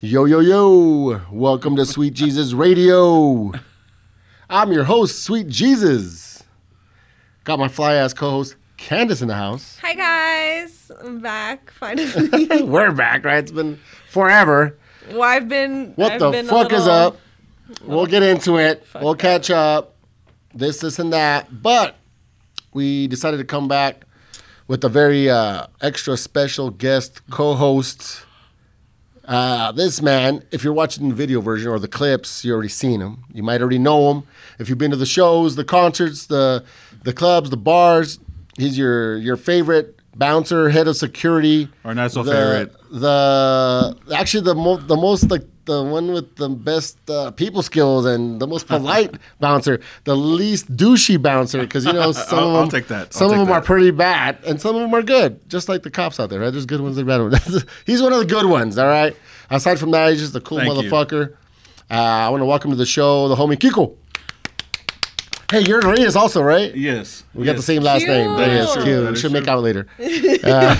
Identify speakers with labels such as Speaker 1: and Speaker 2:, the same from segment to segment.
Speaker 1: Yo, yo, yo. Welcome to Sweet Jesus Radio. I'm your host, Sweet Jesus. Got my fly ass co host, Candace, in the house.
Speaker 2: Hi guys, I'm back finally.
Speaker 1: We're back, right? It's been forever.
Speaker 2: well, I've been.
Speaker 1: What
Speaker 2: I've
Speaker 1: the
Speaker 2: been a
Speaker 1: fuck is
Speaker 2: little-
Speaker 1: up? We'll get into it. We'll catch up. This, this, and that. But we decided to come back with a very uh, extra special guest co-host. Uh, this man, if you're watching the video version or the clips, you already seen him. You might already know him. If you've been to the shows, the concerts, the the clubs, the bars, he's your your favorite bouncer, head of security,
Speaker 3: Or not so
Speaker 1: the,
Speaker 3: favorite.
Speaker 1: The actually the most the most like the one with the best uh, people skills and the most polite bouncer, the least douchey bouncer because you know some of
Speaker 3: I'll
Speaker 1: them-
Speaker 3: take that. I'll
Speaker 1: some
Speaker 3: take
Speaker 1: of them are
Speaker 3: that.
Speaker 1: pretty bad, and some of them are good. Just like the cops out there, right? There's good ones, there's bad ones. he's one of the good ones, all right. Aside from that, he's just a cool
Speaker 3: Thank you.
Speaker 1: motherfucker. Uh, I want to welcome to the show the homie Kiko. Hey, you're in Reyes also, right?
Speaker 3: Yes.
Speaker 1: We got the same last
Speaker 2: Cute.
Speaker 1: name.
Speaker 2: That
Speaker 3: is
Speaker 1: Reyes,
Speaker 3: true.
Speaker 1: cute.
Speaker 3: That
Speaker 1: We
Speaker 3: is
Speaker 1: should make
Speaker 3: true.
Speaker 1: out later.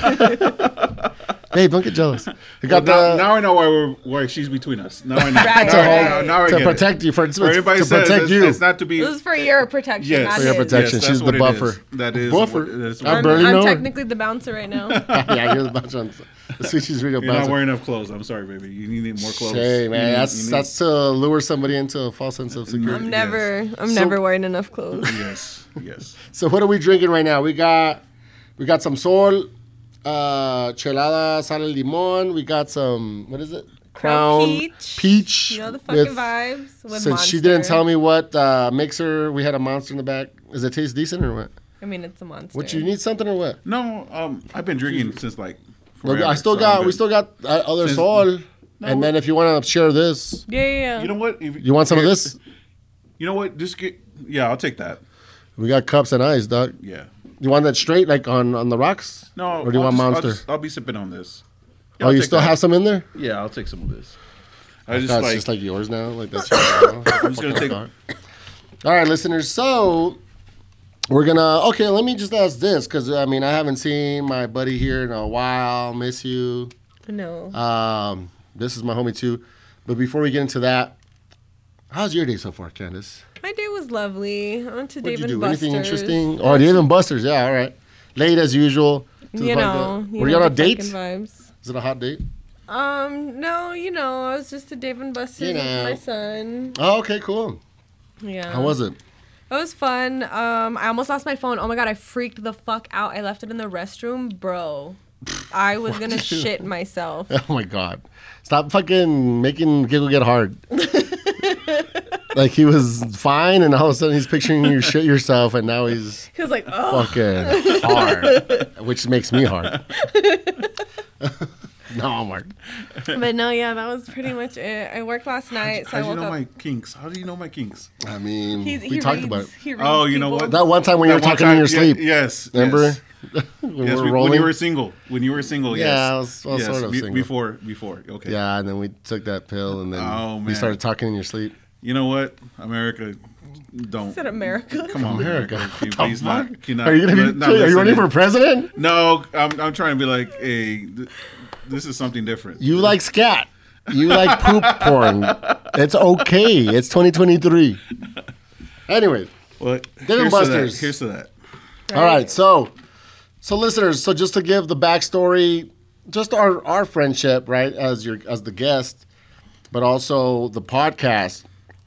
Speaker 1: Uh, Babe, don't get jealous. We got
Speaker 3: Now,
Speaker 1: the,
Speaker 3: now I know why we're why she's between us. Now I know.
Speaker 2: Right,
Speaker 3: now, I
Speaker 2: right.
Speaker 3: know. Now I
Speaker 1: to
Speaker 3: get
Speaker 1: protect you for,
Speaker 3: It. Or everybody
Speaker 1: to
Speaker 3: says
Speaker 1: protect
Speaker 3: it's,
Speaker 1: you.
Speaker 3: it's not to be.
Speaker 2: This is for your protection.
Speaker 3: Yes.
Speaker 2: not
Speaker 3: For your
Speaker 2: his.
Speaker 1: protection.
Speaker 3: that's
Speaker 1: She's the
Speaker 3: what it is.
Speaker 1: buffer.
Speaker 3: That is
Speaker 1: Buffer?
Speaker 3: What, that's
Speaker 1: I'm
Speaker 3: what
Speaker 2: I'm,
Speaker 3: it is.
Speaker 1: barely
Speaker 2: I'm
Speaker 1: know her.
Speaker 2: technically the bouncer right now.
Speaker 1: yeah, you're the bouncer. On, the Switches radio
Speaker 3: You're
Speaker 1: bouncer.
Speaker 3: not wearing enough clothes. I'm sorry, baby. You need- need more clothes.
Speaker 1: Shame,
Speaker 3: You
Speaker 1: man.
Speaker 3: need-
Speaker 1: That's
Speaker 3: you need- Mm-hmm.
Speaker 1: that's to lure somebody into a false sense of security.
Speaker 2: I'm never. I'm
Speaker 1: So-
Speaker 2: never wearing enough clothes.
Speaker 3: Yes. Yes.
Speaker 1: So what are we drinking right now? We got we got some sol, uh, chelada sal de limon. We got some what is it?
Speaker 2: Crown peach.
Speaker 1: peach.
Speaker 2: You know the fucking
Speaker 1: with-
Speaker 2: vibes. With
Speaker 1: Since she didn't
Speaker 2: Monster.
Speaker 1: tell me what uh, mixer, we had a monster in the back. Does it taste decent or what?
Speaker 2: I mean, it's a monster.
Speaker 1: What you need something or what?
Speaker 3: No. Um. I've been drinking since like.
Speaker 1: Look,
Speaker 3: forever,
Speaker 1: I still
Speaker 3: so I've
Speaker 1: got we
Speaker 3: been-
Speaker 1: still got uh, other
Speaker 3: Since-
Speaker 1: sol. and
Speaker 3: we-
Speaker 1: then if you want to share this,
Speaker 2: Yeah, yeah. yeah.
Speaker 3: You know what? If,
Speaker 1: you want some of this?
Speaker 3: You know what? Just get. Yeah, I'll take that.
Speaker 1: We got cups and ice, dog.
Speaker 3: Yeah.
Speaker 1: You want that straight, like on on the rocks?
Speaker 3: No.
Speaker 1: Or do you
Speaker 3: I'll
Speaker 1: want
Speaker 3: just- I'll
Speaker 1: monster?
Speaker 3: just- I'll, be sipping on this. Yeah,
Speaker 1: oh,
Speaker 3: I'll
Speaker 1: you
Speaker 3: take
Speaker 1: still
Speaker 3: that.
Speaker 1: have some in there?
Speaker 3: Yeah, I'll take some of this. I just
Speaker 1: That's
Speaker 3: like.
Speaker 1: just like yours now. Like that's. yours now?
Speaker 3: I'm just gonna take.
Speaker 1: All right, listeners. So we're gonna. Okay, let me just ask this because I mean I haven't seen my buddy here in a while. Miss you.
Speaker 2: no.
Speaker 1: Um, this is my homie too. But before we get into that, how's your day so far, Candace?
Speaker 2: My day was lovely. I went to
Speaker 1: What'd
Speaker 2: Dave
Speaker 1: you
Speaker 2: and
Speaker 1: do?
Speaker 2: Buster's.
Speaker 1: Anything interesting? Oh, Dave and Buster's. Yeah. All right. Late as usual. to the
Speaker 2: You know.
Speaker 1: podcast.
Speaker 2: you
Speaker 1: Were
Speaker 2: know
Speaker 1: you on a
Speaker 2: the
Speaker 1: date?
Speaker 2: fucking Vibes.
Speaker 1: Is it a hot date?
Speaker 2: Um, no, you know, I was just to Dave and Buster's
Speaker 1: You know.
Speaker 2: with my son.
Speaker 1: Oh, okay, cool.
Speaker 2: Yeah.
Speaker 1: How was it?
Speaker 2: It was fun. Um, I almost lost my phone. Oh my god, I freaked the fuck out. I left it in the restroom, bro. I was gonna shit myself.
Speaker 1: Oh my god. Stop fucking making Giggle get hard. like he was fine and all of a sudden he's picturing you shit yourself and now he's
Speaker 2: He was like, oh,
Speaker 1: fucking hard. Which makes me hard. no, I'm hard.
Speaker 2: but no, yeah, that was pretty much it. I worked last night, so
Speaker 3: How
Speaker 2: I
Speaker 3: do you
Speaker 2: woke
Speaker 3: know
Speaker 2: up.
Speaker 3: my kinks? How do you know my kinks?
Speaker 1: I mean
Speaker 2: He's-
Speaker 1: we
Speaker 2: he
Speaker 1: talked
Speaker 2: reads-
Speaker 1: about it.
Speaker 2: He reads
Speaker 3: Oh, you know
Speaker 2: people.
Speaker 3: what?
Speaker 1: That one time when you were
Speaker 3: That one
Speaker 1: talking
Speaker 3: time-
Speaker 1: in your
Speaker 3: yeah,
Speaker 1: sleep.
Speaker 3: yes.
Speaker 1: Remember?
Speaker 3: Yes.
Speaker 1: when we
Speaker 3: Yes, we-
Speaker 1: were
Speaker 3: when
Speaker 1: rolling.
Speaker 3: you were single. When you were single,
Speaker 1: Yeah,
Speaker 3: yes.
Speaker 1: I was- I was sort of single.
Speaker 3: Before, before. Okay.
Speaker 1: yeah, and then we took that pill and then
Speaker 3: Oh,
Speaker 1: we
Speaker 3: man.
Speaker 1: started talking in your sleep.
Speaker 3: You know what? America, don't.
Speaker 2: Is it America?
Speaker 3: Come on,
Speaker 1: America.
Speaker 3: America. Can you please not-
Speaker 1: Fuck.
Speaker 3: can
Speaker 1: are you gonna be
Speaker 3: Uh, not
Speaker 1: are you running
Speaker 3: listen
Speaker 1: for
Speaker 3: to-
Speaker 1: president?
Speaker 3: No, I'm, I'm trying to be like, hey, th- this is something different.
Speaker 1: You like scat. You like poop porn. It's okay. It's 2023. Anyway,
Speaker 3: What?
Speaker 1: and
Speaker 3: Here's To
Speaker 1: Buster's.
Speaker 3: that. Here's to that.
Speaker 1: all right. So, so listeners, so just to give the backstory, just our our friendship, right, as your as the guest, but also the podcast.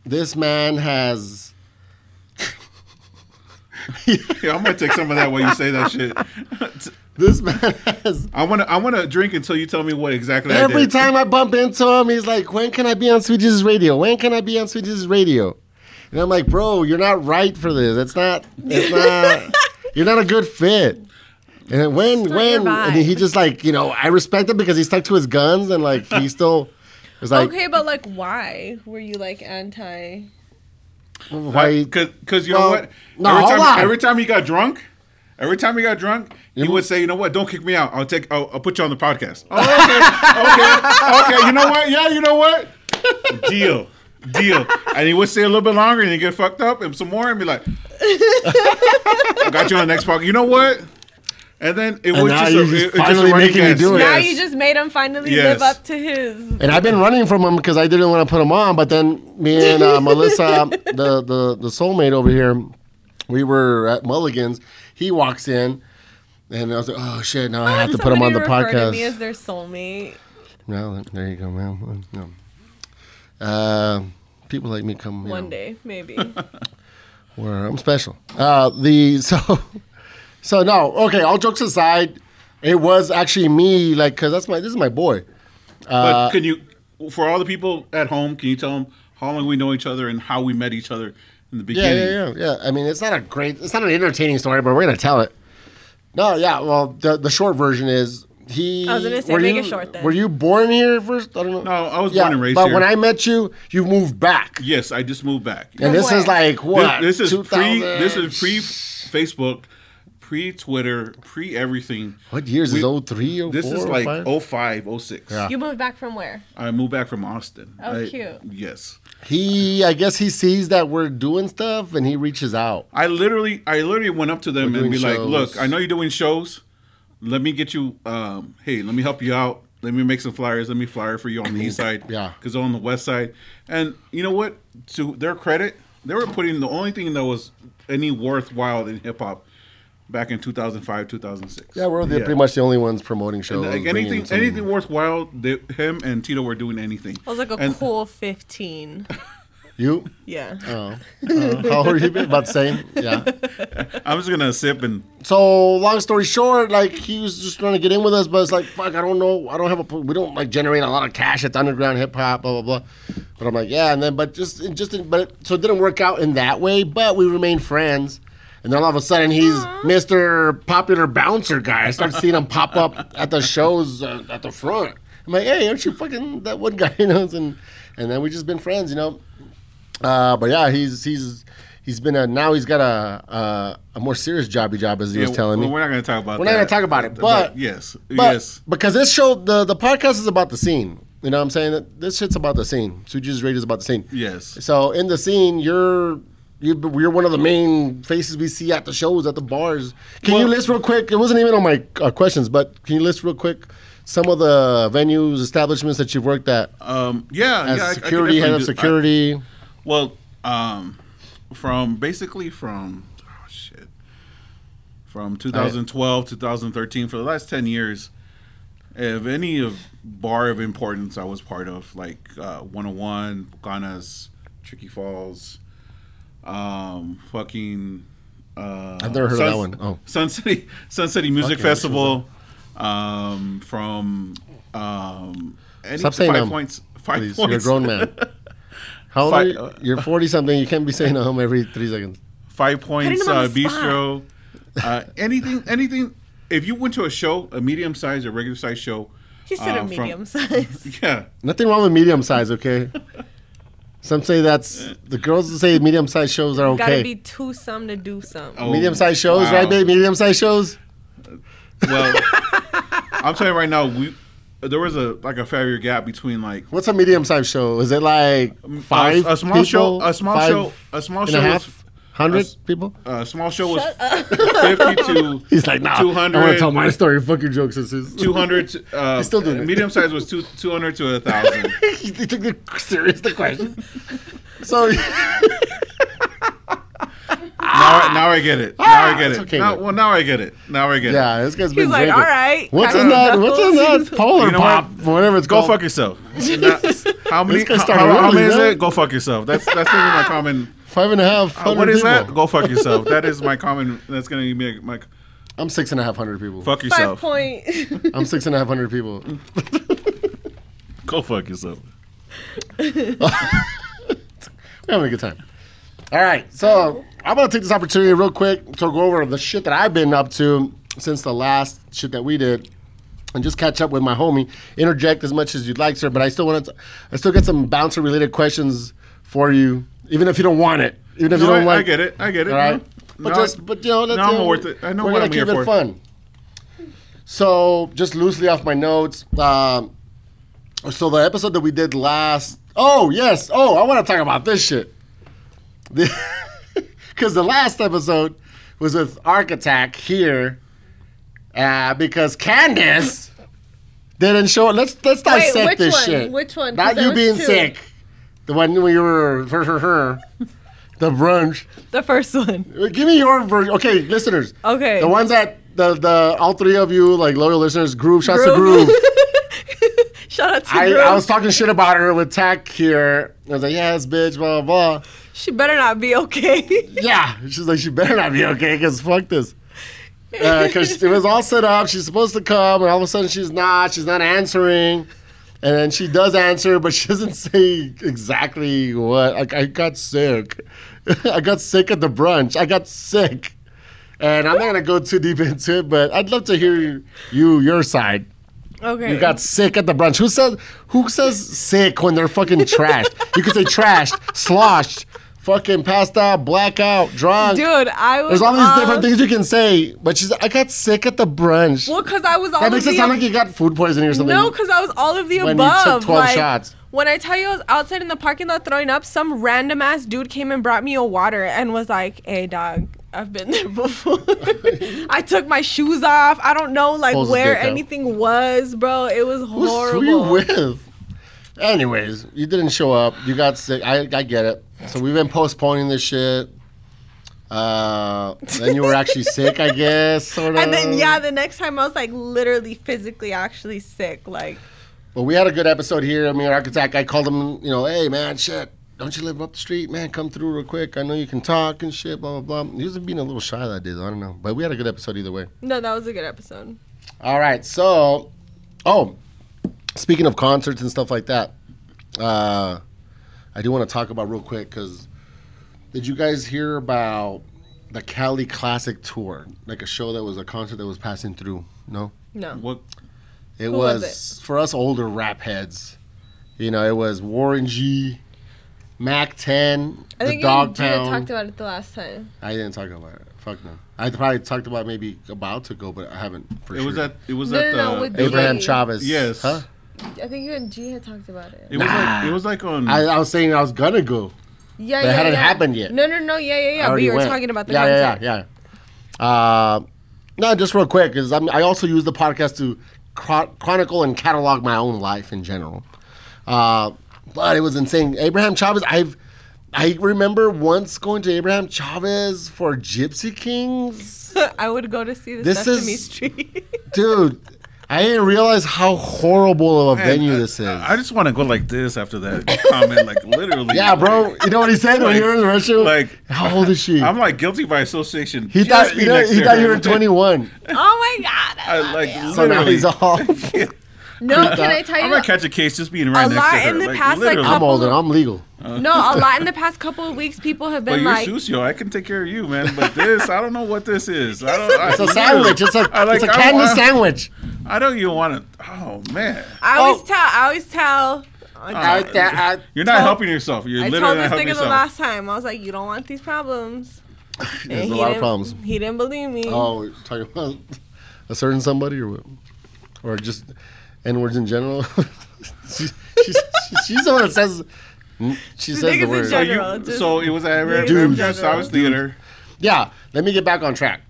Speaker 1: This man has
Speaker 3: Yeah, I'm gonna take some of that while you say that shit.
Speaker 1: this man has
Speaker 3: I wanna, I wanna drink until you tell me what exactly. I
Speaker 1: Every
Speaker 3: did.
Speaker 1: time I bump into him, he's like, "When can I be on Sweet Jesus Radio? When can I be on Sweet Jesus Radio?" And I'm like, "Bro, you're not right for this. It's not. It's not. you're not a good fit." And then when,
Speaker 2: not your
Speaker 1: when, and he
Speaker 2: vibe.
Speaker 1: just like, you know, I respect it because he stuck to his guns and like he still was like,
Speaker 2: okay, but like, why were you like anti?
Speaker 1: why?
Speaker 3: Because, because you
Speaker 1: Well,
Speaker 3: know what?
Speaker 1: no,
Speaker 3: every,
Speaker 1: hold
Speaker 3: time,
Speaker 1: on.
Speaker 3: every time he got drunk, every time he got drunk, he would say, "You know what? Don't kick me out. I'll take. I'll, I'll put you on the podcast." Oh, okay, okay, okay. You know what? Yeah, you know what? Deal, deal. And he would stay a little bit longer, and he get fucked up and some more, and be like, "I got you on the next podcast." You know what? And then it
Speaker 1: And
Speaker 3: was
Speaker 1: now
Speaker 3: just,
Speaker 1: you're
Speaker 3: a,
Speaker 1: just
Speaker 3: it- it's just
Speaker 1: finally
Speaker 3: a running
Speaker 1: making me
Speaker 3: gas.
Speaker 1: do it.
Speaker 2: Now
Speaker 3: Yes.
Speaker 2: you just made him finally
Speaker 3: Yes.
Speaker 2: live up to his.
Speaker 1: And I've been running from him because I didn't want to put him on. But then me and uh, Melissa, the, the the soulmate over here, we were at Mulligan's. He walks in, and I was like, "Oh shit! Now I have to put him on the
Speaker 2: Somebody referred to Me
Speaker 1: podcast."
Speaker 2: as their soulmate.
Speaker 1: No, there you go, man. No. Uh, people like me come you
Speaker 2: One
Speaker 1: know,
Speaker 2: day, maybe.
Speaker 1: where I'm special. Uh, the so so no okay. All jokes aside, it was actually me like because that's my this is my boy. Uh,
Speaker 3: But can you, for all the people at home, can you tell them how long we know each other and how we met each other in the
Speaker 1: Yeah,
Speaker 3: beginning?
Speaker 1: yeah, yeah, yeah. I mean, it's not a great, it's not an entertaining story, but we're gonna tell it. No, yeah. Well, the the short version is he.
Speaker 2: I was gonna say,
Speaker 1: were
Speaker 2: make
Speaker 1: you,
Speaker 2: it short then.
Speaker 1: Were you born here first? I don't know.
Speaker 3: No, I was
Speaker 1: Yeah,
Speaker 3: born and raised
Speaker 1: But
Speaker 3: here.
Speaker 1: when I met you, you moved back,
Speaker 3: Yes, I just moved back.
Speaker 1: and this
Speaker 2: From
Speaker 1: is
Speaker 2: where?
Speaker 1: like what?
Speaker 3: This, this is pre.
Speaker 1: 2000?
Speaker 3: This is pre Facebook, pre Twitter, pre everything.
Speaker 1: What years
Speaker 3: We-
Speaker 1: is 03,
Speaker 3: This is
Speaker 1: 04,
Speaker 3: like
Speaker 1: 05?
Speaker 3: 05, 06.
Speaker 2: you moved back from where?
Speaker 3: I moved back from Austin.
Speaker 2: Oh,
Speaker 3: I-
Speaker 2: cute.
Speaker 3: Yes.
Speaker 1: He, I guess, he sees that we're doing stuff, and he reaches out.
Speaker 3: I literally, I literally went up to them
Speaker 1: We're
Speaker 3: and be
Speaker 1: doing
Speaker 3: like, "Look,
Speaker 1: shows.
Speaker 3: I know you're doing shows. Let me get you. Um, hey, let me help you out. Let me make some flyers. Let me flyer for you on the east side.
Speaker 1: Yeah.
Speaker 3: because on the west side. And you know what? To their credit, they were putting the only thing that was any worthwhile in hip hop back in 2005, 2006.
Speaker 1: Yeah, we're the, pretty much the only ones promoting shows.
Speaker 3: Like
Speaker 1: bringing
Speaker 3: anything,
Speaker 1: some-
Speaker 3: anything worthwhile, they, him and Tito were doing anything.
Speaker 2: I was like a
Speaker 3: And-
Speaker 2: cool 15.
Speaker 1: You?
Speaker 2: Yeah.
Speaker 1: Oh. Uh, how old are you? About the same. Yeah.
Speaker 3: I'm just gonna sip and
Speaker 1: So long story short, like he was just trying to get in with us, but it's like fuck, I don't know, I don't have a, we don't like generate a lot of cash at the underground hip hop, blah blah blah. But I'm like, yeah, and then but just it just but it, so it didn't work out in that way, but we remained friends. And then all of a sudden, he's Mr. Popular Bouncer guy. I start seeing him pop up at the shows uh, at the front. I'm like, hey, aren't you fucking that one guy? You know, and and then we just been friends, you know. Uh, but yeah, he's he's he's been a now he's got a a, a more serious jobby job as he
Speaker 3: yeah,
Speaker 1: was telling me.
Speaker 3: We're not gonna talk about.
Speaker 1: We're not
Speaker 3: that.
Speaker 1: gonna talk about it, but-
Speaker 3: yes,
Speaker 1: But
Speaker 3: yes.
Speaker 1: because this show, the the podcast is about the scene. You know what I'm saying? That- This shit's about the scene. Suji's Radio is about the scene.
Speaker 3: Yes.
Speaker 1: So in the scene, you're you, you're one of the main faces we see at the shows, at the bars. Can you
Speaker 3: Well-
Speaker 1: list real quick? It wasn't even on my uh, questions, but can you list real quick some of the venues, establishments that you've worked at
Speaker 3: Um, yeah,
Speaker 1: as
Speaker 3: yeah, I- I could
Speaker 1: security, head
Speaker 3: definitely
Speaker 1: of
Speaker 3: do- I-
Speaker 1: security?
Speaker 3: well, um, from basically from oh shit, from 2012 2013 for the last 10 years, if any of bar of importance I was part of, like uh, 101, Ghana's, Tricky Falls, um, fucking. Uh,
Speaker 1: I've never heard of that one. Oh.
Speaker 3: Sun City, Sun City Music
Speaker 1: Okay,
Speaker 3: Festival, um, from um, any
Speaker 1: Stop saying
Speaker 3: five
Speaker 1: um,
Speaker 3: points. Five
Speaker 1: Please,
Speaker 3: points.
Speaker 1: you're a grown man. How old are
Speaker 3: Fi-
Speaker 1: you? You're 40 something. You can't be saying home every three seconds.
Speaker 3: Five Points
Speaker 2: him on
Speaker 3: uh,
Speaker 2: the
Speaker 3: Bistro. Uh, anything, anything. If you went to a show, a medium sized or regular sized show,
Speaker 2: He said
Speaker 3: uh,
Speaker 2: a
Speaker 1: Um,
Speaker 3: from-
Speaker 2: medium size.
Speaker 3: yeah,
Speaker 1: Nothing wrong with medium size, okay? Some say that's the girls that say medium sized shows are
Speaker 2: Gotta
Speaker 1: okay.
Speaker 2: be two some to do some.
Speaker 3: Oh.
Speaker 1: medium sized shows,
Speaker 3: Wow.
Speaker 1: right, babe? Medium sized shows.
Speaker 3: well, I'm telling you right now, we there was a like a five year gap between like
Speaker 1: What's a medium sized show? Is it like five?
Speaker 3: a small show-
Speaker 1: people?
Speaker 3: a small
Speaker 1: Five
Speaker 3: show- a small
Speaker 1: and
Speaker 3: show was-
Speaker 1: half? Hundred
Speaker 3: a s-
Speaker 1: people?
Speaker 3: a small show was 52.
Speaker 1: He's like, nah. 200. I want to
Speaker 3: 200.
Speaker 1: tell my story. Fucking jokes. This is
Speaker 3: 200 uh,
Speaker 1: still doing it.
Speaker 3: medium size was two, 200 to a 1000
Speaker 1: he took the serious the question. So
Speaker 3: now, now i get it now i get
Speaker 1: Ah, It's
Speaker 3: it
Speaker 1: okay,
Speaker 3: now,
Speaker 1: man.
Speaker 3: well now i get it now i get it
Speaker 1: yeah, this guy's been
Speaker 2: He's like,
Speaker 1: drinking.
Speaker 2: all right.
Speaker 1: What's
Speaker 2: crack
Speaker 1: in that? What's
Speaker 2: knuckles."
Speaker 1: in that? Polar
Speaker 3: You know
Speaker 1: pop,
Speaker 3: what?
Speaker 1: whatever it's
Speaker 3: Go
Speaker 1: called.
Speaker 3: fuck yourself. Now, how many?
Speaker 1: This guy
Speaker 3: How,
Speaker 1: started
Speaker 3: how- how
Speaker 1: early,
Speaker 3: many is
Speaker 1: man.
Speaker 3: it? Go fuck yourself. That's that's gonna be my common.
Speaker 1: Five and a half.
Speaker 3: Uh, what is that?
Speaker 1: people.
Speaker 3: Go fuck yourself. That is my common. That's gonna be my, my
Speaker 1: I'm six and a half hundred people.
Speaker 3: fuck Mm.
Speaker 2: Five
Speaker 3: yourself.
Speaker 2: point.
Speaker 1: I'm six and a half hundred people.
Speaker 3: Go fuck yourself.
Speaker 1: We're having a good time. All right, so I'm gonna take this opportunity real quick to go over the shit that I've been up to since the last shit that we did, and just catch up with my homie. Interject as much as you'd like, sir, but I still want to. I still got some bouncer related questions for you, even if you don't want it. Even if
Speaker 3: No,
Speaker 1: you don't
Speaker 3: I,
Speaker 1: want
Speaker 3: I get it. I get it.
Speaker 1: All right,
Speaker 3: No,
Speaker 1: but just but you know, let's,
Speaker 3: no, I'm
Speaker 1: uh,
Speaker 3: worth it. I know
Speaker 1: we're
Speaker 3: what
Speaker 1: gonna
Speaker 3: I'm
Speaker 1: keep
Speaker 3: here
Speaker 1: it
Speaker 3: for.
Speaker 1: fun. So just loosely off my notes. Um, so the episode that we did last. Oh yes. Oh, I want to talk about this shit. Because the last episode was with Arc Attack here Uh, because Candace didn't show it. Let's let's dissect
Speaker 4: which
Speaker 1: this
Speaker 4: one?
Speaker 1: shit.
Speaker 4: Which one? 'Cause
Speaker 1: Not
Speaker 4: there
Speaker 1: you
Speaker 4: was
Speaker 1: being
Speaker 4: two.
Speaker 1: sick. The one we were her her her. The brunch.
Speaker 2: The first one.
Speaker 1: Give me your version. Okay, listeners.
Speaker 2: Okay.
Speaker 1: The ones that the the all three of you like loyal listeners. Groove shots to
Speaker 2: Groove.
Speaker 1: groove.
Speaker 2: Shout out to
Speaker 1: I,
Speaker 2: Drew.
Speaker 1: I was talking shit about her with Tack here. I was like, yes, bitch, blah blah. blah.
Speaker 2: she better not be okay.
Speaker 1: Yeah, she's like, she better not be okay, cause fuck this. Because it was all set up. She's supposed to come, and all of a sudden she's not. She's not answering, and then she does answer, but she doesn't say exactly what. I, I got sick. I got sick at the brunch. I got sick, and I'm not gonna go too deep into it, but I'd love to hear you your side.
Speaker 2: okay.
Speaker 1: You got sick at the brunch. Who says who says sick when they're fucking trashed? You could say trashed, sloshed, fucking passed out, blackout, drunk.
Speaker 2: Dude, um, I was.
Speaker 1: There's all these
Speaker 2: all-
Speaker 1: different things you can say, but she's I got sick at the brunch.
Speaker 2: Well, because I was all
Speaker 1: that
Speaker 2: of
Speaker 1: makes it
Speaker 2: the
Speaker 1: sound like you got food poisoning or something.
Speaker 2: No, because I was all of the
Speaker 1: When you took
Speaker 2: above.
Speaker 1: 12
Speaker 2: like,
Speaker 1: shots.
Speaker 2: When I tell you I was outside in the parking lot throwing up, some random ass dude came and brought me a water and was like, "Hey, dog, I've been there before. I took my shoes off. I don't know like
Speaker 1: Pulls his
Speaker 2: where
Speaker 1: dick out.
Speaker 2: anything was, bro. It was
Speaker 1: Who's-
Speaker 2: horrible.
Speaker 1: who you with? Anyways, you didn't show up. You got sick. I, I get it. So we've been postponing this shit. Uh, then you were actually sick, I guess. Sort of.
Speaker 2: And then yeah, the next time I was like literally physically actually sick. Like
Speaker 1: But we had a good episode here. I mean, Architect, I called him, you know, hey, man, shit, don't you live up the street? Man, come through real quick. I know you can talk and shit, blah, blah, blah. He was being a little shy that day, though. I don't know. But we had a good episode either way.
Speaker 2: no, that was a good episode.
Speaker 1: All right. So, oh, speaking of concerts and stuff like that, uh, I do want to talk about real quick because did you guys hear about the Cali Classic Tour? Like a show that was a concert that was passing through? No?
Speaker 2: No.
Speaker 3: What?
Speaker 1: It
Speaker 2: Who
Speaker 1: was,
Speaker 2: was
Speaker 1: for us older rap heads. You know, it was Warren G, Mac Ten,
Speaker 2: I
Speaker 1: the
Speaker 2: think
Speaker 1: Dog
Speaker 2: you and Gia
Speaker 1: Pound.
Speaker 2: talked about it the last time.
Speaker 1: I didn't talk about it. Fuck no. I probably talked about it maybe about to go, but I haven't. For
Speaker 3: It was
Speaker 1: sure.
Speaker 3: at. It was
Speaker 2: No,
Speaker 3: at.
Speaker 2: no,
Speaker 3: uh,
Speaker 2: no, with
Speaker 3: it was
Speaker 1: Abraham
Speaker 3: at-
Speaker 2: G.
Speaker 1: Chavez.
Speaker 3: Yes.
Speaker 1: Huh?
Speaker 2: I think you and G had talked about it.
Speaker 3: It was like. It was like on.
Speaker 1: I, I was saying I was gonna go.
Speaker 2: Yeah,
Speaker 1: But it
Speaker 2: yeah,
Speaker 1: hadn't
Speaker 2: yeah.
Speaker 1: happened yet.
Speaker 2: No, no, no. Yeah, yeah,
Speaker 1: I
Speaker 2: yeah.
Speaker 1: already
Speaker 2: We were
Speaker 1: went.
Speaker 2: talking about the
Speaker 1: yeah,
Speaker 2: concert.
Speaker 1: yeah, yeah, yeah. Uh, no, just real quick, because I also use the podcast to chro- chronicle and catalog my own life in general. Uh, but it was insane. Abraham Chavez, I've I remember once going to Abraham Chavez for Gypsy Kings,
Speaker 2: I would go to see the
Speaker 1: This
Speaker 2: Sesame
Speaker 1: is-
Speaker 2: Street.
Speaker 1: dude. I didn't realize how horrible of a
Speaker 3: Man,
Speaker 1: venue
Speaker 3: I-
Speaker 1: this is.
Speaker 3: I just want to go like this after that comment. Like literally.
Speaker 1: yeah, bro. You know what he said when you were in the restroom?
Speaker 3: like-
Speaker 1: how old is she?
Speaker 3: I'm like guilty by association.
Speaker 1: he
Speaker 3: Just
Speaker 1: thought
Speaker 3: me
Speaker 1: you know,
Speaker 3: next
Speaker 1: he
Speaker 3: to
Speaker 1: thought
Speaker 3: her.
Speaker 1: you were 21.
Speaker 2: oh my god! I
Speaker 3: I,
Speaker 2: love
Speaker 3: like
Speaker 2: it.
Speaker 3: literally.
Speaker 1: So now he's all.
Speaker 4: No, can I tell
Speaker 3: I'm
Speaker 4: you?
Speaker 3: gonna catch a case just being right
Speaker 2: A
Speaker 3: next
Speaker 2: lot
Speaker 3: to her.
Speaker 2: in the
Speaker 3: like,
Speaker 2: past, like,
Speaker 3: literally.
Speaker 1: I'm
Speaker 2: couple-
Speaker 1: old and I'm legal.
Speaker 2: no, a lot in the past couple of weeks, people have
Speaker 3: But
Speaker 2: been
Speaker 3: you're
Speaker 2: like,
Speaker 3: Susio. I can take care of you, man. But this, I don't know what this is. I don't, I,
Speaker 1: It's a sandwich. It's a,
Speaker 3: I
Speaker 1: it's
Speaker 3: like-
Speaker 1: a
Speaker 3: I
Speaker 1: candy
Speaker 3: want-
Speaker 1: sandwich.
Speaker 3: I don't even want to. Oh man,
Speaker 2: I always
Speaker 1: Oh.
Speaker 2: tell, I always
Speaker 3: Uh,
Speaker 2: tell. I,
Speaker 3: you're not
Speaker 2: told-
Speaker 3: helping yourself. You're
Speaker 2: I
Speaker 3: literally
Speaker 2: told
Speaker 3: not
Speaker 2: this
Speaker 3: helping
Speaker 2: nigga the
Speaker 3: yourself.
Speaker 2: last time. I was like, you don't want these problems.
Speaker 1: There's
Speaker 2: And
Speaker 1: a
Speaker 2: he
Speaker 1: lot of
Speaker 2: didn't-
Speaker 1: problems.
Speaker 2: He didn't believe me.
Speaker 1: Oh, you're talking about a certain somebody or what? Or just N words in general? she, she's, she's the one that says, she says
Speaker 2: niggas
Speaker 1: the
Speaker 2: in
Speaker 1: word.
Speaker 3: so,
Speaker 2: general.
Speaker 3: you,
Speaker 2: Just-
Speaker 3: so it was at
Speaker 1: Dude.
Speaker 3: Abraham Chavez Theater.
Speaker 1: Yeah, let me get back on track.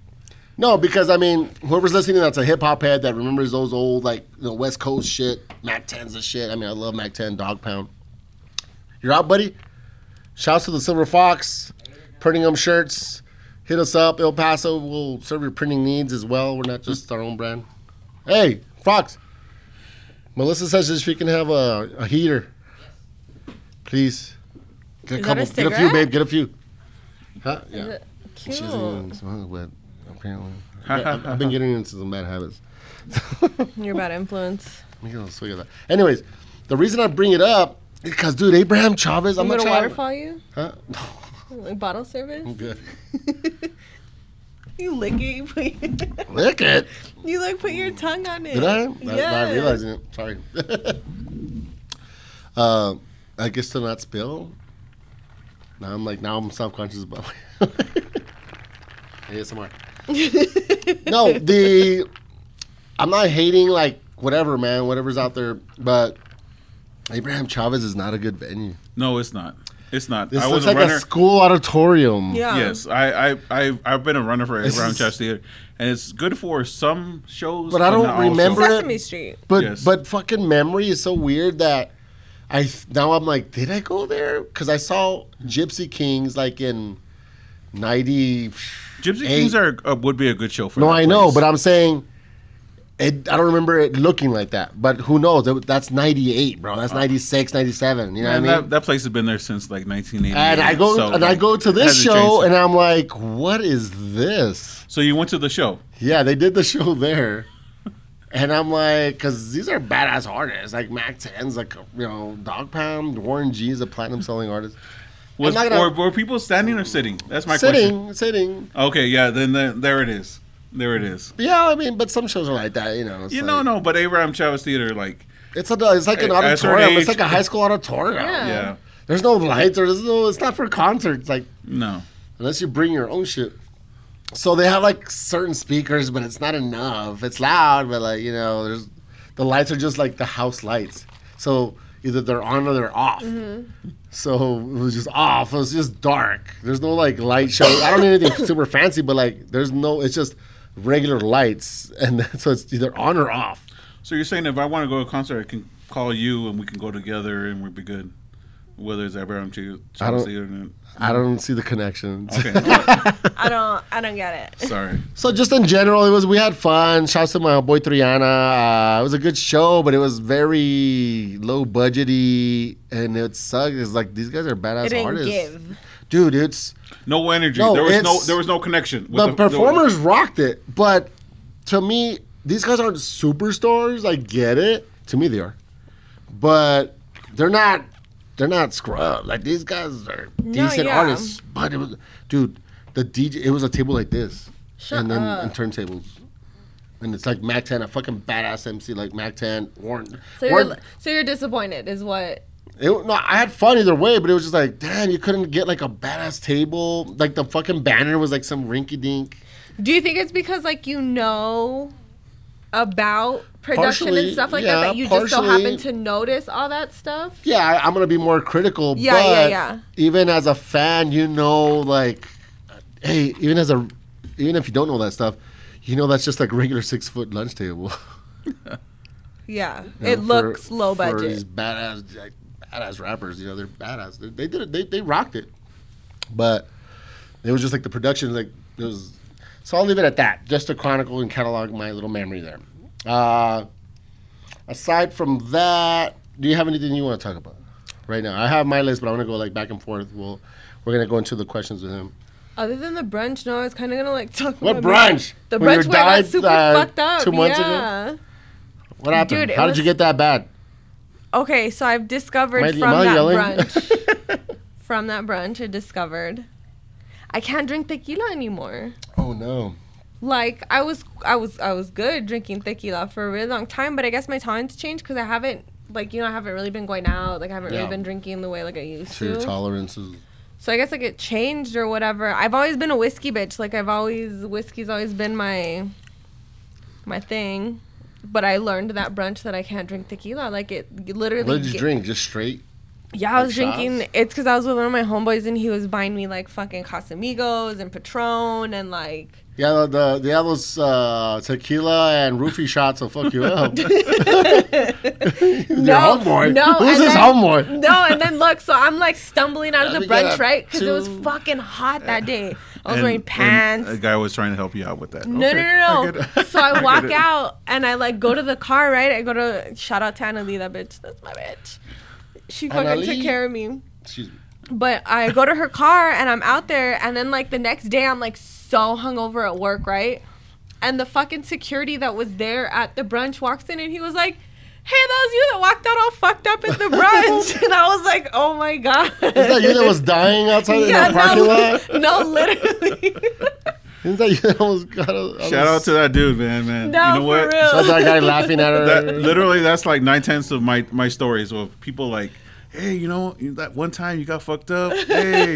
Speaker 1: No, because I mean, whoever's listening that's a hip hop head that remembers those old like you know, West Coast shit, Mac 10s and shit. I mean, I love Mac 10, Dog Pound. You're out, buddy. Shouts to the Silver Fox, Printingham shirts. Hit us up, El Paso. We'll serve your printing needs as well. We're not just our own brand. Hey, Fox. Melissa says that she can have a, a heater. Please. Get a
Speaker 2: Is that a
Speaker 1: couple. get a few,
Speaker 2: cigarette?
Speaker 1: babe. Get a few. Huh? Yeah.
Speaker 2: Cute.
Speaker 1: She doesn't even smoke, but apparently. Yeah, I've been getting into some bad habits.
Speaker 2: You're bad influence.
Speaker 1: Let me get a little swig of that. Anyways, the reason I bring it up is because, dude, Abraham Chavez, I'm
Speaker 2: I'm
Speaker 1: not
Speaker 2: gonna
Speaker 1: trying.
Speaker 2: waterfall you.
Speaker 1: Huh?
Speaker 2: Like bottle service.
Speaker 1: Good.
Speaker 2: You lick it. You, put your,
Speaker 1: Lick it.
Speaker 2: you like put your tongue on it.
Speaker 1: Did I? Not- Not
Speaker 2: Yes.
Speaker 1: realizing it. Sorry. uh, I guess to not spill. Now I'm like, now I'm self conscious about ASMR. no, the. I'm not hating, like, whatever, man, whatever's out there, but Abraham Chavez is not a good venue.
Speaker 3: No, it's not. It's not.
Speaker 1: This
Speaker 3: I
Speaker 1: looks
Speaker 3: was a
Speaker 1: like
Speaker 3: runner.
Speaker 1: a school auditorium.
Speaker 2: Yeah.
Speaker 3: Yes, I I I I've been a runner for
Speaker 1: This
Speaker 3: Abraham
Speaker 1: is-
Speaker 3: Chest Theater, and it's good for some shows.
Speaker 1: But I don't
Speaker 3: not all shows.
Speaker 1: remember it.
Speaker 2: Sesame Street.
Speaker 1: But
Speaker 3: Yes.
Speaker 1: but fucking memory is so weird that I th- now I'm like, did I go there? Because I saw Gypsy Kings like in ninety.
Speaker 3: Gypsy
Speaker 1: Hey.
Speaker 3: Kings are uh, would be a good show for.
Speaker 1: No,
Speaker 3: that
Speaker 1: I know,
Speaker 3: place.
Speaker 1: but I'm saying. It, I don't remember it looking like that, but who knows? That- That's 98, bro. That's 96, 97. You know what I
Speaker 3: And
Speaker 1: mean?
Speaker 3: Uh-huh. that, that place has been there since like 1980.
Speaker 1: and I go
Speaker 3: so,
Speaker 1: and I
Speaker 3: like,
Speaker 1: go to
Speaker 3: it
Speaker 1: this
Speaker 3: hasn't
Speaker 1: show,
Speaker 3: changed.
Speaker 1: and I'm like, what is this?
Speaker 3: so you went to the show.
Speaker 1: Yeah, they did the show there. And I'm like, because these are badass artists. Like Mac 10's, like, you know, Dog Pound, Warren G is a platinum selling artist.
Speaker 3: Was
Speaker 1: I'm not gonna-
Speaker 3: or were people standing or sitting? That's my question.
Speaker 1: sitting, sitting.
Speaker 3: Okay, yeah, then the, there it is. There it is.
Speaker 1: Yeah, I mean, but some shows are like that, you know. It's
Speaker 3: You
Speaker 1: like,
Speaker 3: know, no, but Abraham Chavez Theater, like,
Speaker 1: It's, a, it's like an
Speaker 3: At a certain
Speaker 1: auditorium. it's
Speaker 3: age-
Speaker 1: like a high school auditorium.
Speaker 4: Yeah.
Speaker 3: yeah,
Speaker 1: There's no lights, or there's no, it's not for concerts, like,
Speaker 3: no.
Speaker 1: unless you bring your own shit. So they have like certain speakers, but it's not enough. It's loud, but like, you know, there's the lights are just like the house lights. So either they're on or they're off. So it was just off. It was just dark. There's no like light show. I don't need anything super fancy, but like there's no. It's just regular lights, and then, so it's either on or off.
Speaker 3: So you're saying if I want to go to a concert, I can call you and we can go together and we'll be good. Whether it's Abraham Ch- Chavez
Speaker 1: don't-
Speaker 3: Theater or not.
Speaker 1: I don't see the connections.
Speaker 3: Okay,
Speaker 2: I don't. I don't get it.
Speaker 3: sorry.
Speaker 1: So just in general, it was we had fun. Shouts to my boy Triana. Uh, it was a good show, but it was very low budgety, and it sucked. It's like these guys are badass
Speaker 2: It didn't
Speaker 1: artists,
Speaker 2: give.
Speaker 1: dude. It's
Speaker 3: No energy.
Speaker 1: No,
Speaker 3: there was no.
Speaker 1: it's-
Speaker 3: There was no connection. with
Speaker 1: the, performers rocked it, but to me, these guys aren't superstars. I get it. To me, they are, but they're not. They're not scrub. Like these guys are decent
Speaker 2: yeah.
Speaker 1: artists, but it was, dude, the DJ. It was a table like this,
Speaker 4: Shut
Speaker 1: and then
Speaker 4: up.
Speaker 1: and turntables. And it's like Mac 10, a fucking badass MC like Mac 10, Warren.
Speaker 4: So
Speaker 1: Warren-
Speaker 4: you're, so you're disappointed, is what?
Speaker 1: it, no, I had fun either way, but it was just like, damn, you couldn't get like a badass table. Like the fucking banner was like some rinky dink.
Speaker 2: Do you think it's because like you know about
Speaker 4: Production
Speaker 1: Partially,
Speaker 4: and stuff like
Speaker 1: yeah,
Speaker 4: that that you just so
Speaker 1: partially.
Speaker 4: happen to notice all that stuff.
Speaker 1: yeah, I, I'm gonna be more critical.
Speaker 2: Yeah,
Speaker 1: but
Speaker 2: yeah, yeah.
Speaker 1: Even as a fan, you know, like, hey, even as a, even if you don't know that stuff, you know that's just like regular six foot lunch table.
Speaker 2: Yeah.
Speaker 1: you
Speaker 2: it
Speaker 1: know, for-
Speaker 2: looks low
Speaker 1: for These
Speaker 2: budget.
Speaker 1: badass, like, badass rappers, you know, they're badass. They, they did it. They, they rocked it. But it was just like the production, like it was. So I'll leave it at that, just to chronicle and catalog my little memory there. Uh, aside from that, do you have anything you want to talk about right now? I have my list, but I'm gonna go like back and forth. We'll we're gonna go into the questions with him.
Speaker 2: Other than the brunch, no, I was kind of gonna like talk.
Speaker 1: What
Speaker 2: about
Speaker 1: brunch?
Speaker 2: The
Speaker 1: When you
Speaker 2: brunch where I got
Speaker 1: died,
Speaker 2: super
Speaker 1: uh,
Speaker 2: fucked up.
Speaker 1: two months ago?
Speaker 2: yeah.
Speaker 1: What happened?
Speaker 2: Dude, it
Speaker 1: How
Speaker 2: was-
Speaker 1: did you get that bad?
Speaker 2: Okay, so I've discovered
Speaker 1: Am I-
Speaker 2: from
Speaker 1: am I
Speaker 2: that
Speaker 1: yelling?
Speaker 2: brunch. from that brunch, I discovered I can't drink tequila anymore.
Speaker 1: Oh no!
Speaker 2: Like I was, I was, I was good drinking tequila for a really long time, but I guess my tolerance changed because I haven't, like you know, I haven't really been going out. Like I haven't
Speaker 1: Yeah.
Speaker 2: really been drinking the way like I used
Speaker 1: So your
Speaker 2: to.
Speaker 1: tolerance is
Speaker 2: so I guess like it changed or whatever. I've always been a whiskey bitch. Like I've always whiskey's always been my, my thing. But I learned that brunch that I can't drink tequila. Like it literally.
Speaker 1: What did you
Speaker 2: ga-
Speaker 1: drink? Just straight?
Speaker 2: Yeah, I was
Speaker 1: Like shots?
Speaker 2: drinking. It's because I was with one of my homeboys and he was buying me like fucking Casamigos and Patron and like.
Speaker 1: Yeah, the, the yeah those uh, tequila and roofie shots will fuck you up. Your
Speaker 2: No,
Speaker 1: homeboy.
Speaker 2: no,
Speaker 1: Who's
Speaker 2: and
Speaker 1: this
Speaker 2: then-
Speaker 1: homeboy?
Speaker 2: No, and then look, so I'm like stumbling out of the
Speaker 1: Let me get
Speaker 2: brunch,
Speaker 1: a
Speaker 2: right? Because it was
Speaker 1: two.
Speaker 2: fucking hot that day. I was
Speaker 3: And-
Speaker 2: wearing
Speaker 3: and
Speaker 2: pants.
Speaker 3: A guy was trying to help you out with that.
Speaker 2: No,
Speaker 3: Okay,
Speaker 2: no, no,
Speaker 3: get
Speaker 2: no.
Speaker 3: it.
Speaker 2: So I
Speaker 3: get
Speaker 2: walk
Speaker 3: it.
Speaker 2: out and I like go to the car, right? I go to shout out to Annalie, that bitch. That's my bitch. She fucking
Speaker 1: Annalie.
Speaker 2: took care of me.
Speaker 1: Excuse me.
Speaker 2: But I go to her car and I'm out there, and then like the next day I'm like so hungover at work, right? And the fucking security that was there at the brunch walks in and he was like, "Hey, that was you that walked out all fucked up at the brunch," and I was like, "Oh my god."
Speaker 1: Is that you that was dying outside in the parking
Speaker 2: no,
Speaker 1: lot?
Speaker 2: no, literally.
Speaker 1: Is that you that was got a,
Speaker 3: Shout out to that dude, man, man.
Speaker 2: no,
Speaker 3: you know
Speaker 2: for
Speaker 3: what?
Speaker 2: real.
Speaker 1: Saw that guy laughing at her.
Speaker 3: That literally, that's like nine tenths of my my stories of people like, hey, you know you- that one time you got fucked up, hey,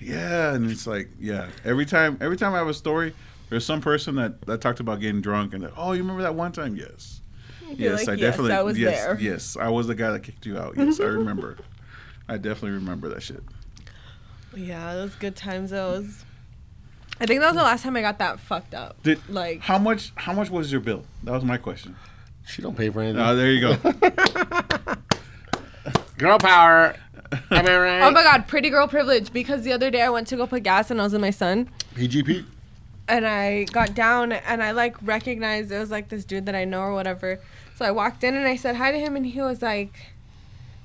Speaker 3: yeah, and it's like, yeah. Every time, every time I have a story, there's some person that that talked about getting drunk and oh, you remember that one time? Yes,
Speaker 2: like, "Yes, I was
Speaker 3: yes,
Speaker 2: there."
Speaker 3: yes, I was the guy that kicked you out. Yes, I remember. I definitely remember that shit.
Speaker 2: Yeah, those good times. Those. I think that was the last time I got that fucked up.
Speaker 3: Did,
Speaker 2: Like-
Speaker 3: how much? How much was your bill? That was my question.
Speaker 1: She don't pay for anything.
Speaker 3: Oh, there you go.
Speaker 1: Girl power. Am I right?
Speaker 2: Oh my god, pretty girl privilege. Because the other day I went to go put gas and I was with my son.
Speaker 1: PGP.
Speaker 2: and I got down and I like recognized it was like this dude that I know or whatever. So I walked in and I said hi to him and he was like,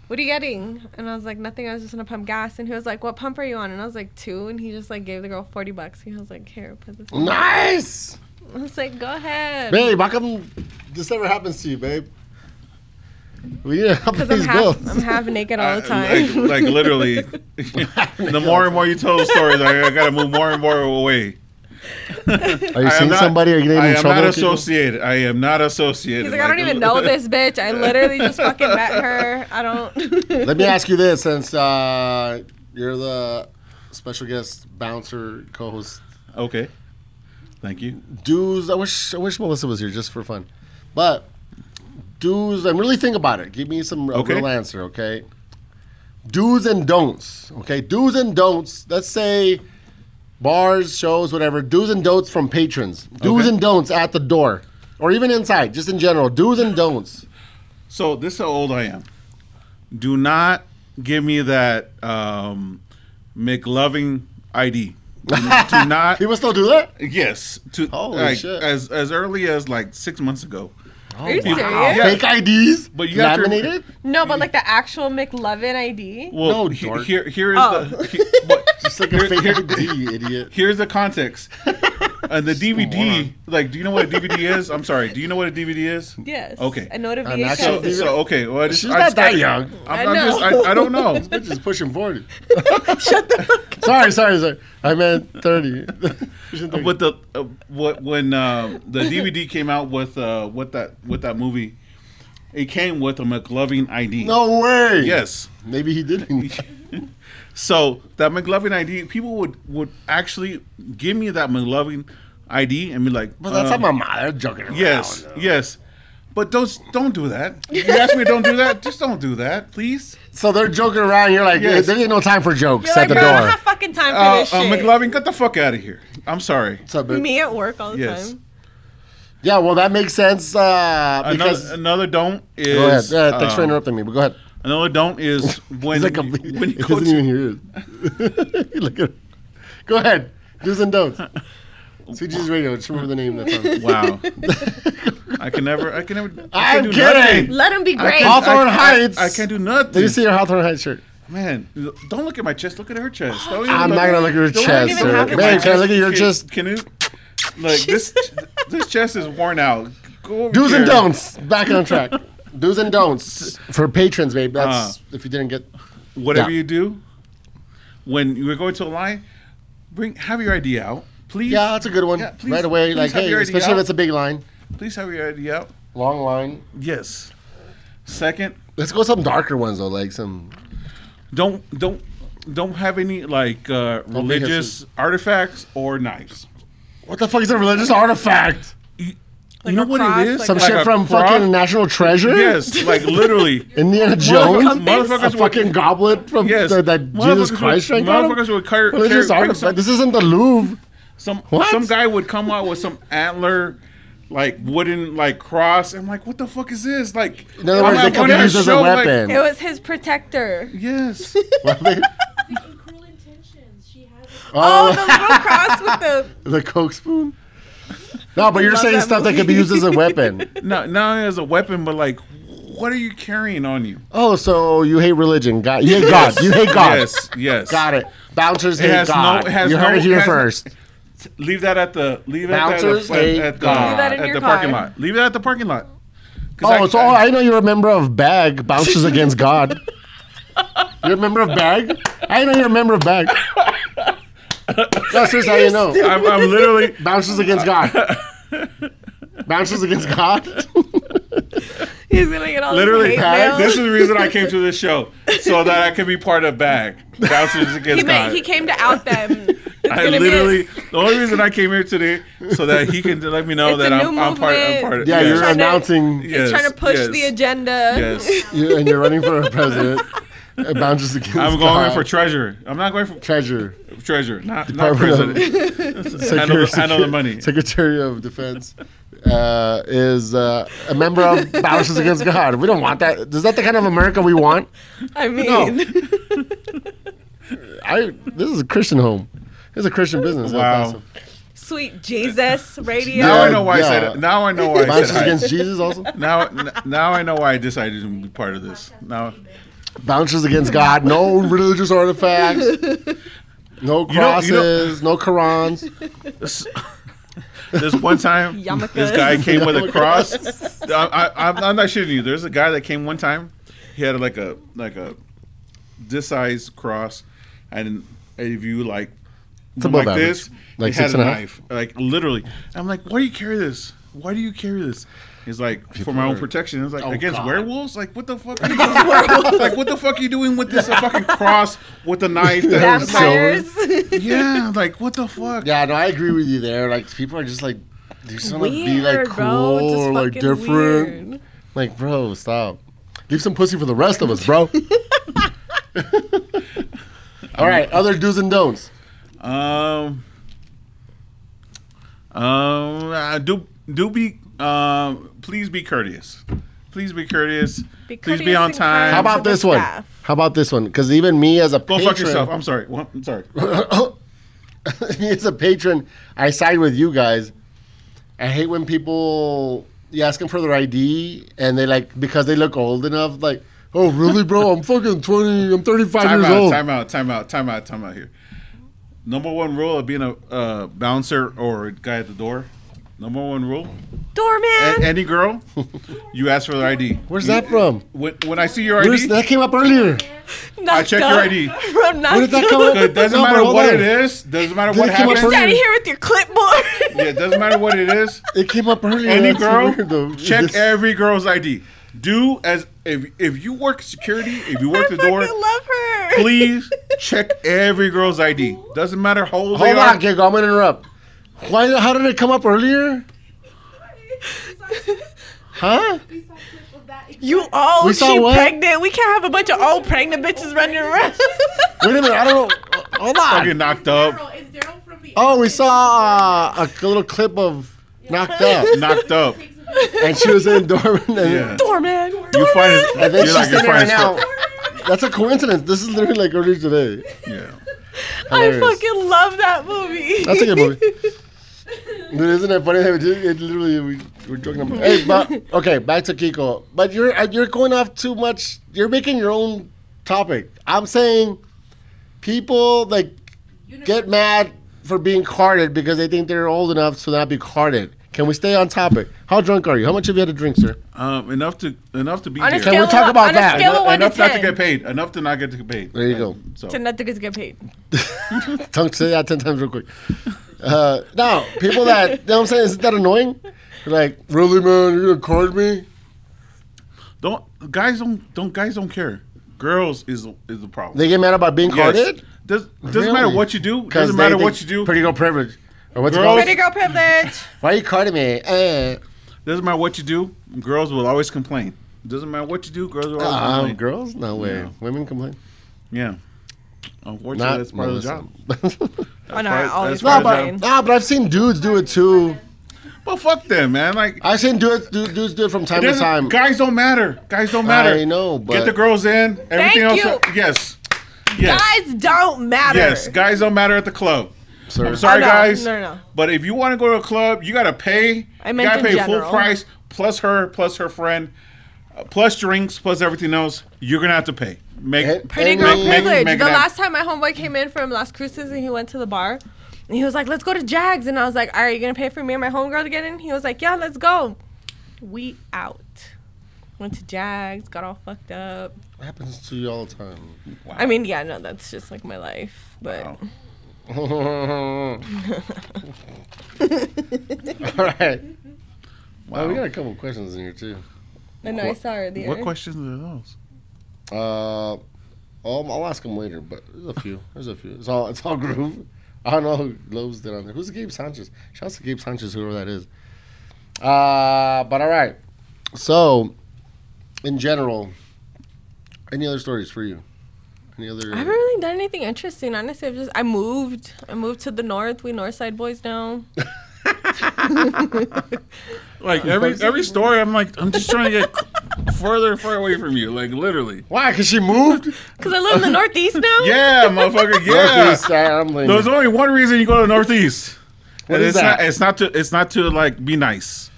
Speaker 2: "What are you getting?" And I was like, "Nothing. I was just gonna pump gas." And he was like, "What pump are you on?" And I was like, two. And he just like gave the girl forty bucks. He was like, "Here, put this." In.
Speaker 1: Nice,
Speaker 2: I was like, "Go ahead."
Speaker 1: babe. How come this never happens to you, babe? We need to help
Speaker 2: Because I'm
Speaker 1: these
Speaker 2: half,
Speaker 1: bills.
Speaker 2: I'm half naked all the
Speaker 3: I-
Speaker 2: time.
Speaker 3: like, like literally, the more and more you tell the stories, I, I gotta move more and more away.
Speaker 1: Are you
Speaker 3: I am
Speaker 1: seeing
Speaker 3: not-
Speaker 1: somebody? Are you getting
Speaker 3: I
Speaker 1: in
Speaker 3: am
Speaker 1: trouble?
Speaker 3: not
Speaker 1: with people?
Speaker 3: associated. I am not associated.
Speaker 2: He's like, "I don't even know this bitch. I literally just fucking met her. I don't."
Speaker 1: Let me ask you this, since uh, you're the special guest bouncer co-host.
Speaker 3: Okay, thank you.
Speaker 1: Dues. I wish I wish Melissa was here just for fun, but dues. I'm really think about it. Give me some a
Speaker 3: Okay.
Speaker 1: real answer, okay? Do's and don'ts. Okay, do's and don'ts. Let's say bars, shows, whatever. Do's and don'ts from patrons. Do's
Speaker 3: Okay.
Speaker 1: and don'ts at the door, or even inside, just in general. Do's and don'ts.
Speaker 3: So this is how old I am. Do not give me that um, McLoving ID. Do do not.
Speaker 1: People still do that.
Speaker 3: Yes, to
Speaker 1: Holy
Speaker 3: like,
Speaker 1: shit.
Speaker 3: as as early as like six months ago.
Speaker 2: Are you serious?
Speaker 3: Oh, Yeah.
Speaker 1: Fake IDs,
Speaker 3: But you have to-
Speaker 1: laminated.
Speaker 2: No, but like the actual McLovin
Speaker 1: No,
Speaker 2: ID.
Speaker 3: Well, he-
Speaker 1: dork.
Speaker 3: here here is
Speaker 2: Oh.
Speaker 3: the he- but
Speaker 1: It's like a fake ID, you idiot.
Speaker 3: here's the context. And the DVD,
Speaker 1: moron.
Speaker 3: like, do you know what a DVD is? I'm sorry. Do you know what a DVD is?
Speaker 2: Yes.
Speaker 3: Okay.
Speaker 2: I know what a
Speaker 1: And that's
Speaker 2: VHS
Speaker 3: So,
Speaker 1: what-
Speaker 2: is.
Speaker 3: so okay. Well, I just,
Speaker 1: She's
Speaker 3: I
Speaker 1: not
Speaker 3: just-
Speaker 1: that young.
Speaker 3: I'm,
Speaker 2: I
Speaker 3: I'm just, I, I don't know.
Speaker 1: Bitch is pushing 40. Shut the fuck Sorry, sorry, sorry. I meant 30. Pushing 30.
Speaker 3: But the uh, what when uh, the DVD came out with uh, with that with that movie, it came with a McLovin ID.
Speaker 1: no way.
Speaker 3: Yes.
Speaker 1: Maybe he didn't.
Speaker 3: So that McLovin ID, people would would actually give me that McLovin ID and be like,
Speaker 1: But that's
Speaker 3: uh,
Speaker 1: not my mom. They're joking around.
Speaker 3: Yes,
Speaker 1: though.
Speaker 3: yes. But don't don't do that. You ask me, don't do that. Just don't do that, please.
Speaker 1: So they're joking around. You're like,
Speaker 3: Yes.
Speaker 1: there ain't no time for jokes
Speaker 2: You're
Speaker 1: at
Speaker 2: like,
Speaker 1: the
Speaker 2: bro, I don't
Speaker 1: door.
Speaker 2: have fucking time for
Speaker 3: Uh,
Speaker 2: this
Speaker 3: uh,
Speaker 2: shit.
Speaker 3: McLovin, get the fuck out of here. I'm sorry.
Speaker 1: What's up, babe?
Speaker 2: Me at work all the
Speaker 3: Yes.
Speaker 2: time.
Speaker 1: Yeah, well, that makes sense uh, because.
Speaker 3: Another, another don't is
Speaker 1: Go ahead. Uh, thanks for
Speaker 3: um,
Speaker 1: interrupting me, but go ahead.
Speaker 3: another don't is when
Speaker 1: It's like a,
Speaker 3: you- when you
Speaker 1: it
Speaker 3: go
Speaker 1: doesn't
Speaker 3: to,
Speaker 1: even hear it. You Look at Go ahead. Do's and don'ts. CG's Radio. Just remember the name of that song.
Speaker 3: wow. I can never. I can never. I
Speaker 1: I'm
Speaker 3: can do
Speaker 1: kidding.
Speaker 3: nothing.
Speaker 2: Let him be great.
Speaker 1: can't- Hawthorne
Speaker 3: I- I-
Speaker 1: Heights.
Speaker 3: I, can't do
Speaker 1: Did you
Speaker 3: nothing.
Speaker 1: see her Hawthorne Heights shirt?
Speaker 3: Man, don't look at my chest. Look at her chest. Don't even
Speaker 1: I'm not gonna look at your
Speaker 3: don't
Speaker 1: chest.
Speaker 2: even
Speaker 1: sir.
Speaker 2: have
Speaker 1: Man,
Speaker 2: it
Speaker 1: can
Speaker 2: like
Speaker 1: I look at your
Speaker 3: Can-
Speaker 1: chest?
Speaker 3: Can you? Like this. this chest is worn out. Go over
Speaker 1: Do's and
Speaker 3: here.
Speaker 1: don'ts. Back on track. Do's and don'ts for patrons, babe. That's if you didn't get.
Speaker 3: whatever
Speaker 1: Yeah.
Speaker 3: you do, when you're going to a line, bring have your ID out, please.
Speaker 1: Yeah, that's a good one.
Speaker 3: Yeah, please-
Speaker 1: right away,
Speaker 3: please
Speaker 1: like
Speaker 3: have
Speaker 1: hey,
Speaker 3: your
Speaker 1: especially
Speaker 3: idea
Speaker 1: if
Speaker 3: out.
Speaker 1: it's a big line,
Speaker 3: Please have your ID out.
Speaker 1: long line.
Speaker 3: Yes. Second,
Speaker 1: Let's go some darker ones though, like some.
Speaker 3: don't don't don't have any like uh, religious artifacts or knives.
Speaker 1: What the fuck is a religious artifact?
Speaker 2: Like
Speaker 3: you know
Speaker 2: a
Speaker 3: what
Speaker 2: cross,
Speaker 3: it is?
Speaker 2: like
Speaker 1: Some
Speaker 2: Like
Speaker 1: shit
Speaker 3: a
Speaker 1: from
Speaker 3: cross?
Speaker 1: fucking National Treasure.
Speaker 3: Yes, like literally.
Speaker 1: Indiana Jones. A
Speaker 3: motherfuckers would-
Speaker 1: fucking goblet from
Speaker 3: Yes,
Speaker 1: the, that
Speaker 3: Motherfuckers
Speaker 1: Jesus
Speaker 3: would-
Speaker 1: Christ drank out of?
Speaker 3: motherfuckers would car-
Speaker 1: Religious
Speaker 3: carry- bring
Speaker 1: artifact.
Speaker 3: some-
Speaker 1: This isn't the Louvre.
Speaker 3: Some
Speaker 1: What?
Speaker 3: some guy would come out with some antler, like wooden like cross. I'm like, what the fuck is this? Like,
Speaker 1: In other
Speaker 3: I'm
Speaker 1: words,
Speaker 3: at
Speaker 1: they could
Speaker 3: one
Speaker 1: be
Speaker 3: ass
Speaker 1: used as a
Speaker 3: Oh show, like-
Speaker 1: weapon.
Speaker 2: It was his protector.
Speaker 3: yes.
Speaker 5: in cruel intentions. She has a
Speaker 2: Oh, the little cross with the.
Speaker 1: The Coke spoon? No, but you're
Speaker 2: Love
Speaker 1: saying
Speaker 2: that
Speaker 1: stuff that could be used as a weapon.
Speaker 3: not not only as a weapon, but like, what are you carrying on you?
Speaker 1: Oh, so you hate religion. God. You hate God. You hate God.
Speaker 3: Yes, yes.
Speaker 1: Got it. Bouncers hate
Speaker 3: has no-
Speaker 1: God.
Speaker 3: it has
Speaker 1: you heard
Speaker 3: no-
Speaker 1: it here
Speaker 3: it has-
Speaker 1: first.
Speaker 3: Leave that at the leave that at
Speaker 1: Bouncers
Speaker 3: the,
Speaker 1: hate
Speaker 3: at the,
Speaker 1: God. Leave
Speaker 2: that in
Speaker 3: at
Speaker 2: your
Speaker 3: the
Speaker 2: car.
Speaker 3: parking lot. Leave that at the parking lot. 'Cause
Speaker 1: Oh, so I know you're a member of BAG, Bouncers Against God. You're a member of BAG? I know you're a member of BAG. No, seriously, how you know.
Speaker 3: I'm, I'm literally
Speaker 1: Bouncers Against God. Bouncers Against God?
Speaker 2: He's gonna get all
Speaker 3: literally.
Speaker 2: this hate mail.
Speaker 3: This is the reason I came to this show so that I could be part of Bag Bouncers Against
Speaker 2: he, meant,
Speaker 3: God.
Speaker 2: he came to out them.
Speaker 3: I
Speaker 2: gonna be
Speaker 3: literally the only reason I came here today so that he can let me know
Speaker 2: It's
Speaker 3: that
Speaker 2: a
Speaker 3: I'm,
Speaker 2: new
Speaker 3: I'm part. I'm
Speaker 2: movement.
Speaker 3: part of.
Speaker 1: Yeah,
Speaker 2: Yes.
Speaker 1: you're
Speaker 2: Trying to-
Speaker 1: announcing,
Speaker 2: He's trying to push the agenda.
Speaker 3: Yes.
Speaker 1: you and you're running for president. It bounces against
Speaker 3: I'm
Speaker 1: God.
Speaker 3: going for treasure. I'm not going for
Speaker 1: treasure.
Speaker 3: treasure. Not, not
Speaker 1: Department
Speaker 3: president. Handle the- handle the money.
Speaker 1: Secretary of Defense uh, is uh, a member of Bowers Against God. We don't want that. Is that the kind of America we want?
Speaker 2: I mean,
Speaker 1: I. This is a Christian home. This is a Christian business. That's
Speaker 3: Wow.
Speaker 1: awesome.
Speaker 2: sweet Jesus radio.
Speaker 3: Now I
Speaker 1: Yeah,
Speaker 3: know why I said
Speaker 1: yeah.
Speaker 3: it. Now I know why I
Speaker 1: Bowers
Speaker 3: said
Speaker 1: Against
Speaker 3: it.
Speaker 1: Jesus also.
Speaker 3: Now, n- now I know why I decided to be part of this. Now,
Speaker 1: Bouncers against God. No religious artifacts. No
Speaker 3: you know-
Speaker 1: crosses. no Qurans.
Speaker 3: this, this one time,
Speaker 2: Yarmulkes.
Speaker 3: this guy came with a cross. I, I, I'm, I'm not shitting you. There's a guy that came one time. He had like a like a this size cross, and if you like went
Speaker 1: above
Speaker 3: like
Speaker 1: average.
Speaker 3: this,
Speaker 1: Like
Speaker 3: he had
Speaker 1: six
Speaker 3: a
Speaker 1: and a half?
Speaker 3: knife, like literally. I'm like, why do you carry this? Why do you carry this? He's like, for my own
Speaker 1: are-
Speaker 3: protection. It's like
Speaker 1: Oh,
Speaker 3: against
Speaker 1: God.
Speaker 3: werewolves. Like, what the fuck? Are you doing? like, what the fuck are you doing with this fucking cross with a knife? That was so,
Speaker 2: Vampires.
Speaker 3: yeah, like what the fuck?
Speaker 1: Yeah, no, I agree with you there. Like people are just like, they just want to be like
Speaker 2: Weird,
Speaker 1: cool
Speaker 2: bro. Just
Speaker 1: or like
Speaker 2: fucking
Speaker 1: different.
Speaker 2: weird.
Speaker 1: Like, bro, stop. Leave some pussy for the rest of us, bro. All right, other do's and don'ts.
Speaker 3: Um. Um. uh, do do be. Um. Please be courteous. Please be courteous.
Speaker 2: Be
Speaker 3: please be
Speaker 2: courteous
Speaker 3: on
Speaker 2: and
Speaker 3: time.
Speaker 2: kind.
Speaker 1: How about
Speaker 2: To the
Speaker 1: this one?
Speaker 2: staff.
Speaker 1: How about this one? Because even me as a
Speaker 3: Go
Speaker 1: patron,
Speaker 3: fuck yourself. I'm sorry. Well, I'm sorry.
Speaker 1: me as a patron, I side with you guys. I hate when people you ask them for their ID and they like because they look old enough. Like, oh really, bro? I'm fucking twenty. I'm thirty five
Speaker 3: Time
Speaker 1: years
Speaker 3: out.
Speaker 1: old.
Speaker 3: Time out. Time out. Time out. Time out here. Number one rule of being a uh, bouncer or guy at the door. Number one rule.
Speaker 2: Doorman.
Speaker 3: A- any girl, you ask for their ID.
Speaker 1: Where's that from?
Speaker 3: When, when I see your ID,
Speaker 1: Where's, that came up earlier.
Speaker 2: Not
Speaker 3: eh, I check
Speaker 2: the-
Speaker 3: your ID.
Speaker 2: From not
Speaker 1: Where did that
Speaker 2: the-
Speaker 1: come up?
Speaker 3: it doesn't
Speaker 1: No,
Speaker 3: matter
Speaker 1: bro, hold
Speaker 3: what
Speaker 1: on.
Speaker 3: it is. Doesn't matter
Speaker 1: Did
Speaker 3: what
Speaker 1: it come up
Speaker 3: happens.
Speaker 1: earlier?
Speaker 2: Out of here with your clipboard.
Speaker 3: Yeah, it doesn't matter what it is.
Speaker 1: It came up earlier.
Speaker 3: any
Speaker 1: That's
Speaker 3: girl,
Speaker 1: weird, though.
Speaker 3: check
Speaker 1: This-
Speaker 3: every girl's ID. Do as if if you work security, if you work
Speaker 2: I
Speaker 3: the door,
Speaker 2: fucking love her.
Speaker 3: please check every girl's ID. Doesn't matter how old they
Speaker 1: Hold on,
Speaker 3: are.
Speaker 1: Giggle. I'm gonna interrupt. Why? How did it come up earlier? Huh?
Speaker 5: We saw a clip of that.
Speaker 2: You old,
Speaker 1: We saw
Speaker 2: she
Speaker 1: what?
Speaker 2: pregnant. We can't have a bunch of old pregnant bitches running around.
Speaker 1: Wait a minute. I don't know. Hold on.
Speaker 3: Fucking knocked up,
Speaker 5: Daryl, is Daryl from the
Speaker 1: Oh, we saw uh, a little clip of knocked up,
Speaker 3: knocked up.
Speaker 1: and she was in Dorman. And,
Speaker 3: Yeah,
Speaker 2: Doorman.
Speaker 3: you find it.
Speaker 1: and then
Speaker 3: You're
Speaker 1: she's
Speaker 3: like you're
Speaker 1: sitting
Speaker 3: fine
Speaker 1: right
Speaker 3: as
Speaker 1: now.
Speaker 3: fuck.
Speaker 1: That's a coincidence. This is literally like earlier today.
Speaker 3: Yeah,
Speaker 2: I
Speaker 1: Hilarious.
Speaker 2: fucking love that movie.
Speaker 1: That's a good movie. Dude, isn't it funny that we did it? Literally, we we're joking about. Hey, but okay, back to Kiko. But you're uh, you're going off too much. You're making your own topic. I'm saying people like get mad for being carded because they think they're old enough to not be carded. Can we stay on topic? How drunk are you? How much have you had to drink, sir?
Speaker 3: um, enough to enough to be
Speaker 2: On a
Speaker 3: here.
Speaker 1: Can
Speaker 2: scale
Speaker 1: we
Speaker 2: of
Speaker 1: talk
Speaker 2: one-
Speaker 1: about
Speaker 2: on
Speaker 1: that?
Speaker 2: A scale of
Speaker 3: Enough
Speaker 2: one
Speaker 3: enough
Speaker 2: to
Speaker 3: not
Speaker 2: ten.
Speaker 3: to get paid. Enough to not get to get paid.
Speaker 1: There you go.
Speaker 3: So
Speaker 2: To not to get paid.
Speaker 1: Tongue say that ten times real quick. Uh, no, people that you know what I'm saying isn't that annoying? Like, really, man? You're gonna card me?
Speaker 3: don't guys don't don't guys don't care. Girls is is the problem.
Speaker 1: They get mad about being
Speaker 3: Yes.
Speaker 1: carded.
Speaker 3: Does, doesn't
Speaker 1: Really?
Speaker 3: matter what you do.
Speaker 1: 'Cause
Speaker 3: Doesn't
Speaker 1: they
Speaker 3: matter
Speaker 1: think
Speaker 3: what you do.
Speaker 1: Pretty girl privilege. Or what's it
Speaker 3: Girls-
Speaker 1: called?
Speaker 2: Pretty girl privilege.
Speaker 1: Why are you carding me? Eh.
Speaker 3: Doesn't matter what you do, girls will always complain. Doesn't matter what you do, girls will always
Speaker 1: Um,
Speaker 3: complain.
Speaker 1: girls? No way.
Speaker 3: No.
Speaker 1: Women complain.
Speaker 3: Yeah. Unfortunately,
Speaker 1: Not
Speaker 3: that's part of the job.
Speaker 1: Melissa.
Speaker 2: Oh, no,
Speaker 3: part-
Speaker 2: I
Speaker 3: that's
Speaker 2: always
Speaker 3: part
Speaker 1: no, but
Speaker 3: of the
Speaker 2: complain.
Speaker 1: no, but I've seen dudes do it too.
Speaker 3: But fuck them, man. Like,
Speaker 1: I've seen dudes do, dudes do it from time to
Speaker 3: doesn't-
Speaker 1: time.
Speaker 3: guys don't matter. Guys don't matter.
Speaker 1: I know, but-
Speaker 3: get the girls in. Everything else.
Speaker 2: you.
Speaker 3: Yes. Yes.
Speaker 2: Guys don't matter.
Speaker 3: Yes. Guys don't matter at the club.
Speaker 1: Sir.
Speaker 3: I'm sorry,
Speaker 2: Oh, no,
Speaker 3: guys.
Speaker 2: no, no, no.
Speaker 3: But if you want to go to a club, you gotta pay.
Speaker 2: I
Speaker 3: you
Speaker 2: meant
Speaker 3: gotta
Speaker 2: in
Speaker 3: pay full
Speaker 2: general.
Speaker 3: price plus her, plus her friend, uh, plus drinks, plus everything else. You're gonna have to pay. Make
Speaker 1: And-
Speaker 2: Pretty
Speaker 1: and
Speaker 2: girl
Speaker 1: they-
Speaker 3: Megan-
Speaker 2: privilege.
Speaker 3: Megan
Speaker 2: the
Speaker 3: Ab-
Speaker 2: last time my homeboy came in from Las Cruces and he went to the bar, and he was like, "Let's go to Jags," and I was like, "Are you gonna pay for me and my homegirl to get in?" He was like, "Yeah, let's go." We out. Went to Jags, got all fucked up.
Speaker 1: It happens to you all the time.
Speaker 2: I mean, yeah, no, that's just like my life. But
Speaker 3: Wow.
Speaker 1: all right. Well, we got a couple questions in here too.
Speaker 2: I know I saw her there.
Speaker 3: What questions are those?
Speaker 1: Uh, I'll, I'll ask him later, but there's a few. There's a few. It's all it's all groove. I don't know who loves that on there. Who's Gabe Sanchez? Shout out to Gabe Sanchez, whoever that is. Uh, but all right. So, in general, any other stories for you? Any other?
Speaker 2: I haven't really done anything interesting. Honestly, I've just I moved. I moved to the north. We Northside boys now.
Speaker 3: Like every every story, I'm like, I'm just trying to get further and further away from you. Like literally.
Speaker 1: Why? Cause she moved.
Speaker 2: Cause I live in the northeast now.
Speaker 3: Yeah, motherfucker. Yeah.
Speaker 1: Northeast, I- I'm blaming
Speaker 3: There's
Speaker 1: you.
Speaker 3: only one reason you go to the Northeast.
Speaker 1: What
Speaker 3: And
Speaker 1: is
Speaker 3: it's
Speaker 1: that?
Speaker 3: Not, it's not to. It's not to like be nice.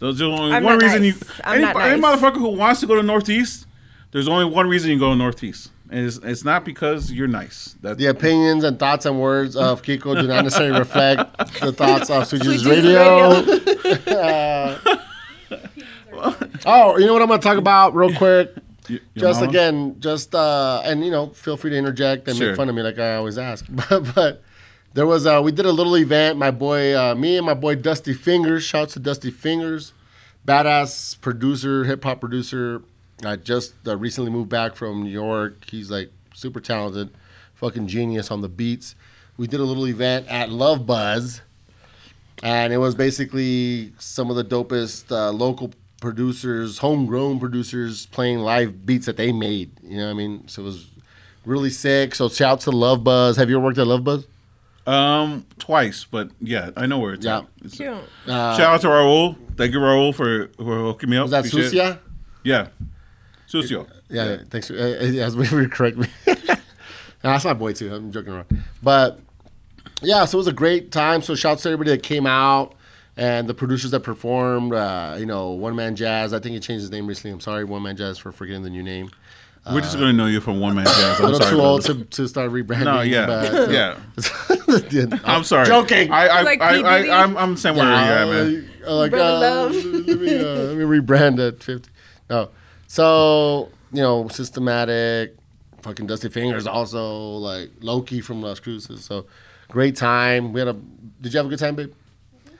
Speaker 3: There's only
Speaker 2: I'm
Speaker 3: one
Speaker 2: not
Speaker 3: reason you.
Speaker 2: nice. I'm
Speaker 3: any,
Speaker 2: not
Speaker 3: any
Speaker 2: nice.
Speaker 3: motherfucker who wants to go to Northeast, there's only one reason you go to Northeast, and it's, it's not because you're nice. That
Speaker 1: The opinions and thoughts and words of Kiko do not necessarily reflect the thoughts of Suji's Radio.
Speaker 2: Suji's
Speaker 1: Uh, oh, you know what I'm going to talk about real quick?
Speaker 3: y- your
Speaker 1: just
Speaker 3: mama-
Speaker 1: again, just uh, and you know, feel free to interject and
Speaker 3: Sure.
Speaker 1: make fun of me like I always ask. But, but there was uh, we did a little event. My boy, uh, me and my boy Dusty Fingers. Shouts to Dusty Fingers, badass producer, hip hop producer. I just uh, recently moved back from New York. He's like super talented, fucking genius on the beats. We did a little event at Love Buzz and it was basically some of the dopest uh, local producers, homegrown producers playing live beats that they made. You know what I mean? So it was really sick. So shouts to Love Buzz. Have you ever worked at Love Buzz?
Speaker 3: Um, twice, but yeah, I know where it's
Speaker 1: Yeah.
Speaker 3: at. It's-
Speaker 2: Cute.
Speaker 3: shout out to Raul. Thank you, Raul, for for hooking me up.
Speaker 1: Was that
Speaker 3: Appreciate it.
Speaker 1: Sucia?
Speaker 3: Yeah, Sucio.
Speaker 1: Yeah, thanks. for- Uh, uh, as we were correct me. Nah, that's my boy too. I'm joking around, but yeah, so it was a great time. So shouts to everybody that came out and the producers that performed. Uh, you know, One Man Jazz. I think he changed his name recently. I'm sorry, One Man Jazz, for forgetting the new name.
Speaker 3: We're just gonna know you from one man jazz.
Speaker 1: a
Speaker 3: I'm
Speaker 1: little
Speaker 3: sorry.
Speaker 1: too old
Speaker 3: brother.
Speaker 1: to, to start rebranding.
Speaker 3: No, yeah,
Speaker 1: but-
Speaker 3: yeah.
Speaker 1: Yeah,
Speaker 3: I'm sorry.
Speaker 1: Joking.
Speaker 3: I I,
Speaker 2: Like
Speaker 3: I, I,
Speaker 2: PDD?
Speaker 3: I am I'm saying where
Speaker 1: Yeah,
Speaker 3: you're at, man.
Speaker 1: uh, like,
Speaker 2: Brother
Speaker 1: uh,
Speaker 2: love.
Speaker 1: let, me, uh, let me rebrand at 50. No. So, you know, systematic, fucking Dusty Fingers also, like Loki from Las Cruces. So, great time. We had a, did you have a good time, babe?
Speaker 2: Mm-hmm.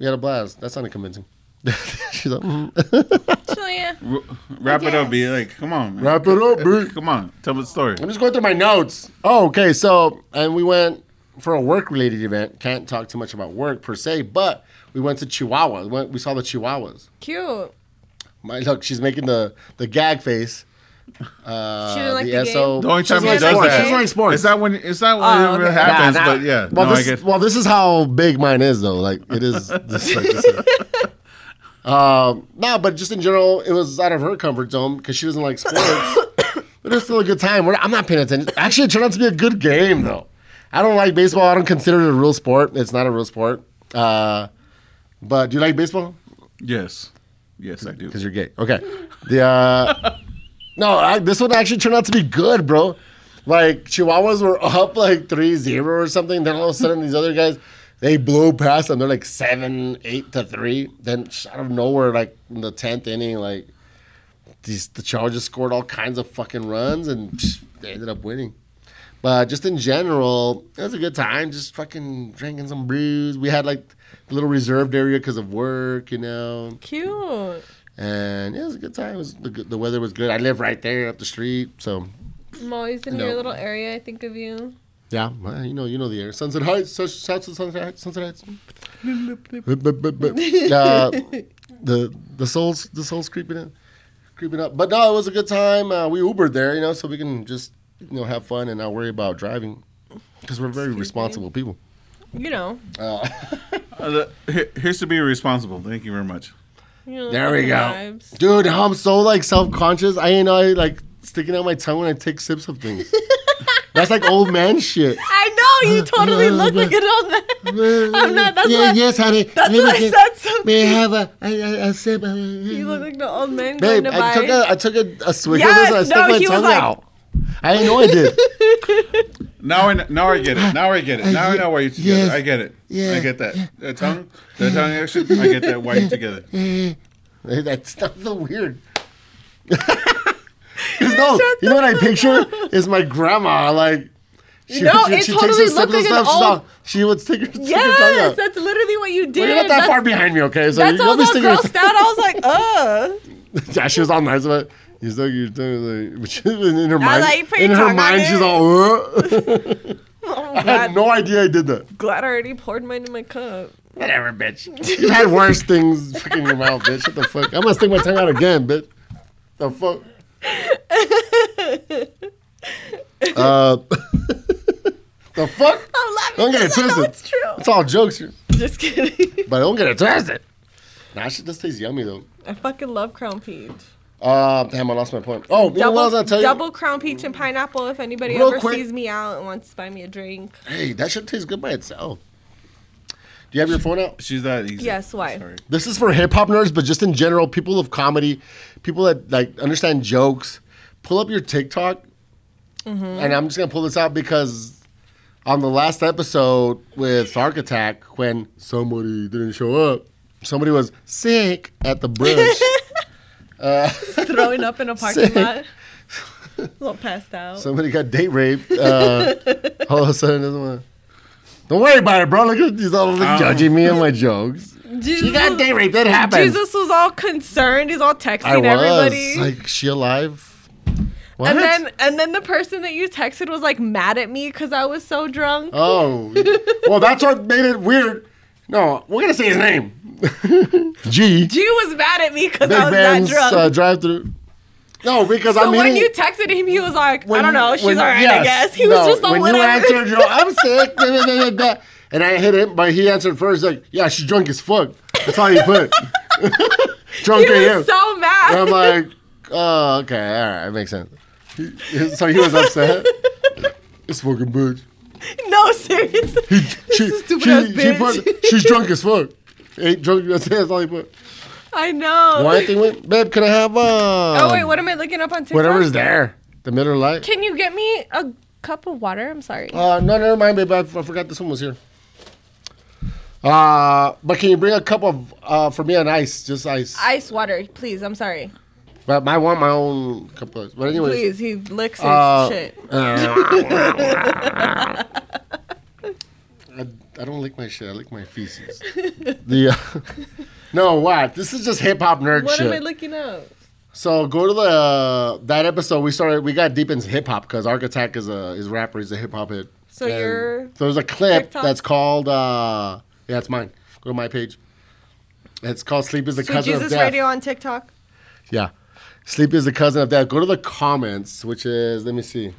Speaker 1: We had a blast. That sounded convincing. She's like, "Mm."
Speaker 2: So yeah.
Speaker 3: R- wrap it up, be like, come on, man.
Speaker 1: wrap it up, bro.
Speaker 3: Come on, tell the story.
Speaker 1: I'm just going through my notes. Oh, okay. So, and we went for a work related event. Can't talk too much about work per se, but we went to Chihuahua. We, went, we saw the Chihuahuas.
Speaker 2: Cute.
Speaker 1: My look, she's making the, the gag face.
Speaker 2: she didn't like the, game.
Speaker 3: Uh, The only time
Speaker 1: she's
Speaker 3: he
Speaker 1: like
Speaker 3: does
Speaker 1: sports.
Speaker 3: that,
Speaker 1: She's like sports.
Speaker 3: It's not when it's not when
Speaker 2: Oh,
Speaker 3: it really
Speaker 2: okay.
Speaker 1: Nah,
Speaker 3: happens,
Speaker 1: nah.
Speaker 3: but yeah.
Speaker 1: Well,
Speaker 3: no, I
Speaker 1: this,
Speaker 3: get
Speaker 1: well, this is how big mine is, though. Like it is. This, like, this um, no, but just in general, it was out of her comfort zone because she doesn't like sports. but it's still a good time. We're, I'm not paying attention. Actually, it turned out to be a good game, though. I don't like baseball. I don't consider it a real sport. It's not a real sport. Uh, but do you like baseball?
Speaker 3: yes, yes, I do.
Speaker 1: because you're gay. Okay. The uh, no, I, this one actually turned out to be good, bro. Like Chihuahuas were up like 3-0 or something. Then all of a sudden, these other guys they blew past them. They're like seven, eight to three. Then sh- out of nowhere, like in the tenth inning, like these the Chargers scored all kinds of fucking runs and psh, they ended up winning. But just in general, it was a good time. Just fucking drinking some brews. We had like a little reserved area because of work, you know
Speaker 2: Cute.
Speaker 1: and yeah, it was a good time. It was the, good- the weather was good. I live right there up the street, so
Speaker 2: I'm always in
Speaker 1: No.
Speaker 2: your little area. I think of you.
Speaker 1: yeah, well, you know, you know the area. Sunset Heights, such shouts to Sunset Heights, Sunset Heights. But- but- but- but, uh, the the souls the souls creeping in, creeping up. But no, it was a good time. Uh, we Ubered there, you know, so we can just you know have fun and not worry about driving because we're very responsible people.
Speaker 2: You know.
Speaker 3: Uh, the- here- Here's to be responsible. Thank you very much.
Speaker 2: You know
Speaker 1: There we
Speaker 2: the
Speaker 1: go.
Speaker 2: vibes.
Speaker 1: Dude, I'm so like self conscious. I ain't I like sticking out my tongue when I take sips of things. That's like old man shit.
Speaker 2: I know you totally look like an old man. I'm not- that's
Speaker 1: yeah,
Speaker 2: what-
Speaker 1: yes, honey.
Speaker 2: That's
Speaker 1: Let
Speaker 2: what
Speaker 1: me
Speaker 2: I
Speaker 1: get-
Speaker 2: said. Something.
Speaker 1: May I have a, a, a, a sip?
Speaker 2: You look like the old man
Speaker 1: Babe,
Speaker 2: going to
Speaker 1: I
Speaker 2: buy.
Speaker 1: took a, I took a, a swig
Speaker 2: Yes,
Speaker 1: of this and I
Speaker 2: no,
Speaker 1: stuck
Speaker 2: he
Speaker 1: my
Speaker 2: was
Speaker 1: tongue
Speaker 2: like-
Speaker 1: out. I didn't know I did.
Speaker 3: Now I kn- now I get it. Now I get it. Now I know why you together.
Speaker 1: Ah, Yes.
Speaker 3: I get it.
Speaker 1: Yeah.
Speaker 3: I get that. The tongue, the tongue action. I get that. Why you together?
Speaker 1: Hey, that stuff feel weird. 'Cause no, you know what I picture is my grandma like. She,
Speaker 2: No, it totally
Speaker 1: sip of
Speaker 2: looked like an
Speaker 1: stuff, she's
Speaker 2: old-
Speaker 1: all- She would stick her, stick her tongue
Speaker 2: yes,
Speaker 1: out.
Speaker 2: that's literally what you
Speaker 1: Well,
Speaker 2: did.
Speaker 1: you're not that
Speaker 2: that's
Speaker 1: far behind me, okay? So you
Speaker 2: that's
Speaker 1: don't
Speaker 2: all
Speaker 1: be
Speaker 2: that
Speaker 1: sticking your
Speaker 2: grossed out. I was like, uh.
Speaker 1: Yeah, she was all nice about it. You stuck your tongue like, but she- in her mind.
Speaker 2: like, put your
Speaker 1: in
Speaker 2: tongue
Speaker 1: her
Speaker 2: on
Speaker 1: mind, she's
Speaker 2: it.
Speaker 1: all. "Uh."
Speaker 2: Oh,
Speaker 1: I had
Speaker 2: God.
Speaker 1: no idea I did that.
Speaker 2: Glad I already poured mine in my cup.
Speaker 1: Whatever, bitch. You had worse things fucking in your mouth, bitch. What the fuck? I'm gonna stick my tongue out again, bitch. The fuck. Uh, the fuck?
Speaker 2: I'm laughing
Speaker 1: Don't get it
Speaker 2: 'cause I know
Speaker 1: twisted.
Speaker 2: it's true.
Speaker 1: It's all jokes here.
Speaker 2: Just kidding.
Speaker 1: But don't get it twisted. Nah, shit does taste yummy though.
Speaker 2: I fucking love crown peach.
Speaker 1: Uh, damn, I lost my point. Oh, you know
Speaker 2: Double,
Speaker 1: what I was gonna tell
Speaker 2: double
Speaker 1: you?
Speaker 2: crown peach and pineapple. If anybody
Speaker 1: Real
Speaker 2: ever
Speaker 1: quick.
Speaker 2: sees me out and wants to buy me a drink,
Speaker 1: Hey, that shit tastes good by itself. Do you have your phone out?
Speaker 3: She's that easy.
Speaker 2: Yes, why?
Speaker 3: Sorry.
Speaker 1: This is for hip hop nerds, but just in general, people of comedy, people that like understand jokes. Pull up your TikTok, and I'm just gonna pull this out because on the last episode with Sark Attack, when somebody didn't show up, somebody was sick at the bridge.
Speaker 2: throwing up in a parking
Speaker 1: Uh, Sick.
Speaker 2: lot. A little passed out.
Speaker 1: Somebody got date raped. Uh, all of a sudden, doesn't want. Don't worry about it, bro. Look at he's all like,
Speaker 3: Um.
Speaker 1: judging me and my jokes.
Speaker 2: Jesus,
Speaker 1: She Oh. got date raped. That happened.
Speaker 2: Jesus was all concerned. He's all texting
Speaker 1: I was
Speaker 2: everybody.
Speaker 1: like, she alive? What?
Speaker 2: and then and then the person that you texted was like mad at me because I was so drunk.
Speaker 1: oh, well, that's what made it weird. No, we're gonna say his name. G.
Speaker 2: G was mad at me because I
Speaker 1: Big
Speaker 2: was
Speaker 1: Ben's
Speaker 2: that Oh, drunk.
Speaker 1: uh, drive-through. No, because
Speaker 2: so
Speaker 1: I'm
Speaker 2: when
Speaker 1: eating.
Speaker 2: you texted him, he was like,
Speaker 1: when-
Speaker 2: I don't know, she's
Speaker 1: when-
Speaker 2: all right, I
Speaker 1: yes,
Speaker 2: guess. He
Speaker 1: no,
Speaker 2: was just all
Speaker 1: when
Speaker 2: whatever.
Speaker 1: you answered, you're, I'm sick. da, da, da, da, da," And I hit him, but he answered first. Like, yeah, she's drunk as fuck. That's all you put. drunk
Speaker 2: he
Speaker 1: AM.
Speaker 2: was so mad.
Speaker 1: And I'm like, oh, okay, all right, it makes sense. He- so he was upset. this fucking bitch.
Speaker 2: no, seriously.
Speaker 1: He, she,
Speaker 2: This stupid
Speaker 1: she,
Speaker 2: ass
Speaker 1: she
Speaker 2: bitch.
Speaker 1: put- she's drunk as fuck. Ain't drunk. That's, it, that's all he put.
Speaker 2: I know.
Speaker 1: One thing went, babe. Can I have uh?
Speaker 2: Oh wait, what am I looking up on TikTok?
Speaker 1: whatever's there? The Miller Lite.
Speaker 2: Can you get me a cup of water? I'm sorry.
Speaker 1: Uh, no, never mind, babe. I, I forgot this one was here. Uh, but can you bring a cup of uh, for me on ice, just ice?
Speaker 2: Ice water, please. I'm sorry.
Speaker 1: but I want my own cup of ice. But anyways,
Speaker 2: Please, he licks his
Speaker 1: uh,
Speaker 2: shit.
Speaker 1: I, I don't lick my shit. I lick my feces. the uh, no, what? This is just hip hop nerd
Speaker 2: What
Speaker 1: shit.
Speaker 2: am I looking up?
Speaker 1: So go to the uh, that episode. We started. We got deep into hip hop because Arc Attack is a is a rapper. He's a hip hop hit.
Speaker 2: So you're-
Speaker 1: there's a clip
Speaker 2: TikTok?
Speaker 1: that's called uh yeah, it's mine. Go to my page. It's called "Sleep is the
Speaker 2: Sweet
Speaker 1: cousin
Speaker 2: Jesus
Speaker 1: of death."
Speaker 2: Radio on TikTok.
Speaker 1: Yeah, "Sleep is the cousin of death." Go to the comments, which is let me see.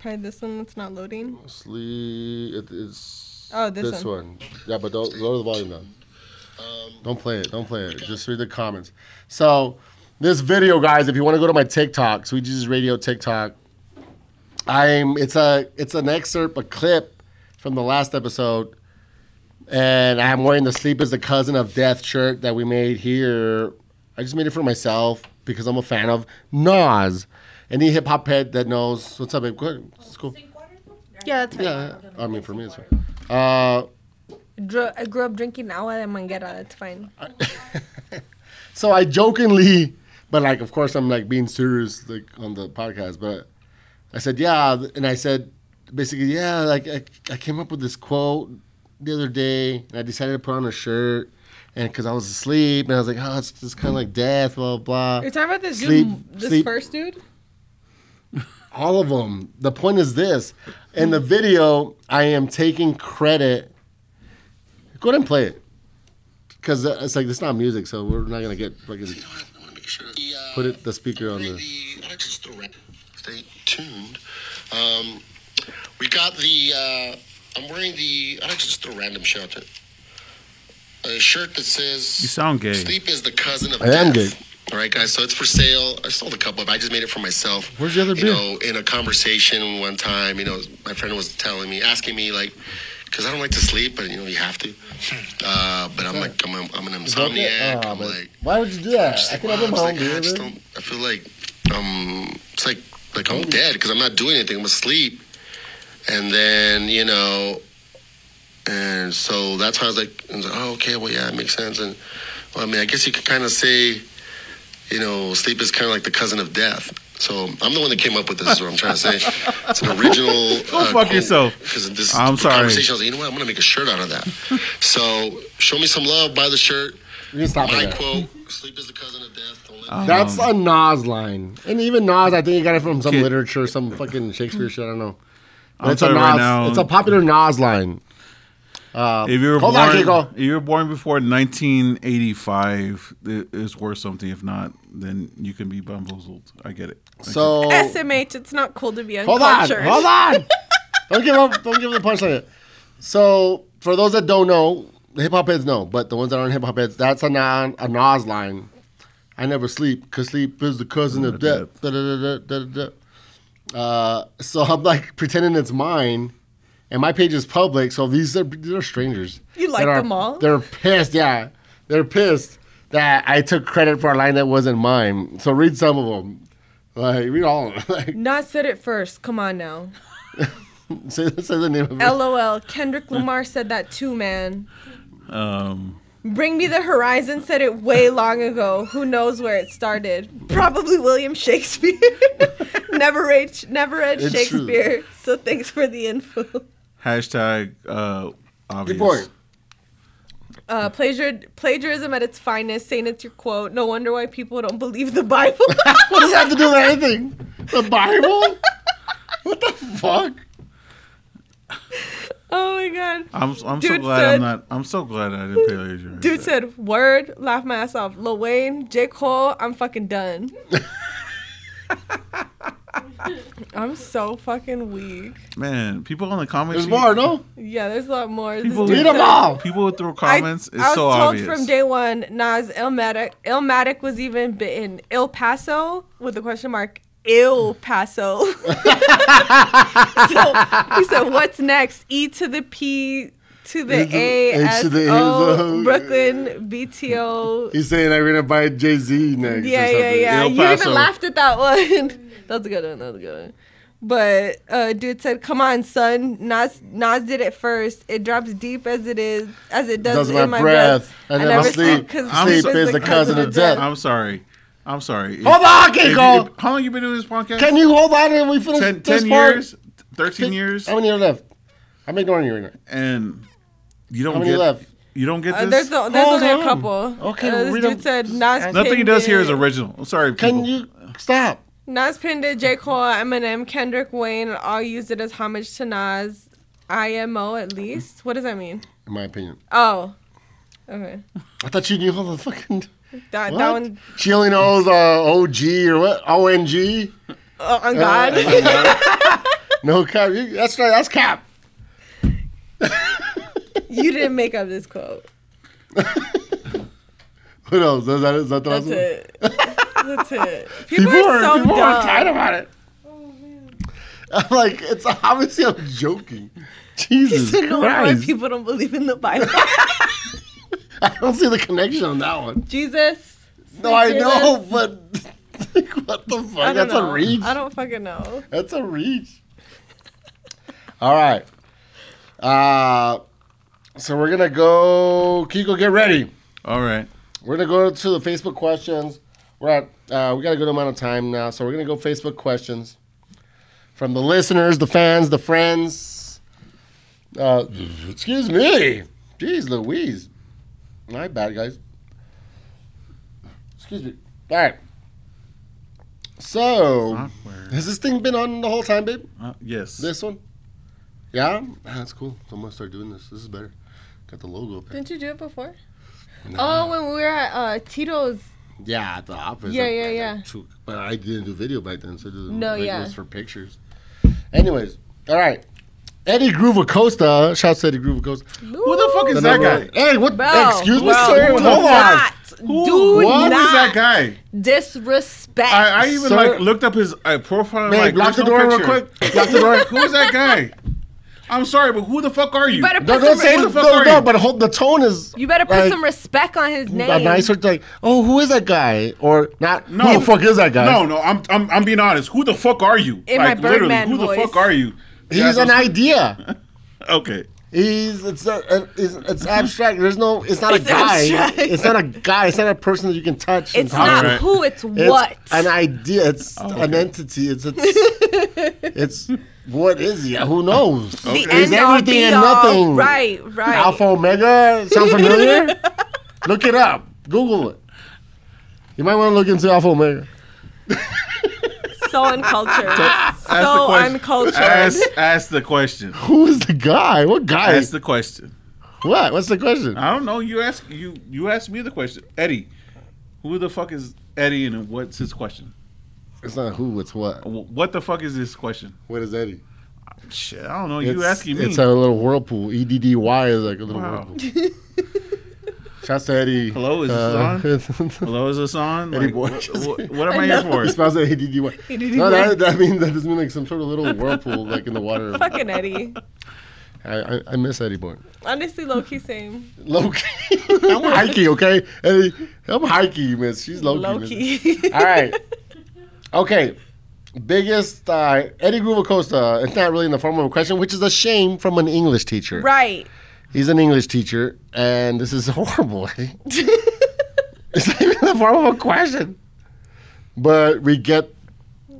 Speaker 2: Try this one that's not loading.
Speaker 1: Sleep. It, it's
Speaker 2: Oh, this
Speaker 1: one. Yeah, but don't lower the volume down. don't play it. Don't play it. Just read the comments. So, this video, guys, if you want to go to my TikTok, Sweet Jesus Radio TikTok, I'm. It's a. It's an excerpt, a clip from the last episode, and I'm wearing the "Sleep Is the Cousin of Death" shirt that we made here. I just made it for myself because I'm a fan of Nas. Any hip hop head that knows what's up, babe? Go ahead. It's cool.
Speaker 5: Sink water?
Speaker 2: Yeah, that's fine.
Speaker 1: Yeah, I mean for me it's fine. Uh,
Speaker 2: Dr- I grew up drinking agua de manguera. That's fine.
Speaker 1: so I jokingly, but like of course I'm like being serious like on the podcast, but I said yeah, and I said basically yeah, like I, I came up with this quote the other day, and I decided to put on a shirt, and because I was asleep, and I was like oh it's just kind of like death, blah blah. blah.
Speaker 2: You're talking about this
Speaker 1: Sleep-
Speaker 2: dude, this
Speaker 1: sleep.
Speaker 2: first dude?
Speaker 1: All of them. The point is this: in the video, I am taking credit. Go ahead and play it, because it's like it's not music, so we're not gonna get fucking. Put it the speaker on the.
Speaker 6: uh, Stay tuned. Um, we got the. Uh, I'm wearing the. I like to just throw random shit. out there. A shirt that says.
Speaker 3: You sound gay.
Speaker 6: Sleep is the cousin of
Speaker 1: I am
Speaker 6: death.
Speaker 1: gay.
Speaker 6: All right, guys. So it's for sale. I sold a couple of. I just made it for myself.
Speaker 1: Where's the other
Speaker 6: You
Speaker 1: beer?
Speaker 6: know, in a conversation one time, you know, my friend was telling me, asking me like, because I don't like to sleep, but you know, you have to.
Speaker 1: Hmm.
Speaker 6: Uh, but I'm like, I'm, I'm an insomniac.
Speaker 1: Ah,
Speaker 6: I'm
Speaker 1: but
Speaker 6: like,
Speaker 1: why would you do that?
Speaker 6: just
Speaker 1: I
Speaker 6: like,
Speaker 1: could
Speaker 6: wow,
Speaker 1: have been
Speaker 6: I'm
Speaker 1: home,
Speaker 6: just like, I just
Speaker 1: dude.
Speaker 6: don't. I feel like um, it's like like I'm dead because I'm not doing anything. I'm asleep, and then you know, and so that's how I was like, I was like, oh okay, well yeah, it makes sense. And well, I mean, I guess you could kind of say, you know, sleep is kind of like the cousin of death. So I'm the one that came up with this. Is what I'm trying to say. It's an original. Go
Speaker 3: fuck yourself.
Speaker 6: Because this
Speaker 3: I'm sorry.
Speaker 6: conversation, I was like, you know what? I'm gonna make a shirt out of that. so show me some love. Buy the shirt.
Speaker 1: You can stop
Speaker 6: My
Speaker 1: it there.
Speaker 6: quote: Sleep is the cousin of death. Don't let
Speaker 1: That's a Nas line, and even Nas, I think he got it from some
Speaker 3: Kid-
Speaker 1: literature, some fucking Shakespeare shit. I don't know. But
Speaker 3: I'm
Speaker 1: it's a
Speaker 3: sorry
Speaker 1: Nas.
Speaker 3: right now.
Speaker 1: It's a popular Nas line.
Speaker 3: if you were
Speaker 1: hold
Speaker 3: born,
Speaker 1: on, Kiko.
Speaker 3: if you were born before 1985, it is worth something. If not, then you can be bamboozled. I get it. I
Speaker 1: So
Speaker 2: SMH, it's not cool to be
Speaker 1: Oh. hold on,
Speaker 2: uncultured.
Speaker 1: hold on. don't give up. Don't give the punchline. yet. So for those that don't know, the hip hop heads know, but the ones that aren't hip hop heads, that's a non a Nas line. I never sleep, cause sleep is the cousin of death. Da, da, da, da, da, da. Uh, so I'm like pretending it's mine, and my page is public. So these are these are strangers.
Speaker 2: You like
Speaker 1: that are-
Speaker 2: them all?
Speaker 1: They're pissed. Yeah, they're pissed that I took credit for a line that wasn't mine. So read some of them. Like read all of them. Like,
Speaker 2: Not said it first. Come on now.
Speaker 1: say, say the name of it.
Speaker 2: LOL. Kendrick Lamar said that too, man.
Speaker 3: get it. Um,
Speaker 2: Bring Me the Horizon said it way long ago. Who knows where it started? Probably William Shakespeare. never read, never read
Speaker 1: It's true.
Speaker 2: Shakespeare. So thanks for the info.
Speaker 3: hashtag uh, obvious.
Speaker 1: Good point.
Speaker 2: Uh, plagiar- plagiarism at its finest, saying it's your quote. No wonder why people don't believe the Bible.
Speaker 1: What does that have to do with anything? The Bible? what the fuck?
Speaker 2: oh my god.
Speaker 3: I'm, I'm so
Speaker 2: Dude
Speaker 3: glad I'm
Speaker 2: said-
Speaker 3: not. I'm so glad I didn't pay later.
Speaker 2: Dude said, word, laugh my ass off. Lil Wayne, J. Cole, I'm fucking done. I'm so fucking weak.
Speaker 3: man, people on the comments.
Speaker 1: There's more, no?
Speaker 2: Yeah, there's a lot more. This
Speaker 3: People
Speaker 2: dude
Speaker 1: Read them
Speaker 2: said-
Speaker 1: all.
Speaker 3: People would throw
Speaker 2: I-
Speaker 3: comments.
Speaker 2: I,
Speaker 3: it's
Speaker 2: was
Speaker 3: so
Speaker 2: told
Speaker 3: obvious.
Speaker 2: from day one, Nas Illmatic, Illmatic was even bitten. El Paso with a question mark. Il Paso. so he said, "What's next? E to the P to the
Speaker 1: Is it-
Speaker 2: A
Speaker 1: H
Speaker 2: S
Speaker 1: to the
Speaker 2: O
Speaker 1: A's, uh,
Speaker 2: Brooklyn B T O."
Speaker 1: He's saying I'm gonna buy Jay Z next. or
Speaker 2: Yeah, yeah,
Speaker 1: something.
Speaker 2: yeah.
Speaker 3: El
Speaker 2: You
Speaker 3: Paso.
Speaker 2: even laughed at that one. That's a good one. That's a good one. But uh, dude said, "Come on, son. Nas Nas did it first. It drops deep as it is, as it does,
Speaker 1: Does
Speaker 2: in
Speaker 1: my breath.
Speaker 2: I
Speaker 1: And
Speaker 2: never
Speaker 1: my sleep.
Speaker 2: sleep because
Speaker 3: I'm
Speaker 1: Sleep
Speaker 3: so-
Speaker 1: is the cousin of death.
Speaker 3: I'm sorry. I'm sorry. If-
Speaker 1: Hold on,
Speaker 3: if you-
Speaker 1: Kiko.
Speaker 3: how long you been doing this podcast?
Speaker 1: Can you hold on and we finish
Speaker 3: 10,
Speaker 1: this
Speaker 3: 10
Speaker 1: part?
Speaker 3: years, 13 years,
Speaker 1: How many are left? I'm ignoring you right now.
Speaker 3: and you don't
Speaker 1: How many
Speaker 3: get
Speaker 1: left?
Speaker 3: you don't get
Speaker 2: Uh,
Speaker 3: this.
Speaker 2: there's no, there's
Speaker 1: Hold
Speaker 2: only
Speaker 1: on.
Speaker 2: a couple.
Speaker 1: Okay,
Speaker 2: uh, this
Speaker 1: read
Speaker 2: dude
Speaker 1: them.
Speaker 2: said Nas.
Speaker 3: Nothing he
Speaker 2: pinned
Speaker 3: does here is
Speaker 2: it-
Speaker 3: original. I'm sorry, people.
Speaker 1: Can you stop?
Speaker 2: Nas pinned it. J Cole, Eminem, Kendrick, Wayne all used it as homage to Nas. IMO at least. What does that mean?
Speaker 1: In my opinion,
Speaker 2: Oh, okay.
Speaker 1: I thought you knew all the fucking.
Speaker 2: That that
Speaker 1: What?
Speaker 2: one
Speaker 1: She only knows uh, OG or what? ONG.
Speaker 2: uh, on God.
Speaker 1: No cap. You- That's right. That's cap.
Speaker 2: you didn't make up this quote.
Speaker 1: Who knows? Is that, is that the last
Speaker 2: That's
Speaker 1: one?
Speaker 2: it. That's it. People, are so
Speaker 1: people are
Speaker 2: dumb.
Speaker 1: tight about it. I'm like, it's obviously I'm joking. Jesus
Speaker 2: You know why
Speaker 1: Christ!
Speaker 2: people don't believe in the Bible.
Speaker 1: I don't see the connection on that one.
Speaker 2: Jesus.
Speaker 1: No, I
Speaker 2: Jesus.
Speaker 1: know, but like, what the
Speaker 2: I
Speaker 1: fuck?
Speaker 2: don't
Speaker 1: That's
Speaker 2: know.
Speaker 1: a reach.
Speaker 2: I don't fucking know.
Speaker 1: That's a reach. All right. Uh, so we're gonna go. Kiko, get ready.
Speaker 3: All right.
Speaker 1: We're gonna go to the Facebook questions. We're at uh, we got a good amount of time now, so we're gonna go Facebook questions from the listeners, the fans, the friends. Uh, excuse me, jeez, Louise, my bad, guys. Excuse me. All right. So,
Speaker 3: Awkward.
Speaker 1: has this thing been on the whole time, babe?
Speaker 3: Uh, yes.
Speaker 1: This one? Yeah, Ah, that's cool. So I'm gonna start doing this. This is better. Got the logo up there.
Speaker 2: Didn't you do it before? Oh, when we were at uh, Tito's.
Speaker 1: Yeah, at the office.
Speaker 2: Yeah,
Speaker 1: I-
Speaker 2: yeah,
Speaker 1: I- I
Speaker 2: yeah.
Speaker 1: took- but I didn't do video back then, so it was-
Speaker 2: No,
Speaker 1: like, it
Speaker 2: yeah.
Speaker 1: was for pictures. Anyways, all right. Eddie Groove Acosta, shouts to Eddie Groove Acosta.
Speaker 3: Who the fuck is
Speaker 1: The
Speaker 3: that
Speaker 1: number
Speaker 3: guy?
Speaker 1: one- Hey, what?
Speaker 2: Bro,
Speaker 1: excuse me,
Speaker 2: bro,
Speaker 1: sir.
Speaker 2: do
Speaker 1: Hold on.
Speaker 2: not, do
Speaker 3: what is
Speaker 2: not
Speaker 3: that guy?
Speaker 2: disrespect.
Speaker 3: I, I even
Speaker 1: Sir-
Speaker 3: like looked up his uh, profile. and,
Speaker 1: Hey,
Speaker 3: like,
Speaker 1: lock
Speaker 3: there's
Speaker 1: the
Speaker 3: no
Speaker 1: door real
Speaker 3: picture.
Speaker 1: quick. Lock the door.
Speaker 3: Who is that guy? I'm sorry, but who the fuck are you?
Speaker 2: better-
Speaker 1: No, don't say
Speaker 3: Who the
Speaker 1: no,
Speaker 3: fuck
Speaker 1: no,
Speaker 3: are
Speaker 1: no,
Speaker 3: you?
Speaker 1: but hold, the tone is.
Speaker 2: you better put
Speaker 1: like,
Speaker 2: some respect on his name.
Speaker 1: A nice sort of like, oh, who is that guy? Or not,
Speaker 3: no,
Speaker 1: who the fuck is that guy?
Speaker 3: No, no, I'm, I'm, I'm being honest. Who the fuck are you?
Speaker 2: In my
Speaker 3: like literally,
Speaker 2: Birdman
Speaker 3: who
Speaker 2: voice.
Speaker 3: the fuck are you?
Speaker 1: He's an idea.
Speaker 3: Okay.
Speaker 1: He's it's a, it's, it's abstract. There's no. It's not a
Speaker 2: It's
Speaker 1: guy.
Speaker 2: abstract.
Speaker 1: It's not a guy. It's not a person that you can touch. and
Speaker 2: It's
Speaker 1: talk
Speaker 2: not
Speaker 1: to.
Speaker 3: Alright.
Speaker 2: who, it's
Speaker 1: It's
Speaker 2: what.
Speaker 1: an idea. It's an
Speaker 3: okay.
Speaker 1: entity. It's it's, it's what is he? Who knows?
Speaker 2: the
Speaker 1: He's
Speaker 2: end all, be
Speaker 1: everything and
Speaker 2: all.
Speaker 1: nothing.
Speaker 2: Right, right.
Speaker 1: Alpha Omega. Sound familiar? look it up. Google it. You might want to look into Alpha Omega.
Speaker 2: So uncultured.
Speaker 3: Ask the
Speaker 2: so
Speaker 3: question.
Speaker 2: uncultured.
Speaker 3: Ask, ask the question.
Speaker 1: Who is the guy? What guy?
Speaker 3: Ask the question.
Speaker 1: What? What's the question?
Speaker 3: I don't know. You ask you you asked me the question, Eddie. Who the fuck is Eddie, and what's his question?
Speaker 1: It's not who, it's what.
Speaker 3: Wh- What the fuck is his question?
Speaker 1: What is Eddie?
Speaker 3: Shit, I don't know.
Speaker 1: It's,
Speaker 3: you asking me?
Speaker 1: It's a little whirlpool. E EDDY is like a little
Speaker 3: Wow.
Speaker 1: whirlpool. Shouts to Eddie. Uh,
Speaker 3: Hello, is this
Speaker 1: on?
Speaker 3: Hello, is this on?
Speaker 1: Eddie
Speaker 3: Like,
Speaker 1: boy.
Speaker 3: wh- wh- what am I here for?
Speaker 1: he spells it ADDY. No, that, that means that just means like some sort of little whirlpool like in the water. I,
Speaker 2: Fucking Eddie.
Speaker 1: I, I miss Eddie Boy.
Speaker 2: Honestly, low key same.
Speaker 1: Low key. I'm hikey, okay? Eddie, I'm hikey, miss. She's low key.
Speaker 2: Low
Speaker 1: miss.
Speaker 2: key.
Speaker 1: All right. Okay. Biggest uh, Eddie Groove Acosta. It's not really in the form of a question, which is a shame from an English teacher.
Speaker 2: right.
Speaker 1: He's an English teacher, and this is horrible. eh? it's not even the form of a question, but we get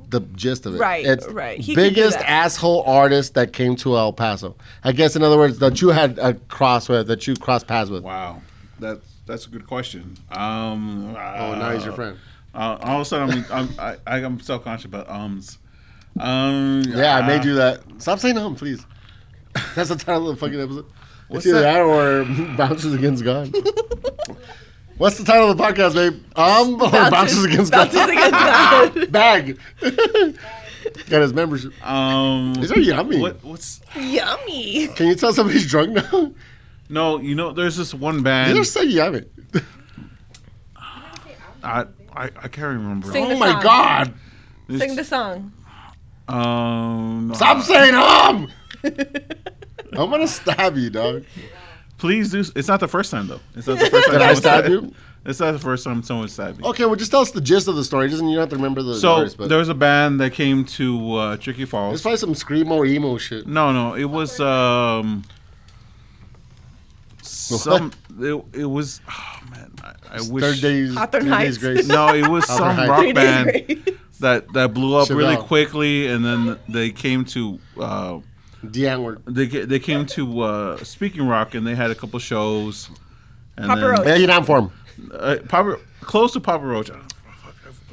Speaker 1: the gist of it.
Speaker 2: Right,
Speaker 1: It's
Speaker 2: right. He could do
Speaker 1: biggest
Speaker 2: that.
Speaker 1: asshole artist that came to El Paso. I guess, in other words, that you had a cross with, that you crossed paths with.
Speaker 3: Wow, that's that's a good question. Um,
Speaker 1: Oh, now he's your friend.
Speaker 3: Uh, all of a sudden, I'm I'm, I, I'm self conscious about ums. Um,
Speaker 1: Yeah, I made
Speaker 3: uh,
Speaker 1: you that. Stop saying home, please. That's the title of the fucking episode.
Speaker 3: What's
Speaker 1: it's either
Speaker 3: that?
Speaker 1: that or Bounces Against God. What's the title of the podcast, babe? Um, or Bounces Against God.
Speaker 2: Bounces against God.
Speaker 1: Bag. Got his membership.
Speaker 3: Um,
Speaker 1: These are yummy.
Speaker 3: what, what's
Speaker 2: Yummy.
Speaker 1: Can you tell somebody's drunk now?
Speaker 3: no? You know, there's this one
Speaker 1: These
Speaker 3: band.
Speaker 1: are so yummy.
Speaker 3: I, I I can't remember.
Speaker 2: Sing
Speaker 1: Oh
Speaker 2: the
Speaker 1: my
Speaker 2: song.
Speaker 1: God.
Speaker 3: This-
Speaker 2: Sing the song.
Speaker 3: Um,
Speaker 1: Stop saying um. I'm going to stab you, dog.
Speaker 3: Please do. s- It's not the first time though. It's not the first time.
Speaker 1: Did I
Speaker 3: someone
Speaker 1: stab
Speaker 3: stabbed-
Speaker 1: you?
Speaker 3: It's not the first time someone stabbed me.
Speaker 1: Okay, well, just tell us the gist of the story. Doesn't you don't have to remember the
Speaker 3: So
Speaker 1: artist, but
Speaker 3: there was a band that came to uh, Tricky
Speaker 1: it's
Speaker 3: Falls.
Speaker 1: probably some screamo emo shit.
Speaker 3: No, no, it was um some. It, it was. Oh man, I, I wish.
Speaker 1: Third days,
Speaker 2: Hawthorne
Speaker 1: three days
Speaker 2: Heights.
Speaker 1: grace.
Speaker 3: No, it was some
Speaker 1: Heights.
Speaker 3: rock
Speaker 1: Three
Speaker 3: band that that blew up really
Speaker 1: Chevelle.
Speaker 3: quickly, and then they came to uh,
Speaker 1: Deanne were-
Speaker 3: they ca- they came to uh, Speaking Rock, and they had a couple shows. And
Speaker 2: Papa
Speaker 3: then-
Speaker 2: Roach.
Speaker 1: Yeah, you're down for him.
Speaker 3: uh, Papa, close to Papa Roach. I,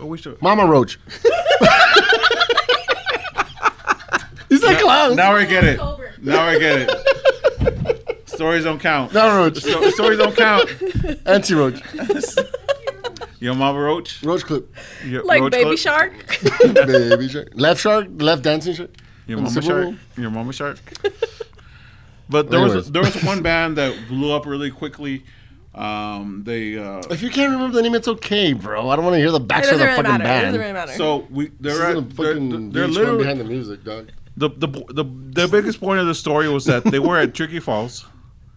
Speaker 3: I wish. I,
Speaker 1: Mama Roach. He's like clown.
Speaker 3: now I get it.
Speaker 5: Over.
Speaker 3: Now I get it. Stories don't count.
Speaker 1: Mama Roach.
Speaker 3: Sto- stories don't count.
Speaker 1: Anti Roach.
Speaker 3: Your mama Roach.
Speaker 1: Roach clip.
Speaker 3: Your
Speaker 2: Like
Speaker 3: Roach
Speaker 2: Baby
Speaker 3: clip,
Speaker 2: Shark.
Speaker 1: Baby shark. Left shark. Left dancing shark.
Speaker 3: Your
Speaker 1: in the
Speaker 3: mama
Speaker 1: Super
Speaker 3: shark.
Speaker 1: Bowl.
Speaker 3: Your mama shark. But there was
Speaker 1: Anyways.
Speaker 3: there was one band that blew up really quickly. Um, they uh,
Speaker 1: If you can't remember the name, it's okay, bro. I don't want to hear the
Speaker 2: It
Speaker 1: backstory of
Speaker 2: doesn't
Speaker 1: the
Speaker 2: really
Speaker 1: fucking
Speaker 2: matter. It
Speaker 1: band.
Speaker 2: doesn't really matter.
Speaker 3: so we
Speaker 1: This isn't
Speaker 3: they're at,
Speaker 1: a
Speaker 3: they're,
Speaker 1: fucking
Speaker 3: they're
Speaker 1: VH1
Speaker 3: literally
Speaker 1: behind the music, dog.
Speaker 3: the, the the the biggest point of the story was that they were at Tricky Falls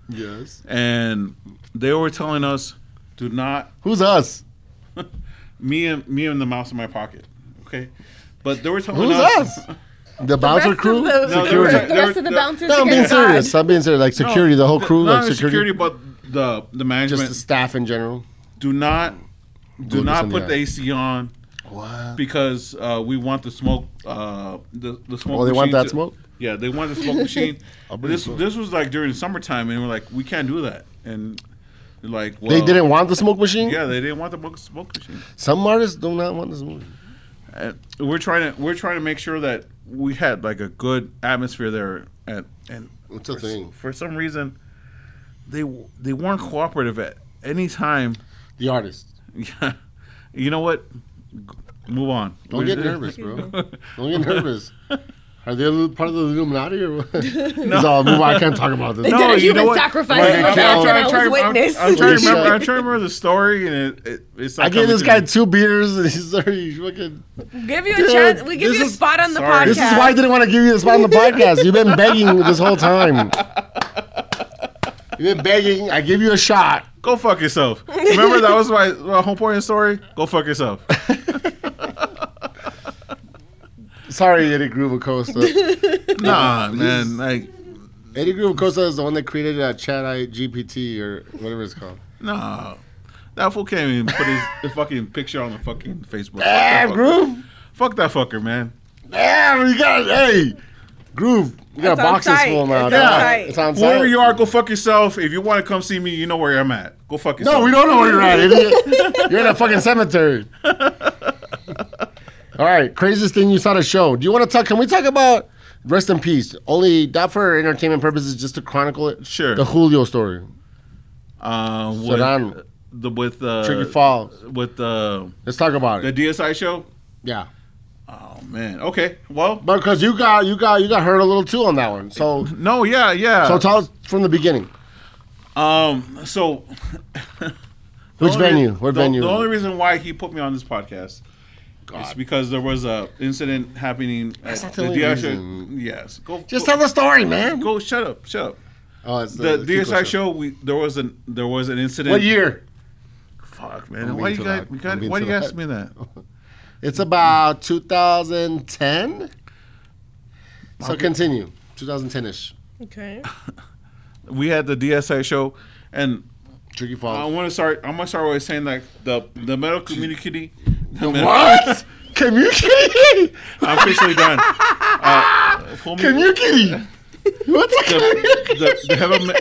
Speaker 1: Yes.
Speaker 3: and they were telling us do not
Speaker 1: Who's us?
Speaker 3: me and me and the mouse in my pocket. Okay, but they were telling
Speaker 1: Who's
Speaker 3: us.
Speaker 1: us? The bouncer
Speaker 2: rest of
Speaker 1: crew?
Speaker 2: the-
Speaker 3: No, they were-
Speaker 1: security.
Speaker 3: they
Speaker 4: The rest of the
Speaker 3: were-
Speaker 4: bouncers.
Speaker 1: No, I'm being
Speaker 4: against God.
Speaker 1: serious. I'm being serious. Like
Speaker 3: no,
Speaker 1: security, the whole
Speaker 3: th-
Speaker 1: crew,
Speaker 3: not
Speaker 1: like
Speaker 3: only
Speaker 1: security,
Speaker 3: but the the
Speaker 1: just
Speaker 3: management.
Speaker 1: the staff in general.
Speaker 3: do not do
Speaker 1: Google
Speaker 3: not
Speaker 1: something
Speaker 3: put the
Speaker 1: like-
Speaker 3: AC on
Speaker 1: What?
Speaker 3: because uh, we want the smoke. Uh, the the smoke.
Speaker 1: Oh, they want
Speaker 3: machine
Speaker 1: that
Speaker 3: to-
Speaker 1: smoke?
Speaker 3: Yeah, they want the smoke machine.
Speaker 1: bring
Speaker 3: this
Speaker 1: smoke.
Speaker 3: this was like during summertime, and we're like, we can't do that, and they're like well,
Speaker 1: They didn't want the smoke machine.
Speaker 3: Yeah, they didn't want the smoke- smoke machine.
Speaker 1: Some artists do not want the smoke. machine.
Speaker 3: And we're trying to we're trying to make sure that we had like a good atmosphere there, and and
Speaker 1: It's a
Speaker 3: for,
Speaker 1: thing.
Speaker 3: for some reason they w- they weren't cooperative at any time.
Speaker 1: The artist.
Speaker 3: Yeah, you know what? G- Move on.
Speaker 1: Don't get nervous, bro. Don't get nervous. Are they a little part of the Illuminati or what? He's all, "Move on, I can't talk about this.
Speaker 2: They did a
Speaker 3: you know
Speaker 2: human
Speaker 3: what?
Speaker 2: sacrifice
Speaker 1: Like,
Speaker 2: in
Speaker 1: I'm
Speaker 2: the bathroom.
Speaker 1: trying-
Speaker 2: I was witness.
Speaker 3: I'm, I'm trying to
Speaker 1: Shut
Speaker 3: remember.
Speaker 1: up.
Speaker 3: I'm trying to remember the story, and it, it it's. Not
Speaker 1: I gave
Speaker 3: coming
Speaker 1: this
Speaker 3: to
Speaker 1: guy
Speaker 3: me.
Speaker 1: two beers and he's already fucking.
Speaker 2: give you a
Speaker 1: Dude,
Speaker 2: chance. We give
Speaker 1: this
Speaker 2: you a
Speaker 1: is-
Speaker 2: spot on the
Speaker 3: sorry.
Speaker 2: podcast.
Speaker 1: This is why I didn't want to give you the spot on the podcast. You've been begging this whole time. You've been begging. I give you a shot.
Speaker 3: Go fuck yourself. Remember that was my, my whole point of the story. Go fuck yourself.
Speaker 1: Sorry, Eddie Groove Acosta.
Speaker 3: nah, man. Like
Speaker 1: Eddie Groove Acosta is the one that created uh, Chat GPT or whatever it's called.
Speaker 3: nah. That fool came and put his, his fucking picture on the fucking Facebook. Fuck that
Speaker 1: Damn,
Speaker 3: fucker.
Speaker 1: Groove.
Speaker 3: Fuck that fucker, man.
Speaker 1: Damn, you got Hey, Groove. You got
Speaker 2: It's on
Speaker 1: boxes
Speaker 2: site.
Speaker 1: full now.
Speaker 2: It's on
Speaker 1: dog.
Speaker 2: site.
Speaker 1: It's on
Speaker 3: Whoever
Speaker 1: site.
Speaker 3: you are, go fuck yourself. If you want to come see me, you know where I'm at. Go fuck yourself.
Speaker 1: No, we don't know where you're at, idiot. You're in a fucking cemetery. All right, craziest thing you saw at a show. Do you want to talk? Can we talk about Rest in peace. Only not for entertainment purposes, just to chronicle it.
Speaker 3: Sure.
Speaker 1: The Julio story.
Speaker 3: Uh, with,
Speaker 1: Serrano.
Speaker 3: the with uh,
Speaker 1: Tricky Falls.
Speaker 3: with uh,
Speaker 1: Let's talk about
Speaker 3: the
Speaker 1: it.
Speaker 3: DSI show.
Speaker 1: Yeah.
Speaker 3: Oh man. Okay. Well.
Speaker 1: But because you got you got you got hurt a little too on that one. So
Speaker 3: No. Yeah. Yeah.
Speaker 1: so tell us from the beginning.
Speaker 3: um. So The
Speaker 1: Which
Speaker 3: only-
Speaker 1: venue? What
Speaker 3: the,
Speaker 1: venue?
Speaker 3: The only reason why he put me on this podcast is because there was a incident happening
Speaker 1: That's
Speaker 3: at
Speaker 1: not the
Speaker 3: the
Speaker 1: only
Speaker 3: DSI
Speaker 1: reason.
Speaker 3: Yes. Go.
Speaker 1: Just
Speaker 3: go,
Speaker 1: tell the story, man.
Speaker 3: Go. Shut up. Shut up.
Speaker 1: Oh, it's
Speaker 3: The,
Speaker 1: Kiko
Speaker 3: DSI show. We there was an there was an incident.
Speaker 1: What year?
Speaker 3: Fuck man.
Speaker 1: I'm
Speaker 3: Why
Speaker 1: being too
Speaker 3: you guys?
Speaker 1: loud.
Speaker 3: we
Speaker 1: I'm
Speaker 3: got-
Speaker 1: being
Speaker 3: Why
Speaker 1: too
Speaker 3: you guys
Speaker 1: loud.
Speaker 3: ask me that?
Speaker 1: It's about 2010. So continue. 2010 ish.
Speaker 2: Okay.
Speaker 3: We had the DSI show, and
Speaker 1: Tricky
Speaker 3: I
Speaker 1: Falls.
Speaker 3: want to start. I'm gonna start with saying like the the medical community. The med-
Speaker 1: What? Community?
Speaker 3: I'm officially done. Uh, for me-
Speaker 1: Community? What's a
Speaker 3: the, the, they have a me-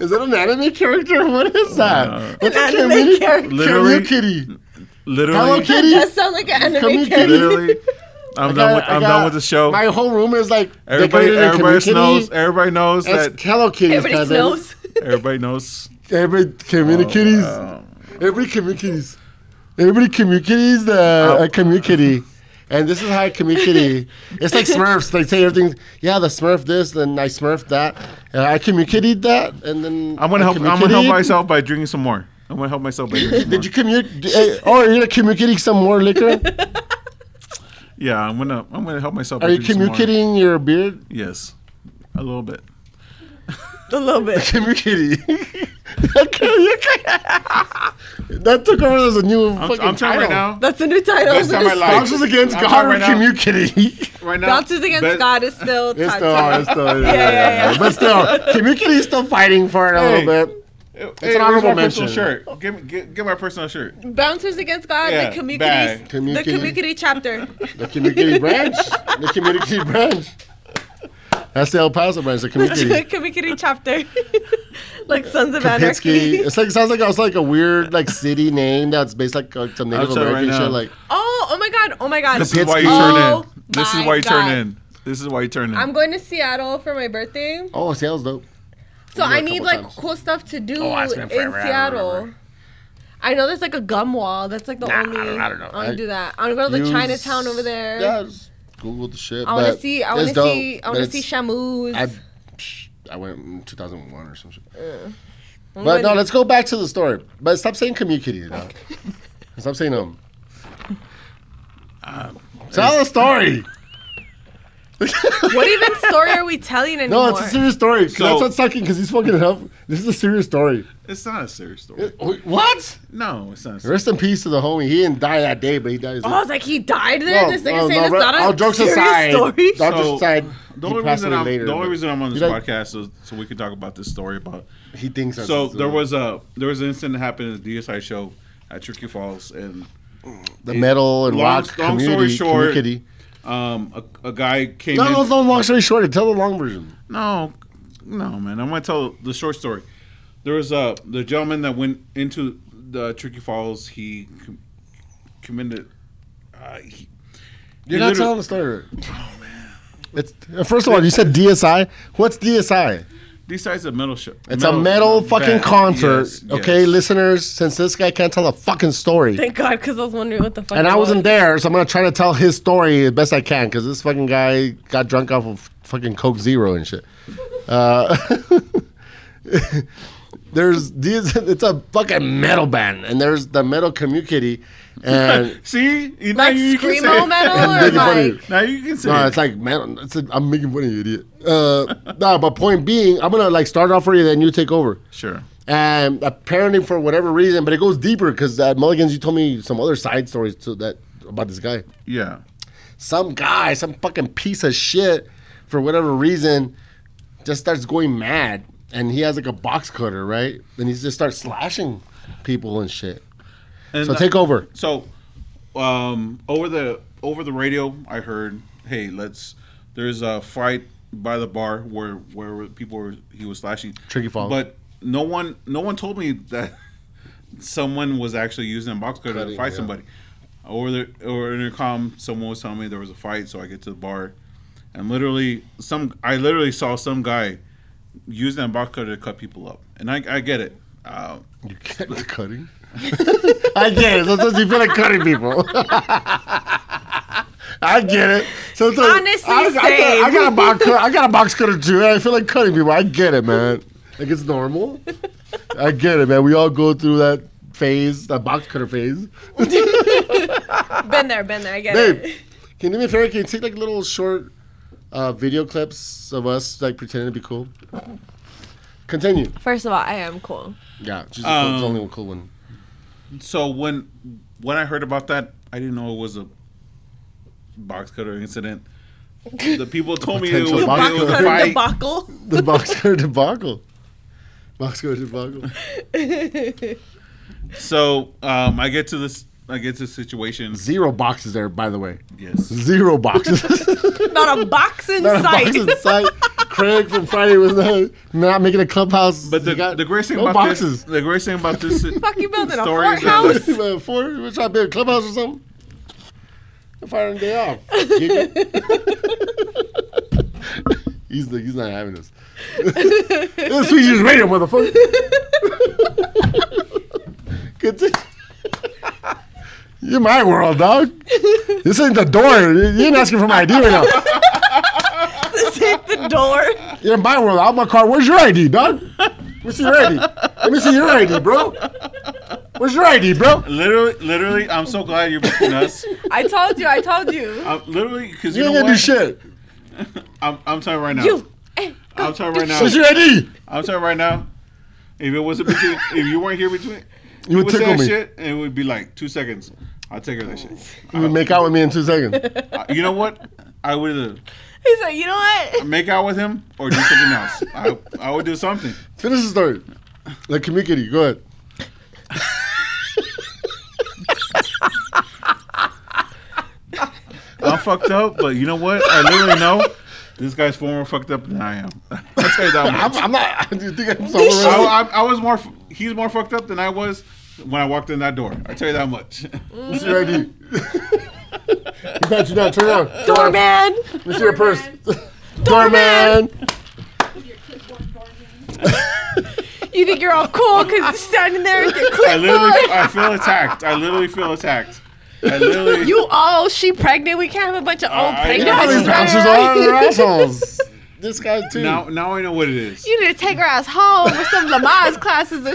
Speaker 1: Is that an anime character? What is that?
Speaker 3: Uh,
Speaker 1: What's a
Speaker 2: anime
Speaker 1: community?
Speaker 2: character.
Speaker 3: Literally-
Speaker 1: Community kitty. Hello
Speaker 3: literally,
Speaker 2: That
Speaker 1: kitty.
Speaker 2: sounds like an
Speaker 1: Come
Speaker 2: anime
Speaker 1: here,
Speaker 2: character.
Speaker 3: literally. I'm
Speaker 1: I
Speaker 3: done.
Speaker 1: got-
Speaker 3: With,
Speaker 1: I
Speaker 3: I'm
Speaker 1: got-
Speaker 3: done with the show.
Speaker 1: My whole room is like
Speaker 3: everybody,
Speaker 1: decorated in
Speaker 3: everybody
Speaker 1: community.
Speaker 3: knows. Everybody knows
Speaker 1: That's
Speaker 3: that.
Speaker 1: Hello Kitty.
Speaker 2: Everybody
Speaker 1: cousin.
Speaker 2: snows.
Speaker 3: Everybody knows. uh,
Speaker 1: Every communities. Every communities. Every communities. The
Speaker 3: Um,
Speaker 1: uh, community. And this is how I communicate. it's like Smurfs. They say everything. Yeah, the Smurf this, then I Smurf that. And I communicated that, and then
Speaker 3: I'm
Speaker 1: I
Speaker 3: gonna help. I'm gonna help
Speaker 1: communicated.
Speaker 3: myself by drinking some more. I'm gonna help myself by drinking some more.
Speaker 1: Did you commute? d- eh, Oh, are you communicating some more liquor?
Speaker 3: Yeah, I'm gonna. I'm gonna help myself. by
Speaker 1: Are you
Speaker 3: drinking some more.
Speaker 1: communicating your beard?
Speaker 3: Yes, a little bit.
Speaker 2: A little bit.
Speaker 1: Communicating. that took over as a new
Speaker 3: I'm,
Speaker 1: fucking
Speaker 3: I'm telling you
Speaker 1: title.
Speaker 3: right now.
Speaker 2: That's the new title.
Speaker 3: Best time I lied.
Speaker 1: Bouncers against
Speaker 3: I'm
Speaker 1: God
Speaker 3: sorry
Speaker 1: or
Speaker 3: right now.
Speaker 1: communicating.
Speaker 3: Right now.
Speaker 2: Bouncers against
Speaker 3: best-
Speaker 2: God is still.
Speaker 1: It's
Speaker 2: top
Speaker 1: still,
Speaker 2: tier.
Speaker 1: it's still,
Speaker 2: Yeah, yeah, yeah.
Speaker 1: But still, community is still fighting for it a
Speaker 3: Hey.
Speaker 1: little bit.
Speaker 3: It's
Speaker 1: an honorable
Speaker 3: my
Speaker 1: mention.
Speaker 3: personal shirt. Give me, get, get my personal shirt.
Speaker 2: Bouncers against God.
Speaker 3: Yeah,
Speaker 2: the communities.
Speaker 3: bad.
Speaker 2: The
Speaker 1: Community.
Speaker 2: community chapter.
Speaker 1: The community branch. The community branch. That's the El Paso branch. The community.
Speaker 2: community chapter. like Sons of
Speaker 1: Kapitsky.
Speaker 2: Anarchy.
Speaker 1: It's like sounds like it's like a weird like city name that's based like on some Native
Speaker 3: I'll tell you
Speaker 1: American
Speaker 3: right now.
Speaker 1: shit. Like
Speaker 2: Oh, oh my God. Oh my God.
Speaker 3: This is why you
Speaker 1: Kapitsky.
Speaker 3: turn
Speaker 2: Oh
Speaker 3: in. This is
Speaker 2: my
Speaker 3: why you turn
Speaker 2: God.
Speaker 3: in. This is why you turn in.
Speaker 2: I'm going to Seattle for my birthday.
Speaker 1: oh, Seattle's dope.
Speaker 2: So
Speaker 1: I've been there
Speaker 2: I
Speaker 1: a
Speaker 2: need
Speaker 1: couple
Speaker 2: like
Speaker 1: times.
Speaker 2: cool stuff to do
Speaker 1: Oh, it's been
Speaker 2: in
Speaker 1: forever, I don't
Speaker 2: Seattle.
Speaker 1: remember.
Speaker 2: I know there's like a gum wall. That's like the
Speaker 1: Nah, I
Speaker 2: only.
Speaker 1: don't- I don't know.
Speaker 2: I want
Speaker 1: I-
Speaker 2: to do that. I want to go to
Speaker 1: Use-
Speaker 2: the Chinatown over there.
Speaker 1: Yeah, just Google the shit.
Speaker 2: I want
Speaker 1: but
Speaker 2: to see. I
Speaker 1: it's
Speaker 2: want to
Speaker 1: dope,
Speaker 2: see. I
Speaker 1: but
Speaker 2: want to
Speaker 1: it's-
Speaker 2: see Shamus.
Speaker 1: I, psh, I went in 2001 or some shit.
Speaker 2: Oh
Speaker 1: But no, let's go back to the story. But stop saying community. You know? stop saying um.
Speaker 3: Um,
Speaker 1: Tell the story.
Speaker 2: what even story are we telling
Speaker 1: No,
Speaker 2: anymore?
Speaker 1: it's a serious story. 'cause
Speaker 3: So-
Speaker 1: that's what's sucking because he's fucking it up. This is a serious story.
Speaker 3: it's not a serious story.
Speaker 1: What?
Speaker 3: No, it's not. A serious.
Speaker 1: Rest in peace to the homie. He didn't die that day, but he died.
Speaker 2: oh, I was like, he died there. this nigga saying it's
Speaker 1: re-
Speaker 2: not a
Speaker 1: all jokes
Speaker 2: serious
Speaker 1: aside,
Speaker 2: story.
Speaker 1: All jokes
Speaker 3: So,
Speaker 1: aside.
Speaker 3: The
Speaker 1: he
Speaker 3: only,
Speaker 1: passed
Speaker 3: reason
Speaker 1: away
Speaker 3: I'm,
Speaker 1: later,
Speaker 3: the only
Speaker 1: but
Speaker 3: reason I'm on this
Speaker 1: he died-
Speaker 3: podcast is so we can talk about this story. About
Speaker 1: he thinks that's
Speaker 3: so
Speaker 1: his
Speaker 3: there
Speaker 1: own.
Speaker 3: was a there was an incident that happened at the DSI show at Tricky Falls, and
Speaker 1: the metal and
Speaker 3: long-
Speaker 1: rock
Speaker 3: long story
Speaker 1: community.
Speaker 3: short,
Speaker 1: community.
Speaker 3: um, a, a guy came.
Speaker 1: No,
Speaker 3: in,
Speaker 1: no, no, long story short, tell the long version.
Speaker 3: No, no, man. I'm gonna tell the short story. There was uh, the gentleman that went into the Tricky Falls. He com- committed. Uh, he,
Speaker 1: You're
Speaker 3: he
Speaker 1: not
Speaker 3: literally-
Speaker 1: telling the story. Oh, It's, uh, first of all, you said DSI. What's DSI?
Speaker 3: These guys a metal show.
Speaker 1: It's a metal fucking
Speaker 3: band.
Speaker 1: concert.
Speaker 3: Yes,
Speaker 1: okay,
Speaker 3: yes.
Speaker 1: listeners, since this guy can't tell a fucking story,
Speaker 2: Thank God, because I was wondering what the fuck.
Speaker 1: and
Speaker 2: it
Speaker 1: I wasn't
Speaker 2: was.
Speaker 1: there, so I'm gonna try to tell his story as best I can because this fucking guy got drunk off of fucking Coke Zero and shit. Uh, there's these. It's a fucking metal band, and there's the metal community, and
Speaker 3: See, you- now
Speaker 2: Like
Speaker 3: you, you can say
Speaker 2: screamo
Speaker 3: it.
Speaker 2: metal
Speaker 1: Make
Speaker 2: or
Speaker 1: it funny.
Speaker 2: like.
Speaker 3: Now you can say
Speaker 1: No,
Speaker 3: it.
Speaker 1: it's like man, it's a, I'm making fun of you, idiot. Uh, no, but point being, I'm gonna like start off for you, then you take over.
Speaker 3: sure.
Speaker 1: And apparently, for whatever reason, but it goes deeper because at Mulligan's, you told me some other side stories to that about this guy.
Speaker 3: Yeah.
Speaker 1: Some guy, some fucking piece of shit, for whatever reason, just starts going mad, and he has like a box cutter, right? And he just starts slashing people and shit.
Speaker 3: And
Speaker 1: So take over.
Speaker 3: So, um, over the over the radio, I heard, "Hey, let's." There's a fight by the bar where where people were he was slashing
Speaker 1: Tricky Falls.
Speaker 3: but no one no one told me that someone was actually using a box cutter to
Speaker 1: Cutting,
Speaker 3: fight
Speaker 1: yeah.
Speaker 3: somebody. over the over intercom, someone was telling me there was a fight, so I get to the bar, and literally some I literally saw some guy using a box cutter to cut people up, and I, I get it. Uh,
Speaker 1: You can't be cutting. I get it. Sometimes you feel like cutting people. I get it. Sometimes
Speaker 2: Honestly,
Speaker 1: I, I, got-
Speaker 2: same.
Speaker 1: I got a box. Cutter, I got a box cutter too. and I feel like cutting people. I get it, man. Like it's normal. I get it, man. We all go through that phase, that box cutter phase.
Speaker 2: Been there, been there. I get
Speaker 1: Babe,
Speaker 2: it.
Speaker 1: can you do me a favor? Can you take like little short uh, video clips of us like pretending to be cool? Continue.
Speaker 2: First of all, I am cool.
Speaker 1: Yeah, she's the cool-
Speaker 3: Um,
Speaker 1: the only cool one.
Speaker 3: so when when I heard about that, I didn't know it was a box cutter incident. The people told me it
Speaker 1: Potential
Speaker 3: was, it
Speaker 1: box
Speaker 3: was
Speaker 1: cutter.
Speaker 3: a
Speaker 2: Her
Speaker 3: fight.
Speaker 2: debacle.
Speaker 1: The box cutter debacle. Box cutter debacle.
Speaker 3: So um, I get to this. I get to the situation.
Speaker 1: Zero boxes there, by the way.
Speaker 3: Yes.
Speaker 1: Zero boxes.
Speaker 2: Not a box in
Speaker 1: not a
Speaker 2: sight.
Speaker 1: box in sight. Craig from Friday was not, not making a clubhouse.
Speaker 3: But the,
Speaker 1: He got
Speaker 3: the greatest thing
Speaker 1: no
Speaker 3: about
Speaker 1: boxes.
Speaker 3: this, the greatest thing about this
Speaker 2: Fuck you building a
Speaker 3: Stories
Speaker 2: fort
Speaker 3: of-
Speaker 2: house.
Speaker 1: Uh, Four, we're trying to build a clubhouse or something. They're Firing day off. Giga. he's the, he's not having this. this is Sweet Juice Radio, motherfucker. Continue. You're my world, dog. This ain't the door. You you ain't asking for my ID right now.
Speaker 2: This ain't the door.
Speaker 1: You're in my world. I'm my car. Where's your ID, dog? Where's your ID? Let me see your ID, bro. Where's your ID, bro?
Speaker 3: literally, literally, I'm so glad you're between us.
Speaker 2: I told you. I told you.
Speaker 3: I'm literally, because
Speaker 1: You
Speaker 3: you,
Speaker 1: ain't
Speaker 3: know
Speaker 1: gonna do
Speaker 3: what?
Speaker 1: shit.
Speaker 3: I'm, I'm telling you right now.
Speaker 2: You.
Speaker 3: I'm telling you right now.
Speaker 1: Where's your ID?
Speaker 3: I'm telling you right now. If it wasn't between, if you weren't here between,
Speaker 1: You would
Speaker 3: say
Speaker 1: tickle
Speaker 3: that
Speaker 1: me.
Speaker 3: shit, and it would be like two seconds. I'll take her that shit.
Speaker 1: You would make out with me in two seconds.
Speaker 3: Uh, you know what? I would either
Speaker 2: He's like, you know what?
Speaker 3: make out with him or do something else. I, I would do something.
Speaker 1: Finish the story. Like community. Go ahead.
Speaker 3: I'm fucked up, but you know what? I literally know this guy's far more fucked up than I am. I'll tell you that
Speaker 1: I'm,
Speaker 3: much.
Speaker 1: I'm not. Do you think I'm
Speaker 3: I,
Speaker 1: so
Speaker 3: I, I was more. f- He's more fucked up than I was when I walked in that door. I tell you that much.
Speaker 1: Where's your ID? you got you down. Turn around. Turn around.
Speaker 2: Doorman.
Speaker 1: Let me see your purse. Doorman.
Speaker 2: You think you're all cool because you're standing there with your
Speaker 3: I literally,
Speaker 2: clipboard.
Speaker 3: I feel attacked. I literally feel attacked. I literally.
Speaker 2: You oh, she pregnant. We can't have a bunch of old
Speaker 3: I-
Speaker 2: pregnant.
Speaker 3: Yeah,
Speaker 1: All these
Speaker 2: bitches running
Speaker 1: bouncers
Speaker 2: around.
Speaker 1: are they're assholes. This guy too.
Speaker 3: now, now I know what it is.
Speaker 2: You need to take her ass home for some Lamaze classes or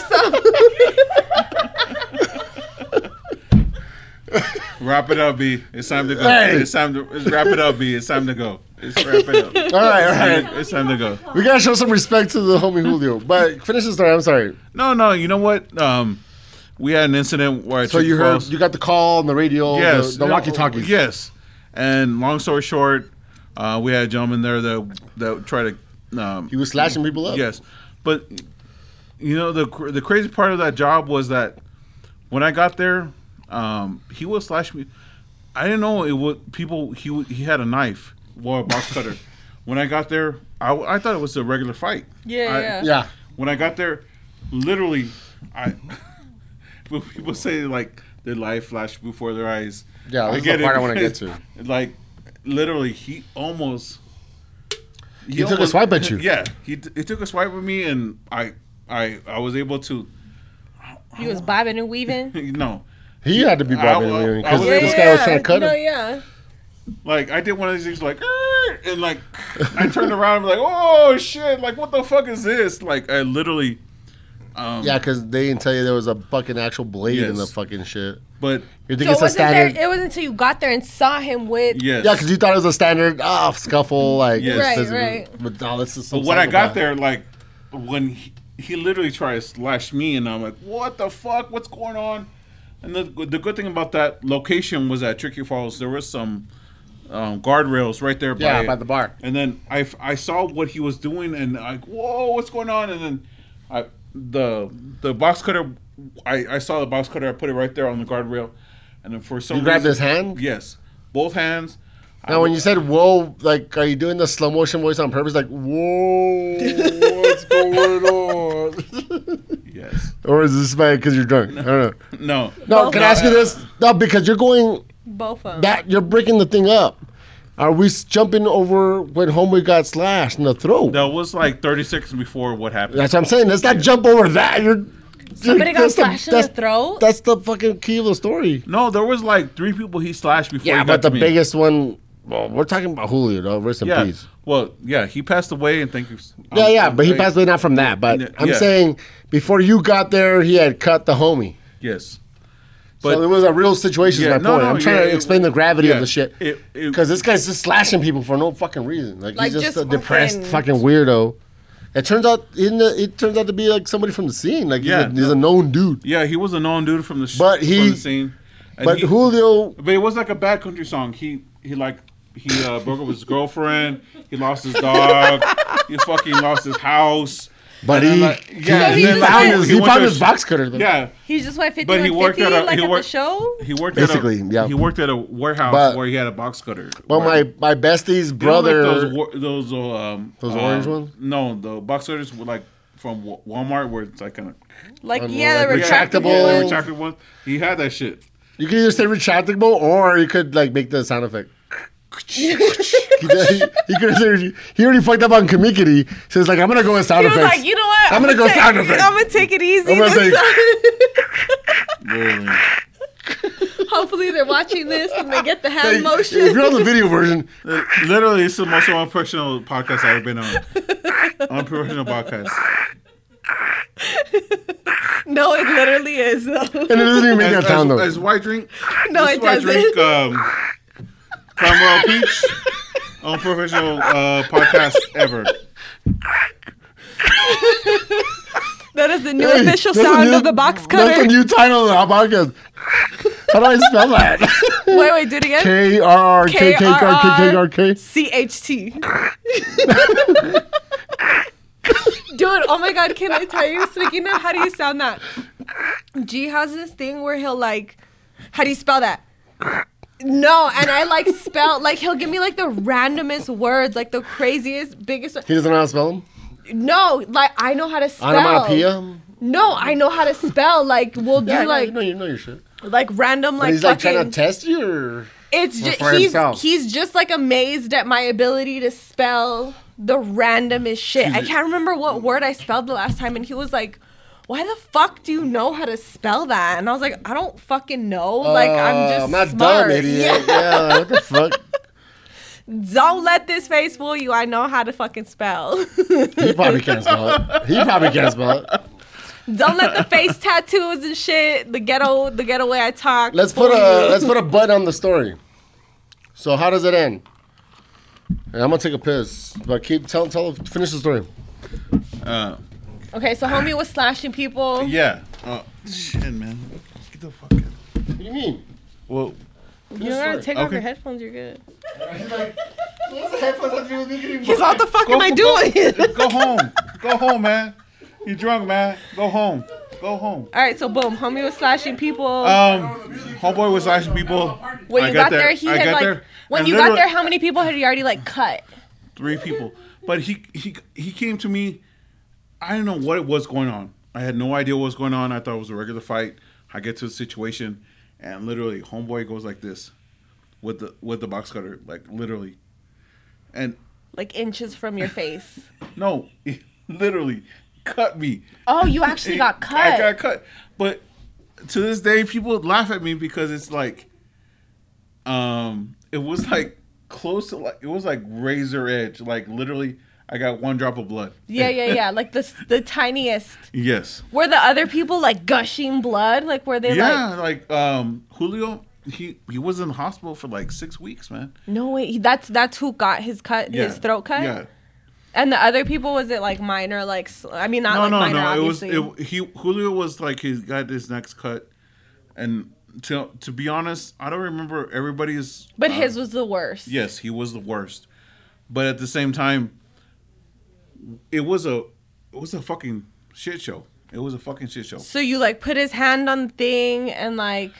Speaker 2: something.
Speaker 3: Wrap it up, B. It's time to go.
Speaker 1: Hey.
Speaker 3: It's time to it's wrap it up, B. It's time to go. It's wrap it up.
Speaker 1: All right, all right.
Speaker 3: It's time to go.
Speaker 1: We gotta show some respect to the homie Julio. But finish the story. I'm sorry.
Speaker 3: No, no. You know what? Um, we had an incident where I
Speaker 1: So
Speaker 3: took
Speaker 1: you heard
Speaker 3: calls.
Speaker 1: you got the call on the radio,
Speaker 3: yes,
Speaker 1: the, the walkie talkies.
Speaker 3: Yes. And long story short, uh, we had a gentleman there that that tried to. Um,
Speaker 1: He was slashing people up.
Speaker 3: Yes, but you know the cr- the crazy part of that job was that when I got there, um, he would slash me. I didn't know it would people. He would, he had a knife, well, a box cutter. when I got there, I, w- I thought it was a regular fight.
Speaker 2: Yeah,
Speaker 3: I-
Speaker 2: yeah.
Speaker 1: Yeah.
Speaker 3: When I got there, literally, I when people say like their life flashed before their eyes.
Speaker 1: Yeah, this is the part I wanna get to.
Speaker 3: Like literally, he almost
Speaker 1: He took a swipe at you.
Speaker 3: yeah, he, t- he took a swipe at me, and I I I was able to
Speaker 2: He was bobbing and weaving.
Speaker 3: no,
Speaker 1: He had to be
Speaker 3: I-
Speaker 1: brought in
Speaker 3: I-
Speaker 1: anyway,
Speaker 3: I
Speaker 1: because
Speaker 3: was
Speaker 1: this
Speaker 3: able-
Speaker 1: guy was trying to cut
Speaker 2: no,
Speaker 1: him.
Speaker 2: yeah.
Speaker 3: like I did one of these things like "Arr!" and like I turned around, I'm like oh shit, like what the fuck is this? Like I literally, um,
Speaker 1: Yeah, because they didn't tell you there was a fucking actual blade in the
Speaker 3: Yes.
Speaker 1: fucking shit.
Speaker 3: but
Speaker 1: You think
Speaker 2: So it
Speaker 1: it's a
Speaker 2: wasn't there,
Speaker 1: standard?
Speaker 2: it wasn't until you got there and saw him with.
Speaker 3: yes,
Speaker 1: yeah, because you thought it was a standard ah scuffle like
Speaker 3: Yes. Right,
Speaker 1: physical-
Speaker 2: right.
Speaker 1: But no, this is
Speaker 3: But
Speaker 1: some
Speaker 3: when I
Speaker 1: psychopath.
Speaker 3: got there, like when he, he literally tried to slash me, and I'm like, "What the fuck? What's going on?" And the the good thing about that location was at Tricky Falls. There was some um, guardrails right there.
Speaker 1: Yeah,
Speaker 3: it.
Speaker 1: by the bar.
Speaker 3: And then I, f- I saw what he was doing, and like, "Whoa, what's going on?" And then I the the box cutter. I, I saw the box cutter. I put it right there on the guardrail, and then for some
Speaker 1: You grabbed
Speaker 3: reason-
Speaker 1: his hand?
Speaker 3: Yes, both hands.
Speaker 1: Now, when you said "whoa," like, are you doing the slow motion voice on purpose? Like, "whoa, what's going on?"
Speaker 3: Yes.
Speaker 1: Or is this bad because you're drunk? I don't know.
Speaker 3: No.
Speaker 1: No, can I ask you this? No, because you're going
Speaker 2: Both of them.
Speaker 1: that you're breaking the thing up. Are we s- jumping over when homeboy got slashed in the throat?
Speaker 3: That was like 30 seconds before what happened.
Speaker 1: That's what I'm saying. Let's not jump over that. You're
Speaker 2: Somebody got
Speaker 1: that's the-
Speaker 2: slashed in the
Speaker 1: that's-
Speaker 2: throat?
Speaker 1: That's the fucking key of the story.
Speaker 3: no, there was like three people he slashed before.
Speaker 1: Yeah,
Speaker 3: he
Speaker 1: but
Speaker 3: got
Speaker 1: the
Speaker 3: to me.
Speaker 1: biggest one. Well, we're talking about Julio, though. Rest in
Speaker 3: Yeah.
Speaker 1: peace.
Speaker 3: Well, yeah, he passed away, and thank you.
Speaker 1: Yeah,
Speaker 3: I'm-
Speaker 1: yeah,
Speaker 3: I'm
Speaker 1: but he
Speaker 3: very-
Speaker 1: passed away not from that. But
Speaker 3: Yeah,
Speaker 1: I'm
Speaker 3: yeah.
Speaker 1: saying before you got there, he had cut the homie.
Speaker 3: Yes.
Speaker 1: so it was a real situation. is
Speaker 3: Yeah,
Speaker 1: my
Speaker 3: no,
Speaker 1: point.
Speaker 3: no,
Speaker 1: I'm trying
Speaker 3: yeah,
Speaker 1: to
Speaker 3: it-
Speaker 1: explain the gravity
Speaker 3: yeah,
Speaker 1: of the shit.
Speaker 3: it- it-
Speaker 1: Because this guy's just slashing people for no fucking reason. Like,
Speaker 2: Like,
Speaker 1: he's just, a
Speaker 2: just
Speaker 1: depressed
Speaker 2: fucking-
Speaker 1: fucking weirdo. It turns out in the, it turns out to be like somebody from the scene. Like
Speaker 3: Yeah,
Speaker 1: he's, a, he's a known dude.
Speaker 3: Yeah, he was a known dude from the sh-
Speaker 1: But he-
Speaker 3: from the scene. And
Speaker 1: But
Speaker 3: he-
Speaker 1: Julio,
Speaker 3: But it was like a bad country song. He he like he uh, broke up with his girlfriend. He lost his dog. he fucking lost his house.
Speaker 1: but
Speaker 3: And
Speaker 1: he,
Speaker 3: then, like,
Speaker 1: yeah,
Speaker 3: and
Speaker 1: he,
Speaker 3: then, like,
Speaker 1: found his, he
Speaker 3: went
Speaker 1: found
Speaker 3: to-
Speaker 1: his box cutter. Though.
Speaker 3: Yeah,
Speaker 2: He just went 50
Speaker 3: but he worked at a
Speaker 2: like
Speaker 3: he
Speaker 2: at
Speaker 3: worked
Speaker 2: the show?
Speaker 3: He worked
Speaker 1: Basically,
Speaker 3: at a,
Speaker 1: yeah.
Speaker 3: He worked at a warehouse
Speaker 1: But-
Speaker 3: where he had a box cutter.
Speaker 1: Well,
Speaker 3: Where-
Speaker 1: my my bestie's
Speaker 3: You know, like
Speaker 1: brother.
Speaker 3: those war- those uh, um
Speaker 1: Those
Speaker 3: um,
Speaker 1: orange ones?
Speaker 3: No, the box cutters were like from Wa- Walmart where it's like kind of
Speaker 2: Like,
Speaker 1: Um,
Speaker 2: yeah, the
Speaker 1: like,
Speaker 2: retractable.
Speaker 1: retractable.
Speaker 2: ones.
Speaker 3: retractable ones. He had that shit.
Speaker 1: You could either say retractable or you could like make the sound effect. he, could say he already fucked up on comicity, so he's like, I'm gonna go with sound
Speaker 2: He was
Speaker 1: effects.
Speaker 2: like, you know what?
Speaker 1: I'm gonna go
Speaker 2: take,
Speaker 1: sound effect.
Speaker 2: I'm gonna take it easy.
Speaker 1: I'm gonna
Speaker 2: this
Speaker 3: Really.
Speaker 2: time. Hopefully they're watching this and they get the hand
Speaker 1: Like, if
Speaker 2: motion.
Speaker 1: you're on the video version,
Speaker 3: Literally, it's the most unprofessional podcast I've ever been on. unprofessional podcast.
Speaker 2: No, it literally is. though.
Speaker 1: and it doesn't even make
Speaker 3: As,
Speaker 1: that sound
Speaker 3: as,
Speaker 1: though.
Speaker 3: as white drink,
Speaker 2: No,
Speaker 3: as
Speaker 2: it
Speaker 3: white
Speaker 2: doesn't.
Speaker 3: drink, um, Cromwell Peach, unprofessional uh, podcast ever.
Speaker 2: That is the new
Speaker 1: Hey,
Speaker 2: official
Speaker 1: that's a
Speaker 2: sound
Speaker 1: new-
Speaker 2: of the box
Speaker 1: That's the
Speaker 2: cutter.
Speaker 1: new title of our podcast. How do I spell that?
Speaker 2: wait, wait, do it again.
Speaker 1: K R R K K R K K R K.
Speaker 2: C H T. Dude, oh my god, can I tell you? Speaking of, how do you sound that? G has this thing where he'll like, how do you spell that? No, and I like spell like he'll give me like the randomest words, like the craziest, biggest.
Speaker 1: He doesn't know how to spell him.
Speaker 2: No, like I know how to spell.
Speaker 1: Onomatopoeia.
Speaker 2: No, I know how to spell. Like we'll do
Speaker 1: Yeah, I know,
Speaker 2: like
Speaker 1: you know, you know your shit.
Speaker 2: like random
Speaker 1: But
Speaker 2: like
Speaker 1: he's like
Speaker 2: fucking.
Speaker 1: trying to test you. Or...
Speaker 2: It's
Speaker 1: Or
Speaker 2: just
Speaker 1: for
Speaker 2: he's
Speaker 1: himself.
Speaker 2: he's just like amazed at my ability to spell the randomest shit. I can't remember what word I spelled the last time, and he was like, "Why the fuck do you know how to spell that?" And I was like, "I don't fucking know. like I'm
Speaker 1: Uh,
Speaker 2: just
Speaker 1: I'm not
Speaker 2: smart.
Speaker 1: dumb, idiot.
Speaker 2: Yeah.
Speaker 1: yeah, what the fuck.
Speaker 2: Don't let this face fool you. I know how to fucking spell.
Speaker 1: He probably can't spell it. He probably can't spell it.
Speaker 2: don't let the face tattoos and shit, the ghetto, the ghetto way I talk.
Speaker 1: Let's
Speaker 2: fool
Speaker 1: put a
Speaker 2: you.
Speaker 1: let's put a button on the story. So how does it end? And I'm gonna take a piss, but keep tell tell finish the story.
Speaker 3: Uh,
Speaker 2: okay. So homie was slashing people.
Speaker 3: yeah. Oh, shit, man. Get the fuck out.
Speaker 1: What do you mean?
Speaker 3: Well,
Speaker 2: You don't gotta take off
Speaker 3: Okay.
Speaker 2: your headphones. You're good.
Speaker 1: He's
Speaker 2: What the fuck am I doing?
Speaker 3: go home. Go home, man. You drunk, man. Go home. Go home.
Speaker 2: All right, so boom, homie was slashing people.
Speaker 3: Um, homeboy was slashing people.
Speaker 2: when
Speaker 3: I
Speaker 2: you got, there, he
Speaker 3: I
Speaker 2: had
Speaker 3: got
Speaker 2: like
Speaker 3: there,
Speaker 2: when
Speaker 3: and
Speaker 2: you got
Speaker 3: literally-
Speaker 2: there, how many people had he already like cut?
Speaker 3: three people. But he he he came to me. I didn't know what was going on. I had no idea what was going on. I thought it was a regular fight. I get to the situation, and literally, homeboy goes like this, with the with the box cutter, like literally, and
Speaker 2: Like inches from your face.
Speaker 3: no, he literally cut me.
Speaker 2: Oh, you actually got
Speaker 3: I
Speaker 2: cut.
Speaker 3: got cut. But to this day, people laugh at me because it's like, um, it was like close to like it was like razor edge. Like literally, I got one drop of blood.
Speaker 2: yeah, yeah, yeah. Like the the tiniest.
Speaker 3: Yes.
Speaker 2: Were the other people like gushing blood? Like were they like
Speaker 3: yeah, like, um, Julio, he he was in the hospital for like six weeks, man.
Speaker 2: no wait, that's that's who got his cut,
Speaker 3: Yeah.
Speaker 2: his throat cut.
Speaker 3: Yeah.
Speaker 2: And the other people was it like minor? Like sl- I mean, not
Speaker 3: No,
Speaker 2: like
Speaker 3: no,
Speaker 2: minor.
Speaker 3: no.
Speaker 2: obviously.
Speaker 3: It was it, he Julio was like he got his next cut, and to to be honest, I don't remember everybody's.
Speaker 2: but his was the worst.
Speaker 3: Yes, he was the worst. But at the same time, it was a it was a fucking shit show. It was a fucking shit show.
Speaker 2: So you like put his hand on the thing and like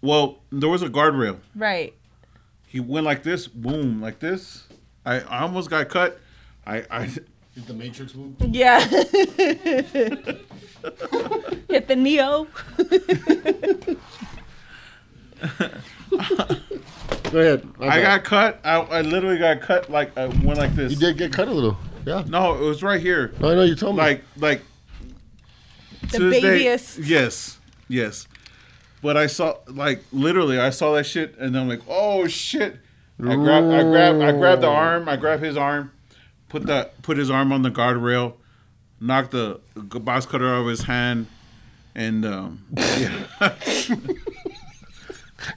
Speaker 3: Well, there was a guardrail.
Speaker 2: right.
Speaker 3: He went like this, boom, like this. I, I almost got cut. I, I
Speaker 1: the Matrix move?
Speaker 2: Yeah. Hit the Neo.
Speaker 1: Go ahead. My
Speaker 3: I
Speaker 1: bad.
Speaker 3: got cut. I, I literally got cut like I went like this.
Speaker 1: You did get cut a little. Yeah.
Speaker 3: No, it was right here.
Speaker 1: No, I know you told me.
Speaker 3: Like like
Speaker 2: The
Speaker 3: to this day-
Speaker 2: babyest.
Speaker 3: Yes, yes. But I saw like literally, I saw that shit, and I'm like, oh shit! I grab, I grab, I grab the arm. I grab his arm, put that, put his arm on the guardrail, knock the g- box cutter out of his hand, and um, yeah,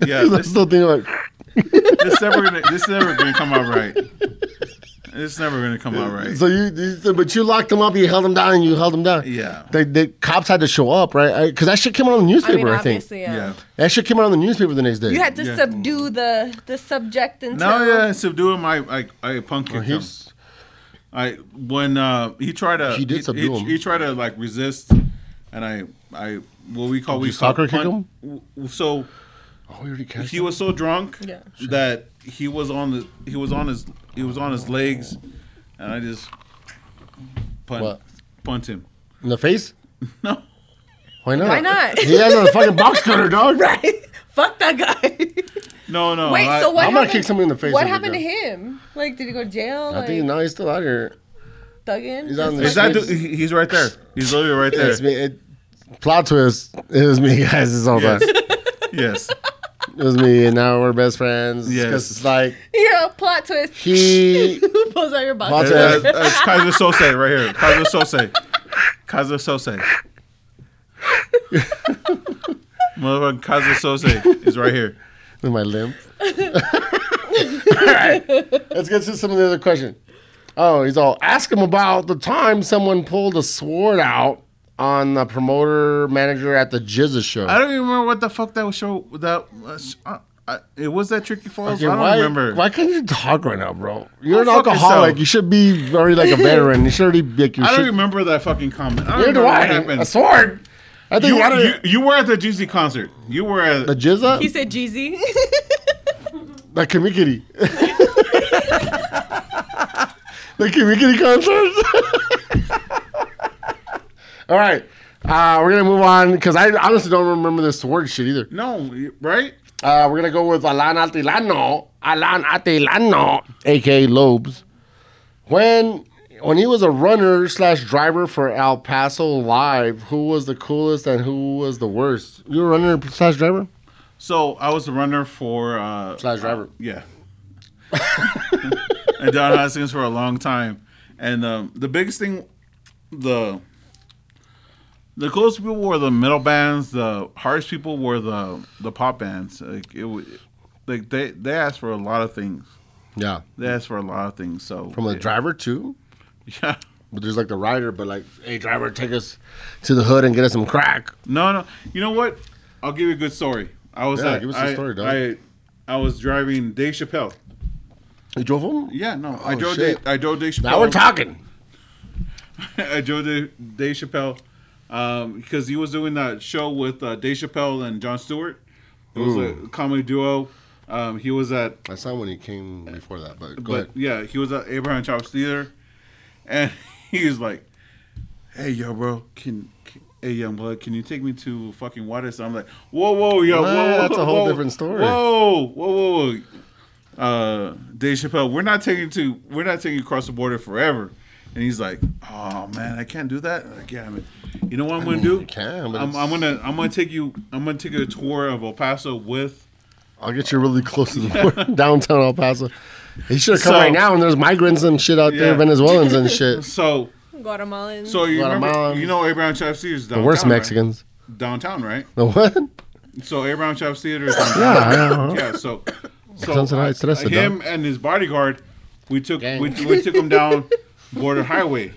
Speaker 3: yeah.
Speaker 1: I'm
Speaker 3: This,
Speaker 1: still thinking like,
Speaker 3: this never gonna, this never gonna come out right. It's never gonna come out right.
Speaker 1: so you, you- so- but you locked him up, you held him down, and you held him down.
Speaker 3: Yeah.
Speaker 1: The, the cops had to show up, right? Because that shit came out on the
Speaker 2: I
Speaker 1: newspaper, I, think.
Speaker 2: mean, obviously, yeah.
Speaker 3: Yeah.
Speaker 1: That shit came out on the newspaper the next day.
Speaker 2: You had to
Speaker 3: Yeah.
Speaker 2: subdue the the subject until.
Speaker 3: No, yeah, subdue him. I, I, I punk kicked him.
Speaker 1: he's-
Speaker 3: I when uh, he tried to
Speaker 1: He did subdue
Speaker 3: he,
Speaker 1: him.
Speaker 3: He tried to like resist, and I, I what we call we
Speaker 1: you
Speaker 3: call
Speaker 1: soccer kick
Speaker 3: punt- w- So
Speaker 1: oh, you already catch
Speaker 3: he was so drunk that he was on the he was on his he was on his legs, and I just punt
Speaker 1: What?
Speaker 3: punt him.
Speaker 1: In the face?
Speaker 3: No,
Speaker 1: Why not?
Speaker 2: Why not?
Speaker 1: He has a fucking box cutter, dog.
Speaker 2: Fuck that guy.
Speaker 3: no, no.
Speaker 2: Wait,
Speaker 3: I-
Speaker 2: so what
Speaker 1: I'm gonna
Speaker 2: happened?
Speaker 1: kick somebody in the face.
Speaker 2: what
Speaker 1: if we
Speaker 2: happened to
Speaker 1: go.
Speaker 2: him? Like, did he go to jail?
Speaker 1: I
Speaker 2: Like,
Speaker 1: think now he's still out here.
Speaker 2: thug in?
Speaker 1: He's on the
Speaker 3: Is that? the- he- He's right there. He's literally right there.
Speaker 1: It's me. It, plot twist. It was me, guys. It's all
Speaker 3: Yes.
Speaker 1: that.
Speaker 3: yes.
Speaker 1: It was me, and now we're best friends.
Speaker 3: Yes.
Speaker 1: Because it's like
Speaker 2: You know, plot twist.
Speaker 1: he
Speaker 2: Who pulls out your box?
Speaker 1: Plot
Speaker 3: Uh,
Speaker 1: twist.
Speaker 3: uh, it's Kaiser Sose right here. Kaiser Sose. Kaiser Sose. Motherfucking Kaiser Sose is right here.
Speaker 1: with my limp. Alright, Let's get to some of the other question. Oh, he's all ask him about the time someone pulled a sword out on the promoter manager at the Jizza show.
Speaker 3: I don't even remember what the fuck that was show that was. Uh, I, it was that Tricky Falls. I don't
Speaker 1: why,
Speaker 3: remember.
Speaker 1: Why can't you talk right now, bro? You're an
Speaker 3: Go fuck
Speaker 1: alcoholic.
Speaker 3: yourself.
Speaker 1: You should be very like a veteran. You should already be like your
Speaker 3: I don't
Speaker 1: shit.
Speaker 3: remember that fucking comment. I don't
Speaker 1: Neither
Speaker 3: remember
Speaker 1: do
Speaker 3: what
Speaker 1: I.
Speaker 3: happened.
Speaker 1: A sword. I think
Speaker 3: You,
Speaker 1: one of
Speaker 3: you, you were at the Jeezy concert. You were at
Speaker 1: the Jizza,
Speaker 2: He said Jeezy.
Speaker 1: the community. the community concert. All right. Uh, we're gonna move on because I honestly don't remember this sword shit either.
Speaker 3: no you- right.
Speaker 1: Uh, we're gonna go with Alan Atilano, Alan Atilano, aka Lobes. When when he was a runner slash driver for El Paso Live, who was the coolest and who was the worst? You were runner slash driver
Speaker 3: So I was the runner for uh,
Speaker 1: slash driver.
Speaker 3: Yeah. and Don Hoskins for a long time. And um, the biggest thing, the the coolest people were the metal bands. The hardest people were the the pop bands. Like it, wa- like they they asked for a lot of things.
Speaker 1: Yeah,
Speaker 3: They asked for a lot of things. So
Speaker 1: from the driver too.
Speaker 3: yeah,
Speaker 1: But there's like the rider, but like, hey driver, take us to the hood and get us some crack.
Speaker 3: no, no. You know what? I'll give you a good story. I was
Speaker 1: Yeah,
Speaker 3: at-
Speaker 1: give us a
Speaker 3: I,
Speaker 1: story, dog.
Speaker 3: I I was driving Dave Chappelle.
Speaker 1: You drove him?
Speaker 3: Yeah, no, I
Speaker 1: Oh,
Speaker 3: drove. Dave,
Speaker 1: shit.
Speaker 3: I drove Dave Chappelle.
Speaker 1: Now we're talking.
Speaker 3: I drove to Dave Chappelle um, because he was doing that show with uh, Dave Chappelle and John Stewart. It was a comedy duo. Um, he was at,
Speaker 1: I saw when he came before that, but go
Speaker 3: but
Speaker 1: ahead.
Speaker 3: yeah, he was at Abraham Chops Theater, and he was like, "Hey, yo, bro, can." can- Hey young blood, can you take me to fucking water? So I'm like, whoa, whoa, yo,
Speaker 1: Well,
Speaker 3: whoa, whoa,
Speaker 1: that's a whole
Speaker 3: whoa,
Speaker 1: different story.
Speaker 3: Whoa, whoa, whoa, whoa. Uh, Dave Chappelle, we're not taking to, we're not taking you across the border forever. And he's like, oh man, I can't do that. Like, yeah, I mean, you know what I'm gonna
Speaker 1: mean,
Speaker 3: do?
Speaker 1: you can, but
Speaker 3: I'm,
Speaker 1: it's-
Speaker 3: I'm gonna, I'm gonna take you, I'm gonna take you a tour of El Paso with.
Speaker 1: I'll get you really close to the border, downtown El Paso. He should have come
Speaker 3: So-
Speaker 1: right now, and there's migrants and shit out there,
Speaker 3: Yeah.
Speaker 1: Venezuelans and shit.
Speaker 3: So,
Speaker 2: Guatemalan.
Speaker 3: so you remember,
Speaker 1: Guatemalan.
Speaker 3: you know, Abraham Chaps Theater is
Speaker 1: The
Speaker 3: downtown.
Speaker 1: worst
Speaker 3: right?
Speaker 1: Mexicans.
Speaker 3: Downtown, right?
Speaker 1: The what?
Speaker 3: So Abraham Chaps Theater is downtown.
Speaker 1: Yeah, I know.
Speaker 3: yeah, so, so
Speaker 1: Sounds like
Speaker 3: uh,
Speaker 1: it's arrested,
Speaker 3: him and his bodyguard, we took
Speaker 1: Gang.
Speaker 3: we, we took him down Border Highway.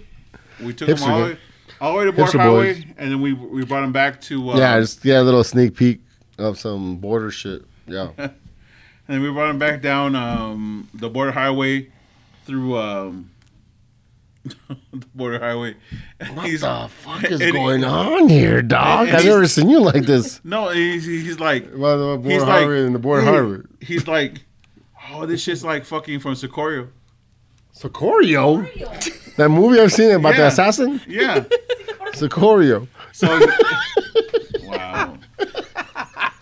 Speaker 3: We took
Speaker 1: Hipster
Speaker 3: him all, the
Speaker 1: gang.
Speaker 3: way- all the way to Border
Speaker 1: Hipster
Speaker 3: Highway,
Speaker 1: boys.
Speaker 3: and then we we brought him back to uh,
Speaker 1: yeah, just get a little sneak peek of some border shit. Yeah,
Speaker 3: and then we brought him back down um, the Border Highway through. Um, the border highway. What
Speaker 1: the fuck is going on here, dog?
Speaker 3: and
Speaker 1: I've
Speaker 3: he's-
Speaker 1: never seen you like this.
Speaker 3: No, he's, he's like
Speaker 1: By the way, border
Speaker 3: he's like
Speaker 1: highway and the border
Speaker 3: he-
Speaker 1: highway.
Speaker 3: He's like, oh, this shit's like fucking from Sicario.
Speaker 1: Socorio? That movie I've seen about the
Speaker 3: Yeah.
Speaker 1: assassin?
Speaker 3: Yeah,
Speaker 1: It's a choreo.
Speaker 3: So, wow.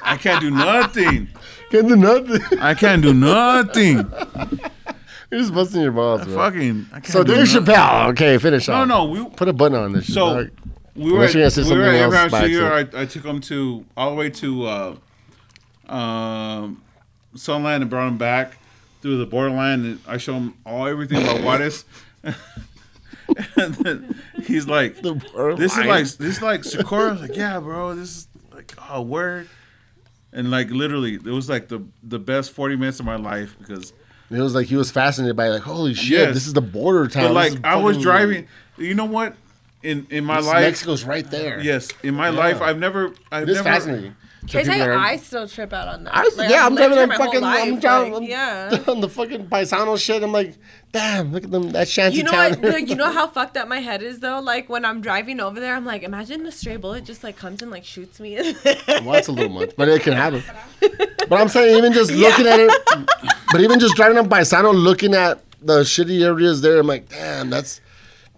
Speaker 3: I can't do nothing.
Speaker 1: Can't do nothing.
Speaker 3: I can't do nothing.
Speaker 1: You're just busting your balls, bro.
Speaker 3: Fucking. I can't
Speaker 1: So
Speaker 3: do
Speaker 1: Dave
Speaker 3: nothing.
Speaker 1: Chappelle. Okay, finish
Speaker 3: No,
Speaker 1: off.
Speaker 3: no. We,
Speaker 1: Put a button on this. shit,
Speaker 3: so
Speaker 1: dog.
Speaker 3: we were
Speaker 1: Unless
Speaker 3: at,
Speaker 1: you're gonna say
Speaker 3: we were
Speaker 1: something
Speaker 3: at
Speaker 1: else
Speaker 3: Abraham's
Speaker 1: by
Speaker 3: Studio. I, I took him to all the way to uh, um, Sunland and brought him back through the borderline. And I showed him all everything about Juarez. and then he's like,
Speaker 1: borderline.
Speaker 3: "This is like this is like Sakura." I was like, "Yeah, bro, this is like oh word." And like literally, it was like the the best forty minutes of my life because
Speaker 1: it was like he was fascinated by like, holy shit,
Speaker 3: Yes.
Speaker 1: this is the border town.
Speaker 3: but
Speaker 1: This
Speaker 3: like
Speaker 1: is
Speaker 3: I was
Speaker 1: fucking-
Speaker 3: driving. You know what? In in my
Speaker 1: this
Speaker 3: life,
Speaker 1: Mexico's right there.
Speaker 3: Yes, in my life, I've never, I've
Speaker 1: this is
Speaker 3: never.
Speaker 1: fascinating.
Speaker 2: They say
Speaker 1: people are-
Speaker 2: I still trip out on that.
Speaker 1: I,
Speaker 2: Like,
Speaker 1: yeah,
Speaker 2: I've
Speaker 1: I'm
Speaker 2: lived
Speaker 1: driving
Speaker 2: here
Speaker 1: on
Speaker 2: my whole
Speaker 1: fucking. I'm
Speaker 2: life,
Speaker 1: driving
Speaker 2: like,
Speaker 1: I'm
Speaker 2: yeah.
Speaker 1: on the fucking paisano shit. I'm like, damn, look at them that shanty
Speaker 2: You know
Speaker 1: town.
Speaker 2: what? the- you know how fucked up my head is though. Like when I'm driving over there, I'm like, imagine the stray bullet just like comes and like shoots me.
Speaker 1: Well, that's a little much, but it can happen. But I'm saying, even just looking at it, but even just driving on Paisano, looking at the shitty areas there, I'm like, damn, that's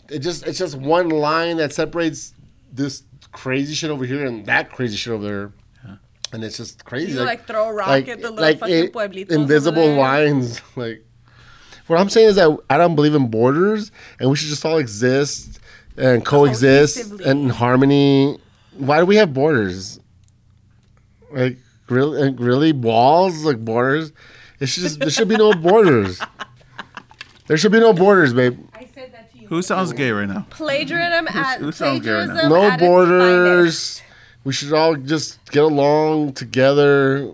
Speaker 1: it. Just it's just one line that separates this crazy shit over here and that crazy shit over there, and it's just crazy.
Speaker 2: You, like, throw a rock at the little fucking pueblitos
Speaker 1: eh, invisible
Speaker 2: over there.
Speaker 1: lines. Like what I'm saying is that I don't believe in borders, and we should just all exist and coexist
Speaker 2: Cohesively.
Speaker 1: and in harmony. Why do we have borders? Like really, like, really walls like borders. It should just, there should be no borders. There should be no borders, babe.
Speaker 5: I said that to you.
Speaker 3: Who sounds gay right now?
Speaker 2: plagiarism at
Speaker 3: who sounds good right now?
Speaker 2: plagiarism. at
Speaker 1: No
Speaker 2: its finest.
Speaker 1: borders. We should all just get along together.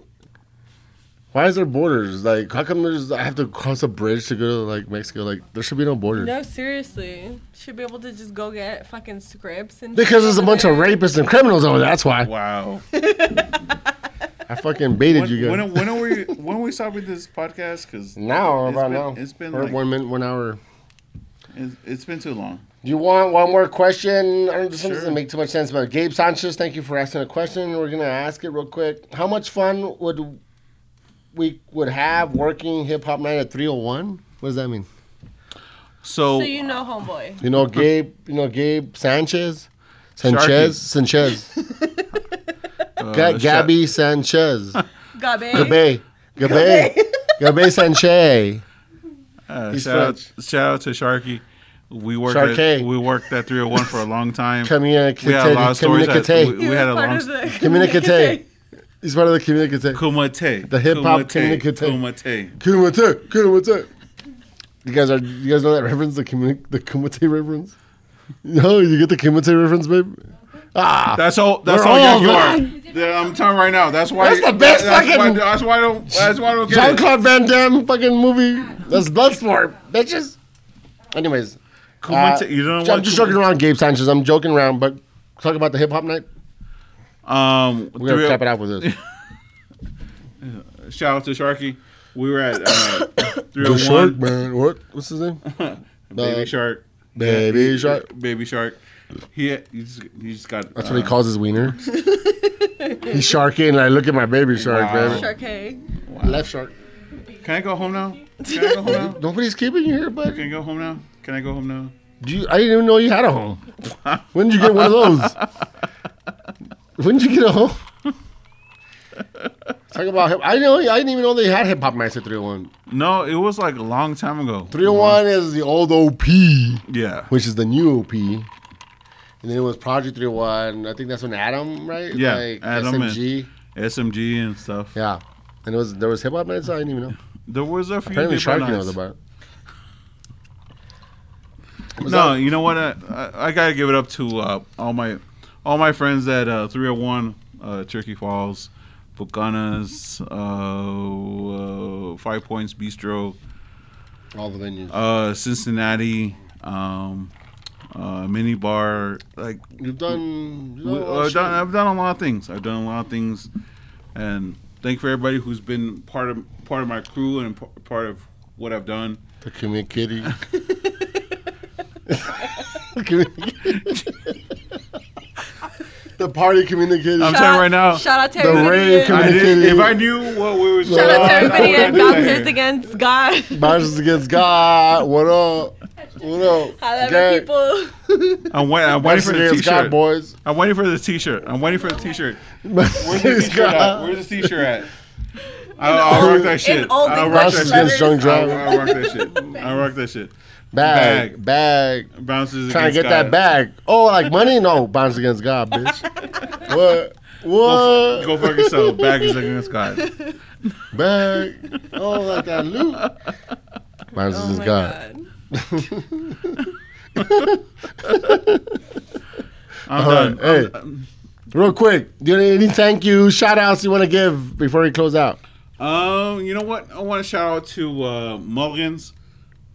Speaker 1: Why is there borders? Like, how come there's? I have to cross a bridge to go to like Mexico. Like, there should be no borders.
Speaker 2: No, seriously, should be able to just go get fucking scripts and
Speaker 1: Because there's a
Speaker 2: shit
Speaker 1: bunch of
Speaker 2: over there.
Speaker 1: rapists and criminals over there. That's why
Speaker 3: Wow.
Speaker 1: I fucking baited
Speaker 3: When,
Speaker 1: you guys.
Speaker 3: when, when are we when are we stopping this podcast? Because
Speaker 1: now,
Speaker 3: It's
Speaker 1: about
Speaker 3: been-
Speaker 1: now.
Speaker 3: it's been
Speaker 1: Or
Speaker 3: like-
Speaker 1: one minute, one hour.
Speaker 3: it's, it's been too long.
Speaker 1: Do you want one more question? I don't, this one doesn't
Speaker 3: Sure.
Speaker 1: make too much sense, but Gabe Sanchez, thank you for asking a question. We're gonna ask it real quick. How much fun would we would have working hip hop night at 301? What does that mean?
Speaker 3: So,
Speaker 2: So you know, homeboy.
Speaker 1: You know Gabe, you know Gabe Sanchez, Sanchez, Sanchez,
Speaker 3: Uh,
Speaker 1: Ga- Gabby Sanchez,
Speaker 2: Gabe.
Speaker 1: Gabe, Gabe, Gabe Sanchez.
Speaker 3: uh,
Speaker 1: he's
Speaker 3: shout, out, shout out to Sharky. We worked
Speaker 1: Sharkey.
Speaker 3: at we worked at 301 for a long time.
Speaker 1: Communicate,
Speaker 3: we had a lot of stories. That,
Speaker 1: communicate,
Speaker 3: we, we had a long st-
Speaker 1: communicate. He's part of the communicate.
Speaker 3: kumite.
Speaker 1: The hip hop
Speaker 3: Kumite,
Speaker 1: communicate.
Speaker 3: Kumite.
Speaker 1: Kumite, Kumite. You guys are you guys know that reference, the Kumite, the Kumite reference? No, you get the Kumite reference, babe? Ah,
Speaker 3: That's all. That's
Speaker 1: We're
Speaker 3: all
Speaker 1: old,
Speaker 3: you are.
Speaker 1: man.
Speaker 3: Yeah, I'm telling you right now. That's why.
Speaker 1: That's the best
Speaker 3: that's why-
Speaker 1: fucking-
Speaker 3: that's why I don't. That's why I don't get
Speaker 1: Jean
Speaker 3: it.
Speaker 1: Claude Van Damme fucking movie. That's Bloodsport, bitches. Anyways, uh,
Speaker 3: Kumite. you don't.
Speaker 1: I'm just joking around, Gabe Sanchez. I'm joking around, but talk about the hip hop night.
Speaker 3: Um,
Speaker 1: We're gonna
Speaker 3: 30
Speaker 1: cap it out with this.
Speaker 3: Shout out to Sharky. We were at uh,
Speaker 1: The
Speaker 3: 301.
Speaker 1: shark man. What? What's his name?
Speaker 3: Baby
Speaker 1: Uh,
Speaker 3: Shark.
Speaker 1: Baby shark.
Speaker 3: Baby Shark. He, he, just, he just got. uh,
Speaker 1: That's what he calls his wiener. He's sharking, and I look at my baby shark,
Speaker 3: Wow.
Speaker 1: baby.
Speaker 2: Okay.
Speaker 1: Left shark.
Speaker 3: Can I go home now? Can I go home now?
Speaker 1: Nobody's keeping you here, bud.
Speaker 3: Can I go home now? Can I go home now?
Speaker 1: Do you, I didn't even know you had a home. When did you get one of those? when did you get a home? Talk about hip. I know. I didn't even know they had hip hop oh nights at 301.
Speaker 3: No, it was like a long time ago.
Speaker 1: 301
Speaker 3: Mm-hmm.
Speaker 1: is the old OP,
Speaker 3: Yeah.
Speaker 1: which is the new OP, and then it was Project 301. I think that's when Adam, right?
Speaker 3: Yeah,
Speaker 1: like
Speaker 3: Adam and-
Speaker 1: SMG.
Speaker 3: SMG and stuff.
Speaker 1: Yeah, and it was there was hip hop nights. I didn't even know.
Speaker 3: There was a few.
Speaker 1: Apparently,
Speaker 3: different
Speaker 1: Sharky knows
Speaker 3: nights.
Speaker 1: about it. Was
Speaker 3: No,
Speaker 1: that-
Speaker 3: you know what? I, I, I gotta give it up to uh, all my all my friends at uh, 301, uh, Turkey Falls, Bucanas, uh, uh, Five Points Bistro,
Speaker 1: all the venues.
Speaker 3: uh, Cincinnati, um, uh, Mini Bar. Like
Speaker 1: you've done. You've done,
Speaker 3: we-
Speaker 1: a lot of
Speaker 3: I've,
Speaker 1: shit.
Speaker 3: done, I've done a lot of things. I've done a lot of things, and thank you for everybody who's been part of part of my crew and p- part of what I've done.
Speaker 1: The commit kitty. the party communicator.
Speaker 3: I'm sorry right now.
Speaker 2: Shout out to
Speaker 1: The rave
Speaker 2: everybody.
Speaker 3: I
Speaker 2: in-
Speaker 3: did,
Speaker 1: communicating.
Speaker 3: if I knew what we were
Speaker 2: Shout out
Speaker 1: Uh,
Speaker 2: to everybody
Speaker 1: I
Speaker 2: in
Speaker 1: wouldn't do
Speaker 2: Bouncers Against God.
Speaker 1: Bouncers against God. What up? Uno.
Speaker 2: However,
Speaker 1: Garrett,
Speaker 2: people.
Speaker 3: I'm, wait, I'm waiting for the
Speaker 1: Messengers got
Speaker 3: t-shirt.
Speaker 1: boys.
Speaker 3: I'm waiting for the t-shirt. I'm waiting for the t-shirt. Where's the
Speaker 1: Messengers
Speaker 3: t-shirt at?
Speaker 1: got.
Speaker 3: Where's the t-shirt at? I'll, I'll rock that shit.
Speaker 2: old
Speaker 3: I'll
Speaker 2: English
Speaker 3: rock
Speaker 1: Ross
Speaker 3: that
Speaker 1: is
Speaker 2: letters.
Speaker 1: against
Speaker 3: shit.
Speaker 1: drunk driving.
Speaker 3: I'll, I'll rock that shit. I'll rock that shit.
Speaker 1: Bag, bag.
Speaker 3: Bounces
Speaker 1: Trying to
Speaker 3: against
Speaker 1: get that
Speaker 3: God.
Speaker 1: bag. Oh, like money? No, bonds against God, bitch. What? What?
Speaker 3: Go fuck yourself. Bag is against God.
Speaker 1: Bag. Oh, like that loot. Bonds
Speaker 2: Oh
Speaker 1: against God.
Speaker 3: I'm
Speaker 1: All
Speaker 3: done.
Speaker 1: right, Uh-huh. hey, real quick, do you have any thank you, shout outs you want to give before we close out?
Speaker 3: Um, you know what? I want to shout out to uh, Muggins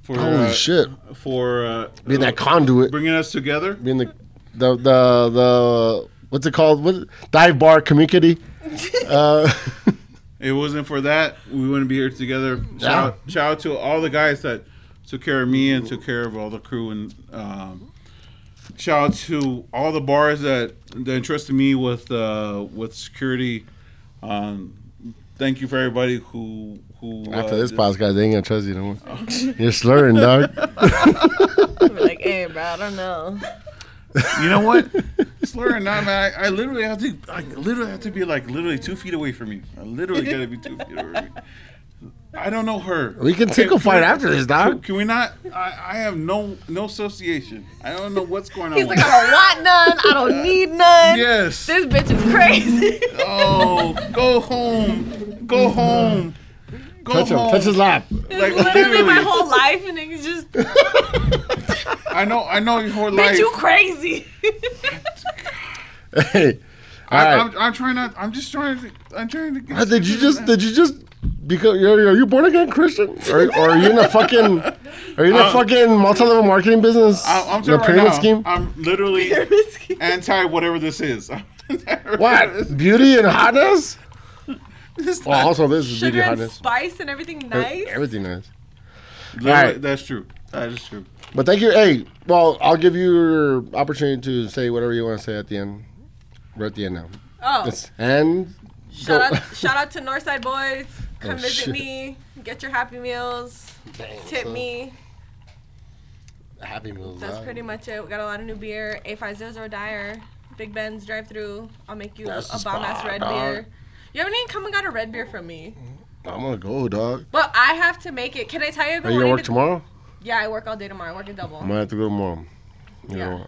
Speaker 3: for
Speaker 1: Holy
Speaker 3: uh,
Speaker 1: shit.
Speaker 3: for uh,
Speaker 1: Being that conduit,
Speaker 3: bringing us together.
Speaker 1: being the, the, the, the, what's it called? What, dive bar community. Uh,
Speaker 3: If it wasn't for that, we wouldn't be here together. Shout,
Speaker 1: Yeah.
Speaker 3: out, shout out to all the guys that took care of me and took care of all the crew, and um, shout out to all the bars that, that entrusted me with uh, with security. Um, thank you for everybody who who
Speaker 1: after
Speaker 3: uh,
Speaker 1: this
Speaker 3: just-
Speaker 1: podcast, they ain't going to trust you no more. You're slurring, dog.
Speaker 2: Be like, hey, bro, I don't know.
Speaker 3: You know what? Slurring not man. I, I literally have to. I literally have to be like literally two feet away from you. I literally gotta be two feet away. From you. I don't know her.
Speaker 1: We can tickle fight after this,
Speaker 3: Can,
Speaker 1: dog.
Speaker 3: can we not? I, I have no no association. I don't know what's going on.
Speaker 2: He's
Speaker 3: with
Speaker 2: like, I don't want none. I don't need none.
Speaker 3: yes.
Speaker 2: This bitch is crazy.
Speaker 3: Oh, go home. Go home. Go
Speaker 1: Touch him.
Speaker 3: home.
Speaker 1: Touch his lap.
Speaker 3: Like,
Speaker 2: Literally my
Speaker 3: literally.
Speaker 2: whole life, and niggas just,
Speaker 3: I know. I know your whole life.
Speaker 2: bitch, you crazy.
Speaker 1: Hey. All
Speaker 3: I,
Speaker 1: right.
Speaker 3: I'm, I'm trying not. I'm just trying to. I'm trying to.
Speaker 1: Uh,
Speaker 3: Get
Speaker 1: Did you just? Did you just? Because are, are you born again Christian? Or, or are you in a fucking? Are you in a
Speaker 3: Um,
Speaker 1: fucking multi-level marketing business?
Speaker 3: I, I'm
Speaker 1: the
Speaker 3: telling you right
Speaker 1: pyramid
Speaker 3: now.
Speaker 1: scheme.
Speaker 3: I'm literally anti whatever this is.
Speaker 1: what beauty and hotness?
Speaker 3: It's
Speaker 1: Well,
Speaker 3: not-
Speaker 1: also this is beauty
Speaker 2: Sugar and
Speaker 1: hotness.
Speaker 2: spice and everything
Speaker 1: E-
Speaker 2: nice.
Speaker 1: Everything is.
Speaker 3: Literally,
Speaker 1: right.
Speaker 3: That's true. That is true.
Speaker 1: But thank you. Hey, well, I'll give you your opportunity to say whatever you want to say at the end. We're at the end now.
Speaker 2: Oh,
Speaker 1: It's, and
Speaker 2: shout
Speaker 1: go-
Speaker 2: out, shout out to Northside Boys. Come
Speaker 1: Oh,
Speaker 2: visit
Speaker 1: shit.
Speaker 2: me. Get your Happy Meals. Tip
Speaker 1: so-
Speaker 2: me.
Speaker 1: Happy Meals.
Speaker 2: That's
Speaker 1: huh?
Speaker 2: pretty much it. We got a lot of new beer. A500 Dyer. Big Ben's drive through. I'll make you
Speaker 1: That's the
Speaker 2: a bomb ass
Speaker 1: spot,
Speaker 2: red
Speaker 1: dog.
Speaker 2: beer. You haven't even come and got a red beer from me.
Speaker 1: I'm gonna go, dog.
Speaker 2: But I have to make it. Can I tell you? I've
Speaker 1: Are
Speaker 2: been
Speaker 1: you gonna
Speaker 2: wanting
Speaker 1: work
Speaker 2: to-
Speaker 1: tomorrow?
Speaker 2: Yeah, I work all day tomorrow. I work a double.
Speaker 1: I might have to go tomorrow. You
Speaker 2: Yeah.
Speaker 1: know.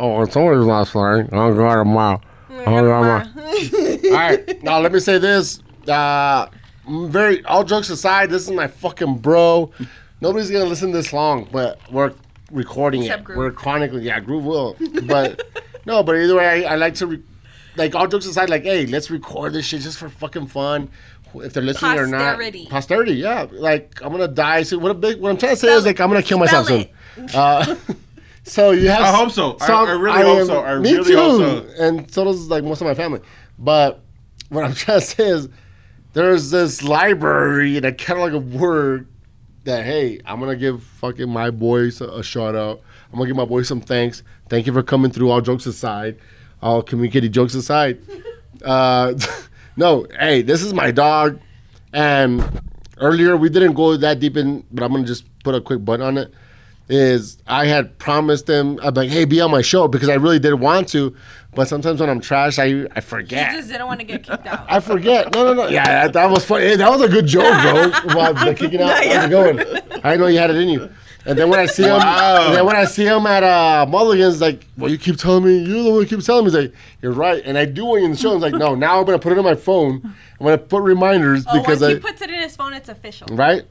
Speaker 1: Oh, and somebody's not slurring. I'm going tomorrow. I'm going tomorrow. All right. Now let me say this. Uh, very all jokes aside, this is my fucking bro. Nobody's gonna listen this long, but we're recording
Speaker 2: Except
Speaker 1: it.
Speaker 2: Groove.
Speaker 1: We're chronically, yeah, Groove will. But no, but either way, I, I like to, re- like all jokes aside, like hey, let's record this shit just for fucking fun. If they're listening or
Speaker 2: Posterity.
Speaker 1: not, posterity, yeah. Like I'm gonna die soon. What, a big, what I'm trying to say
Speaker 2: Spell
Speaker 1: is like
Speaker 2: it.
Speaker 1: I'm gonna kill myself
Speaker 2: Spell
Speaker 1: soon. Uh, so you have.
Speaker 3: I hope so. I- I really hope so. I
Speaker 1: me
Speaker 3: really
Speaker 1: too.
Speaker 3: hope so.
Speaker 1: And so does like most of my family. But what I'm trying to say is, there's this library and a catalog of work that hey, I'm gonna give fucking my boys a, a shout out. I'm gonna give my boys some thanks. Thank you for coming through. All jokes aside, all communicating jokes aside. Uh, no, hey, this is my dog. And earlier we didn't go that deep in, but I'm gonna just put a quick button on it. Is I had promised them I'm like, hey, be on my show because I really did want to, but sometimes when I'm trash, I I forget.
Speaker 2: You just didn't want to get kicked out.
Speaker 1: I forget. No, no, no. Yeah, that, that was funny. Hey, that was a good joke, bro. While the kicking out, how's it going? I know you had it in you. And then when I see him, and then when I see him at uh, Mulligan's, like, well, you keep telling me, you're the one who keeps telling me. He's like, you're right. And I do want you in the show. I'm like, no, now I'm gonna put it on my phone. I'm gonna put reminders
Speaker 2: Oh,
Speaker 1: because
Speaker 2: once
Speaker 1: I
Speaker 2: he puts it in his phone, it's official.
Speaker 1: right?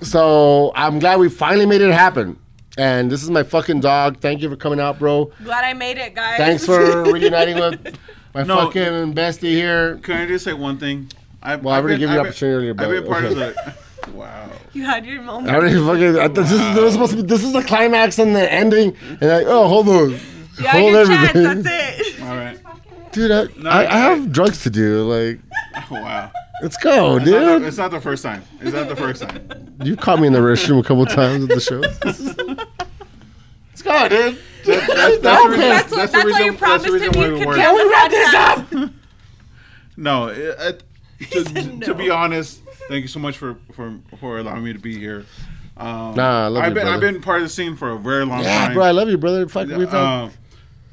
Speaker 1: so I'm glad we finally made it happen. And this is my fucking dog. Thank you for coming out, bro.
Speaker 2: Glad I made it, guys.
Speaker 1: Thanks for reuniting with my
Speaker 3: No.
Speaker 1: fucking bestie here.
Speaker 3: Can I just say one thing? I've,
Speaker 1: Well, I already gave you opportunity,
Speaker 3: I've
Speaker 1: but-
Speaker 3: been part
Speaker 1: okay.
Speaker 3: of the. Wow.
Speaker 2: you had your moment.
Speaker 1: I don't even fucking. I, this, is, this is supposed to be. This is the climax and the ending. And I, oh, hold on,
Speaker 2: You had
Speaker 1: hold
Speaker 2: your
Speaker 1: everything,
Speaker 2: chance. That's it.
Speaker 3: All right.
Speaker 1: dude. I, I, I have drugs to do. Like,
Speaker 3: Wow.
Speaker 1: let's go,
Speaker 3: It's not, the,
Speaker 1: dude.
Speaker 3: it's not the first time. It's not the first time.
Speaker 1: You caught me in the restroom a couple times at the show. let's go, dude.
Speaker 3: That's, that's the reason-
Speaker 2: That's, what,
Speaker 3: that's
Speaker 2: that's,
Speaker 3: the
Speaker 2: why
Speaker 3: reason-
Speaker 2: you
Speaker 3: that's the
Speaker 2: promised
Speaker 3: reason
Speaker 2: him
Speaker 3: why
Speaker 2: you
Speaker 3: we
Speaker 2: could
Speaker 3: work.
Speaker 2: get the wrap this up.
Speaker 3: No, it, it- to, to be honest, thank you so much for for for allowing me to be here. Um,
Speaker 1: Nah, I love
Speaker 3: I've
Speaker 1: you,
Speaker 3: been I've
Speaker 1: brother.
Speaker 3: been part of the scene for a very long
Speaker 1: Yeah,
Speaker 3: time.
Speaker 1: bro, I love you, brother. Fuck, we fuck.
Speaker 3: Um,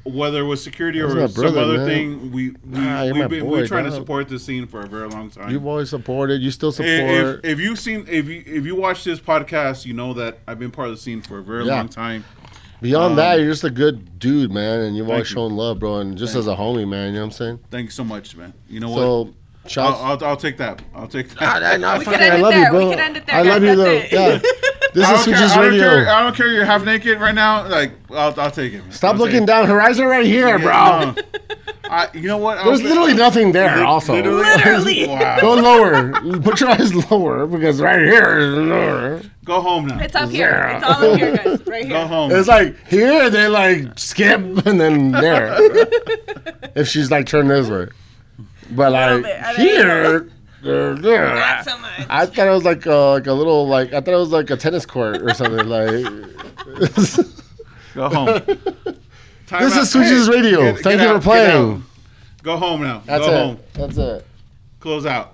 Speaker 3: whether it was security or
Speaker 1: my
Speaker 3: some
Speaker 1: brother,
Speaker 3: other
Speaker 1: man.
Speaker 3: thing, we we
Speaker 1: Nah, you're my
Speaker 3: we've been,
Speaker 1: boy,
Speaker 3: we're trying to
Speaker 1: dog.
Speaker 3: support this scene for a very long time.
Speaker 1: You've always supported. You still
Speaker 3: I-
Speaker 1: support.
Speaker 3: if, if you've seen if you if you watch this podcast, you know that I've been part of the scene for a very
Speaker 1: Yeah.
Speaker 3: long time.
Speaker 1: Beyond that, you're just a good dude, man, and you've always
Speaker 3: Um, you.
Speaker 1: shown love, bro, and just as a homie, man. You know what I'm saying?
Speaker 3: Thank you so much, man. You know what?
Speaker 1: So,
Speaker 3: I'll,
Speaker 1: shouts.
Speaker 3: I'll, I'll take that. I'll take that.
Speaker 1: Ah, nah, nah,
Speaker 2: We
Speaker 1: fuck
Speaker 2: can
Speaker 1: it,
Speaker 2: end
Speaker 1: I
Speaker 2: it
Speaker 1: love you,
Speaker 2: there. We
Speaker 1: bro.
Speaker 2: can end it there,
Speaker 1: I love
Speaker 2: guys.
Speaker 1: you,
Speaker 2: That's
Speaker 1: though. Yeah. This
Speaker 3: I
Speaker 1: is
Speaker 3: don't, care,
Speaker 1: Switches
Speaker 3: I, don't care,
Speaker 1: Radio.
Speaker 3: I don't care. You're half naked right now. Like I'll, I'll take it. Man.
Speaker 1: Stop
Speaker 3: I'll
Speaker 1: looking
Speaker 3: take
Speaker 1: down. Horizon right here,
Speaker 3: it.
Speaker 1: bro.
Speaker 3: No. I, you know what? I
Speaker 1: There's
Speaker 3: was-
Speaker 1: literally nothing there, also.
Speaker 2: Literally.
Speaker 3: Wow.
Speaker 1: Go lower. Put your eyes lower because right here is lower.
Speaker 3: Go home now.
Speaker 2: It's up here. It's all up here, guys. Right
Speaker 3: Go
Speaker 2: here.
Speaker 3: home.
Speaker 1: It's like here they like skip and then there. if she's like turned this way, but
Speaker 2: bit. I
Speaker 1: like
Speaker 2: think-
Speaker 1: here, they're there.
Speaker 2: Not so much.
Speaker 1: I thought it was like a, like a little like I thought it was like a tennis court or something. Like
Speaker 3: Go home. Time
Speaker 1: this
Speaker 3: out.
Speaker 1: is Switches
Speaker 3: Hey,
Speaker 1: Radio.
Speaker 3: get-
Speaker 1: Thank
Speaker 3: get
Speaker 1: you
Speaker 3: out,
Speaker 1: for
Speaker 3: get out.
Speaker 1: playing.
Speaker 3: Go home now.
Speaker 1: That's
Speaker 3: Go
Speaker 1: it.
Speaker 3: home.
Speaker 1: That's it.
Speaker 3: Close out.